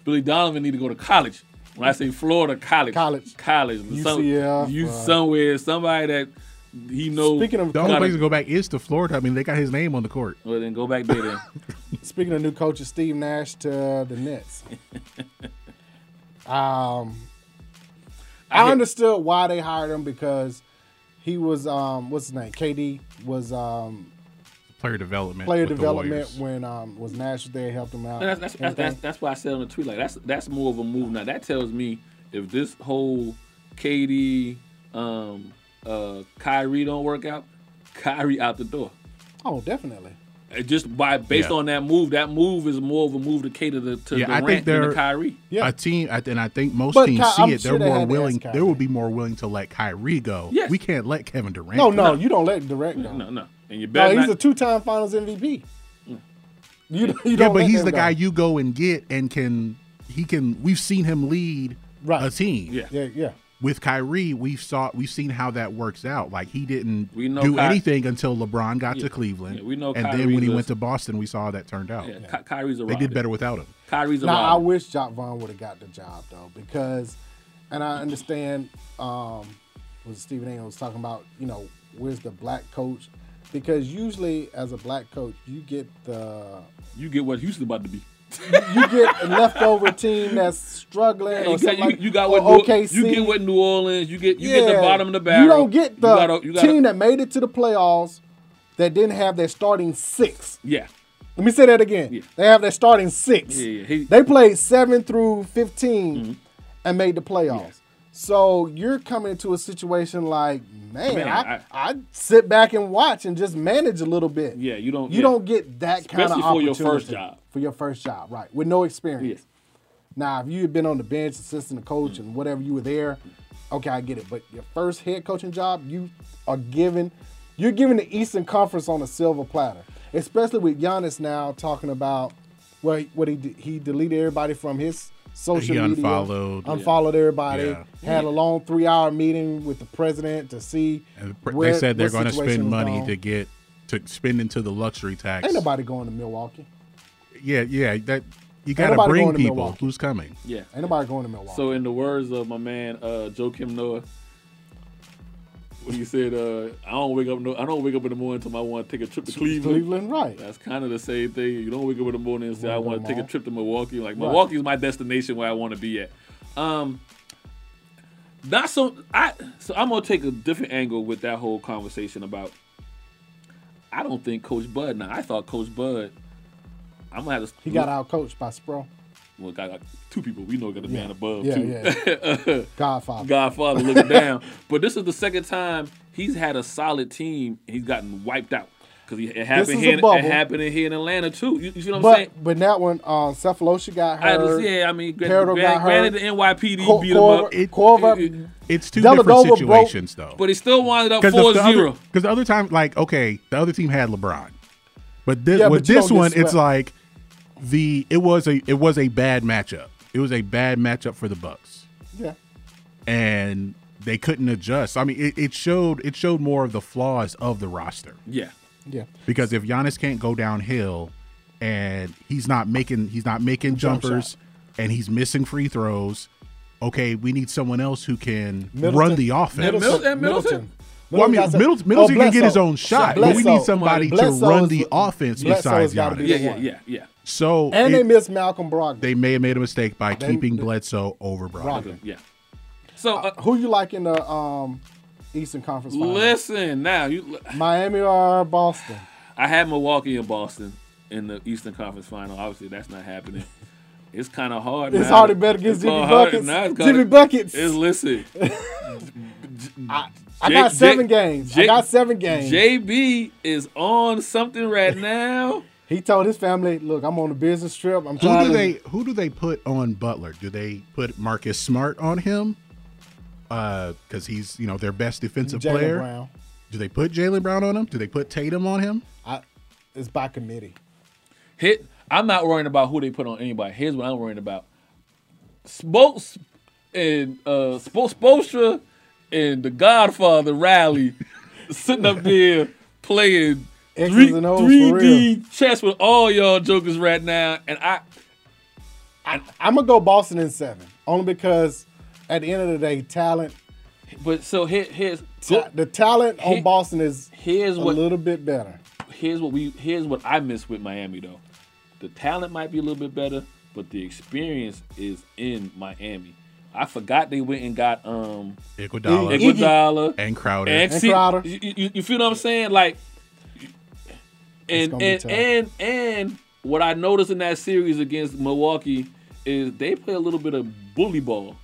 Billy Donovan need to go to college. When I say Florida college, college, college,
UCF,
you
uh,
somewhere, somebody that he knows.
the only
gotta-
place to go back is to Florida. I mean, they got his name on the court.
well, then go back there. Then.
speaking of new coaches, Steve Nash to uh, the Nets. um I,
I-
understood why they hired him because he was um what's his name? KD was um
Player development.
player
with the
development
Warriors.
when um was Nash was there, helped him out.
And that's, that's, that's,
everything.
that's, that's why I said on the tweet like that's that's more of a move now. That tells me if this whole KD, um, uh, Kyrie don't work out, Kyrie out the door.
oh, definitely.
Uh, Just by based
Yeah.
on that move, that move is more of a move to cater to, to
yeah, I
Durant
think
than to
they're
Kyrie.
a team, I- and I think most
But
teams
Ky-
see
I'm
it.
sure
they're
they had
more
to ask
willing.
Kyrie.
They will be more willing to let Kyrie go.
Yes.
we can't let Kevin Durant.
No,
go.
no, you don't let direct go.
No, no. And you
No,
better
he's
not-
a two time finals MVP. You, you
yeah,
don't
but
let
he's
them
the
go.
guy you go and get, and can he can? We've seen him lead a team.
Yeah, yeah.
With Kyrie, we've saw we've seen how that works out. Like he didn't
We know
do
Ky-
anything until LeBron got
Yeah,
to Cleveland.
yeah, we know
and
Kyrie
then when he went
listen.
to Boston, we saw how that turned out.
Yeah, Ky- Kyrie's a
they
rocket.
did better without him.
Kyrie's a
Now I
rocket.
wish Jock Vaughn would have got the job though, because, and I understand, um, what Stephen A. was talking about. You know, where's the black coach? Because usually, as a black coach, you get the
You get what Houston about to be.
you get a leftover team that's struggling.
Yeah,
or
you, got,
something
you,
like-
you got
or
what New,
OKC.
you get with New Orleans. You get you get the bottom of the barrel.
You don't get the
gotta- you gotta-
team that made it to the playoffs that didn't have their starting six.
Yeah.
Let me say that again. They have their starting six.
Yeah, yeah, he- Mm-hmm.
they played seven through 15 and made the playoffs. So you're coming into a situation like, man,
Man,
I, I, sit back and watch and just manage a little bit.
Yeah, you don't.
You
yeah.
don't get that kind
Especially
of
for your
opportunity
first job.
for your first job, right? With no experience. Now, if you had been on the bench, assistant to coach, and whatever you were there, okay, I get it. But your first head coaching job, you are given, you're given the Eastern Conference on a silver platter, especially with Giannis now talking about, well, what he did, he deleted everybody from his social
He
media,
unfollowed.
unfollowed everybody,
Yeah.
had a long three hour meeting with the president to see.
they said they're going to spend money
to
to get to spend into the luxury tax.
Ain't nobody going to Milwaukee.
Yeah, yeah. That you
Ain't
got to
nobody
bring
going to
people.
Milwaukee.
Who's coming?
Yeah.
Ain't nobody going to Milwaukee.
So, in the words of my man uh, Joe Kim Noah, when he said, uh, "I don't wake up, no, I don't wake up in the morning until I want to take a trip to Cleveland."
Cleveland, right?
That's kind of the same thing. You don't wake up in the morning and say, "I want to take a trip to Milwaukee." Like
Right.
Milwaukee is my destination where I want to be at. Um, not so. I so I'm gonna take a different angle with that whole conversation about. I don't think Coach Bud. Now I thought Coach Bud. I'm gonna have to.
He got out coached by Sproul.
Well, got got two people we know got a man
Yeah.
above
Yeah,
too.
Godfather.
Godfather looking down. But this is the second time he's had a solid team. and He's gotten wiped out because it happened
is
here.
a
in-
bubble.
It happened in here in Atlanta too. You, you see what I'm
but
saying?
but that one, uh, Cephalosha got
I
hurt.
just- yeah, I mean, gra-
Perdo
gra-
got
granted
hurt.
the NYPD
Cor-
beat him up.
Corver- Corver-
It's two
Dellavedova
different
broke-
situations, though.
But he still wound up
Because the,
4
the other
0.
because the other time, like okay, the other team had LeBron, but this
Yeah,
with
but you don't
this
get
one, it's
swept.
like the it was a it was a bad matchup. It was a bad matchup for the Bucks,
Yeah.
and they couldn't adjust. I mean, it, it showed it showed more of the flaws of the roster.
Yeah.
Yeah.
Because if Giannis can't go downhill and he's not making he's not making
Jump
jumpers and he's missing free throws, okay, we need someone else who can
Middleton.
run the offense.
And Middleton- And Middleton. Middleton.
Well, I mean,
Middleton got
Middleton,
some-
Middleton
Oh,
can get his
Bledsoe.
own shot,
So
but we need
Bledsoe-
somebody to
Bledsoe
run
is
the
the-
offense
Bledsoe
besides
has gotta
Giannis.
be the Yeah, one.
yeah, yeah.
So
and
it-
they missed Malcolm Brogdon.
they may have made a mistake by
They-
keeping Bledsoe over Brogdon.
Brogdon.
Yeah. So uh,
who you like in the um, Eastern Conference Finals?
Listen, now you.
Miami or Boston?
I had Milwaukee and Boston in the Eastern Conference Final. Obviously, that's not happening. It's kind of hard.
It's
now.
hard to bet against
It's
Jimmy
hard- hard-
Buckets.
now it's
Jimmy
kinda-
Buckets.
It's listen.
I, I got seven games. I got seven games.
JB is on something right now.
He told his family, "Look, I'm on a business trip. I'm
Who
trying
do
to."
they who do they put on Butler? Do they put Marcus Smart on him? Uh, because he's you know their best defensive
Jaylen
player.
Brown.
Do they put Jalen Brown on him? Do they put Tatum on him?
I, it's by committee.
Hit. I'm not worrying about who they put on anybody. Here's what I'm worrying about. Spokes and uh Spo- Spoelstra and the Godfather Riley sitting up there playing
X's
three
and O's for real.
D chess with all y'all jokers right now. And I
I, I'm gonna go Boston in seven, only because at the end of the day, talent.
But so here, here's
the talent on Boston is
here's
a
what-
little bit better.
here's what we here's what I miss with Miami though. The talent might be a little bit better, but the experience is in Miami. I forgot they went and got um
Iguodala.
Iguodala
And Crowder.
and,
And
see-
Crowder.
You, you- you feel what I'm saying? Like, and
gonna be
and
tough.
and and what I noticed in that series against Milwaukee is they play a little bit of bully ball.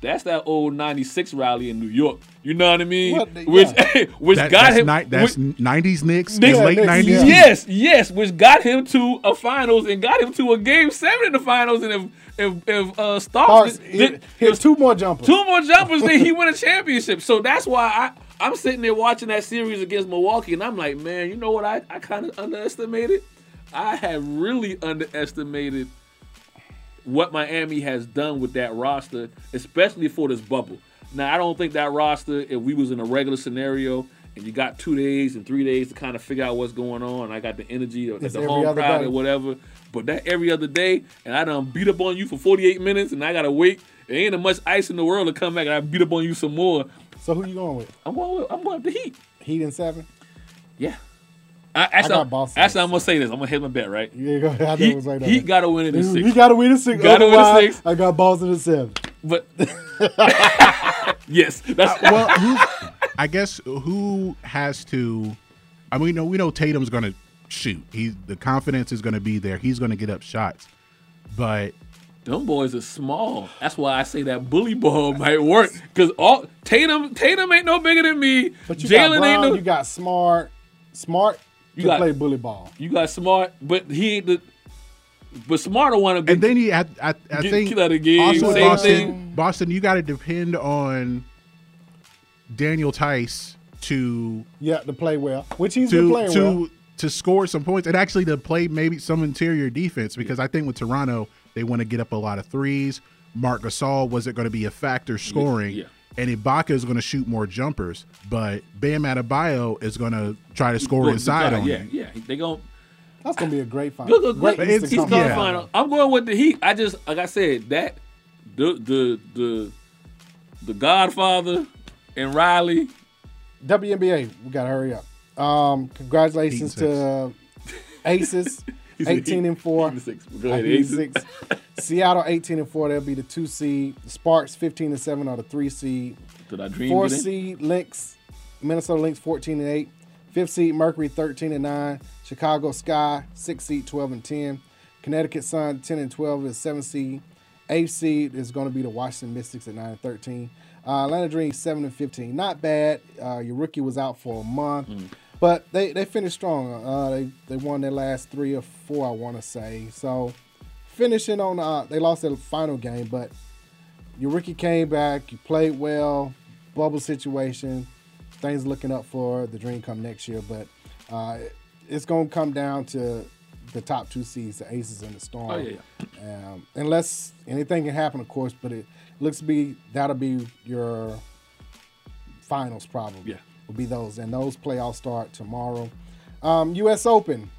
That's that old '96 rally in New York. You know what I mean?
What the-
which which
That-
got
that's
him.
ni-
which-
that's nineties Knicks,
Knicks-
and late nineties.
Yes, yes, which got him to a finals and got him to a game seven in the finals. And if if if uh, Starks
Here's
did, did-
two more jumpers.
two more jumpers, then he win a championship. So that's why I. I'm sitting there watching that series against Milwaukee, and I'm like, man, you know what? I, I kind of underestimated. I have really underestimated what Miami has done with that roster, especially for this bubble. Now, I don't think that roster, if we was in a regular scenario and you got two days and three days to kind of figure out what's going on, I got the energy of
It's
the
every
home
other
crowd
day.
or whatever. But that every other day, and I done beat up on you for 48 minutes, and I gotta wait. There ain't much ice in the world to come back, and I beat up on you some more.
So who you going with?
I'm going. With, I'm going with the Heat.
Heat in seven.
Yeah. I, actually,
I got
I'm-
Boston.
actually, I'm gonna say this. I'm gonna hit my bet, right?
Yeah, go ahead. I know
he,
it was like that.
he gotta win it in six.
You gotta win a six.
Gotta win in
Otherwise,
six.
I got balls in the seven.
But yes, that's
well. Who, I guess who has to? I mean, we know we know Tatum's going to shoot. He the confidence is going to be there. He's going to get up shots, but
Them boys are small. That's why I say that bully ball might work. Cause all Tatum, Tatum ain't no bigger than me.
But you got
Jalen
Brown,
ain't no.
you got Smart. Smart
You
can
got-
play bully ball.
You got smart, but he ain't the. But smarter want to be.
And then he, I, I, I
Get
think
killed out of the game,
also
same
Boston,
thing.
Boston, you got to depend on Daniel Tice to
Yeah, to play well, which he's been
to
playing
to
well.
to score some points and actually to play maybe some interior defense because I think with Toronto they want to get up a lot of threes. Mark Gasol wasn't going to be a factor scoring.
yeah.
And Ibaka is going to shoot more jumpers, but Bam Adebayo is going to try to score inside on
yeah,
you.
yeah. They going
That's gonna be a great final.
Look, look,
great
great.
Eastern
He's going
Conference
to final. I'm going with the Heat. I just, like I said, that the the the the Godfather and Riley.
WNBA, we gotta hurry up. Um, congratulations
Heat
to Aces,
He's a
eighteen
Heat-
and four.
Heat and six. Go ahead,
Uh, Heat
Aces.
and six. Seattle eighteen and four. They'll be the two seed. The Sparks fifteen and seven are the three seed.
Did I dream
Four
it in?
seed Lynx, Minnesota Lynx fourteen and eight. Fifth seed Mercury thirteen and nine. Chicago Sky six seed twelve and ten. Connecticut Sun ten and twelve is seven seed. Eighth seed is going to be the Washington Mystics at nine and thirteen. Uh, Atlanta Dream seven and fifteen. Not bad. Uh, your rookie was out for a month,
Mm.
but they they finished strong. Uh, they they won their last three or four, I want to say. So finishing on uh, they lost their final game, but your rookie came back. You played well. Bubble situation. Things looking up for the dream come next year, but uh, it's going to come down to the top two seeds, the Aces and the Storm.
Oh, yeah,
Um, unless anything can happen, of course, but it looks to be that'll be your finals probably.
Yeah.
Will be those, and those playoffs start tomorrow. Um, U.S. Open.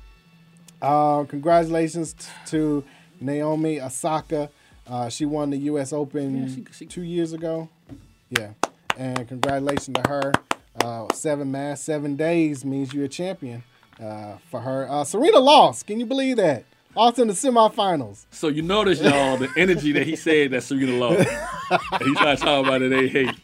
Uh, congratulations t- to Naomi Osaka. Uh, she won the U.S. Open two years ago. Yeah, and congratulations to her. Uh, seven mass, seven days means you're a champion uh, for her. Uh, Serena lost. Can you believe that? Lost in the semifinals.
So you notice, y'all, the energy that he said that Serena lost. he tried to talk about it. They hate.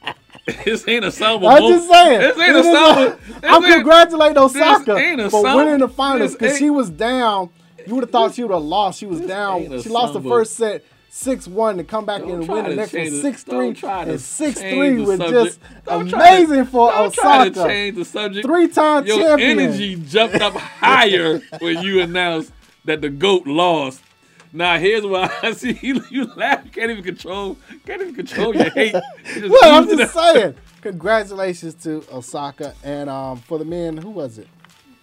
This ain't a summer.
I'm just saying.
This ain't
It
a
is
summer.
a- I'm congratulating
ain't
Osaka
a
for
summer.
winning the finals
This
because
ain't-
she was down. You would have thought she would have lost. She was down.
ain't a
She lost the
summer.
first set. 6-1 to come back and
try
win the
to
next one
change the-
6-3
don't try to
and
change
6-3
the
was
subject.
just
Don't try to-
amazing for
I'm
Osaka
trying to change the subject.
Three-time
Your
champion.
energy jumped up higher when you announced that the goat lost. Now here's why I see you, you laugh. You can't even control. Can't even control your hate. You
Look, I'm
oozing
just
out.
saying. Congratulations to Osaka and um, for the men, who was it?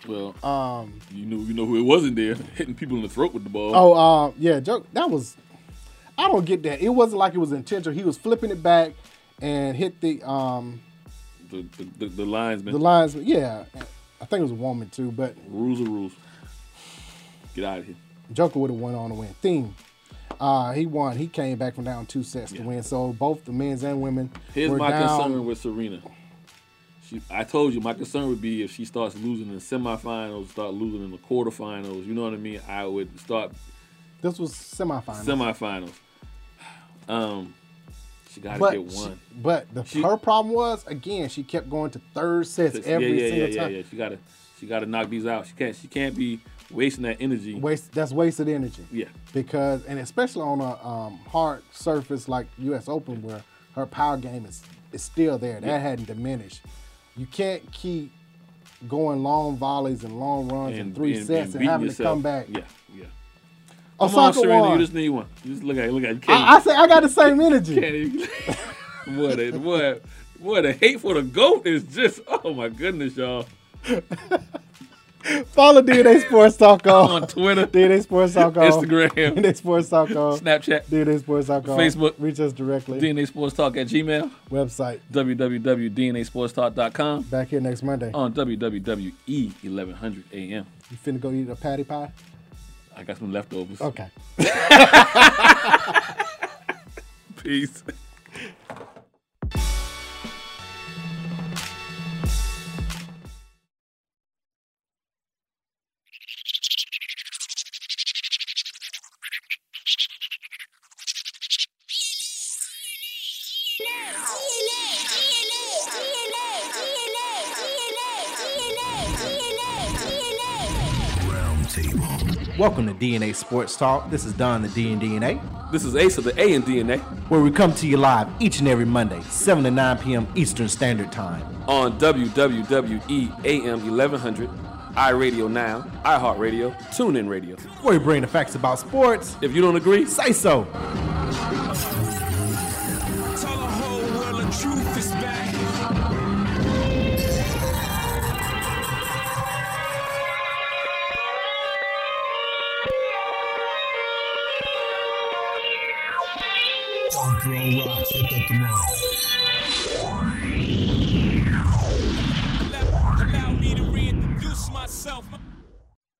Well,
Um,
you know, you know who it wasn't there hitting people in the throat with the ball.
oh, uh, yeah, joke. That was. I don't get that. It wasn't like it was intentional. He was flipping it back and hit the um,
the, the, the, the linesman.
the linesman. Yeah, I think it was a woman too, but
Rules are rules. Get out of here.
Joker would have won on to win. Theme. Uh, he won. He came back from down two sets to win. So both the men's and women
Here's
were
my
down.
concern with Serena. She, I told you my concern would be if she starts losing in the semifinals, start losing in the quarterfinals. You know what I mean? I would start
This was semifinals.
semifinals. Um, she got to
but
get
she-
one.
but the, her problem was again she kept going to third sets
Six-
every
yeah, yeah,
single
yeah,
time.
yeah, yeah. She got to, she got to knock these out. She can't, she can't be wasting that energy.
Waste that's wasted energy.
Yeah.
Because and especially on a um, hard surface like U.S. Open where her power game is is still there. That
Yeah.
hadn't diminished. You can't keep going long volleys and long runs and, three sets and,
beating
having to
yourself.
come back.
Yeah, yeah. Come on,
Osaka
Serena,
won.
you just need one. You just look at, look at. You can't
I, I say I got the same
Can't
energy.
even- what a what what a hate for the goat is just oh my goodness, y'all.
Follow DNA Sports Talk on,
Twitter,
DNA Sports Talk on
Instagram.
DNA Sports Talk on
Snapchat.
DNA Sports Talk on
Facebook.
Reach us directly.
DNA Sports Talk at Gmail.
Website
www.dnasportstalk.com
back here next Monday.
on E WWE 1100 AM.
You finna go eat a patty pie?
I got some leftovers.
Okay.
Peace.
Welcome to DNA Sports Talk. This is Don the D and DNA.
This is Ace of the A and DNA.
Where we come to you live each and every Monday, 7 to 9 p.m. Eastern Standard Time.
on WWWE AM 1100, iRadio Now, iHeartRadio, TuneIn Radio.
Where we bring the facts about sports.
If you don't agree,
say so.
Tell the whole world the truth is back.
Funk Rock at the throne.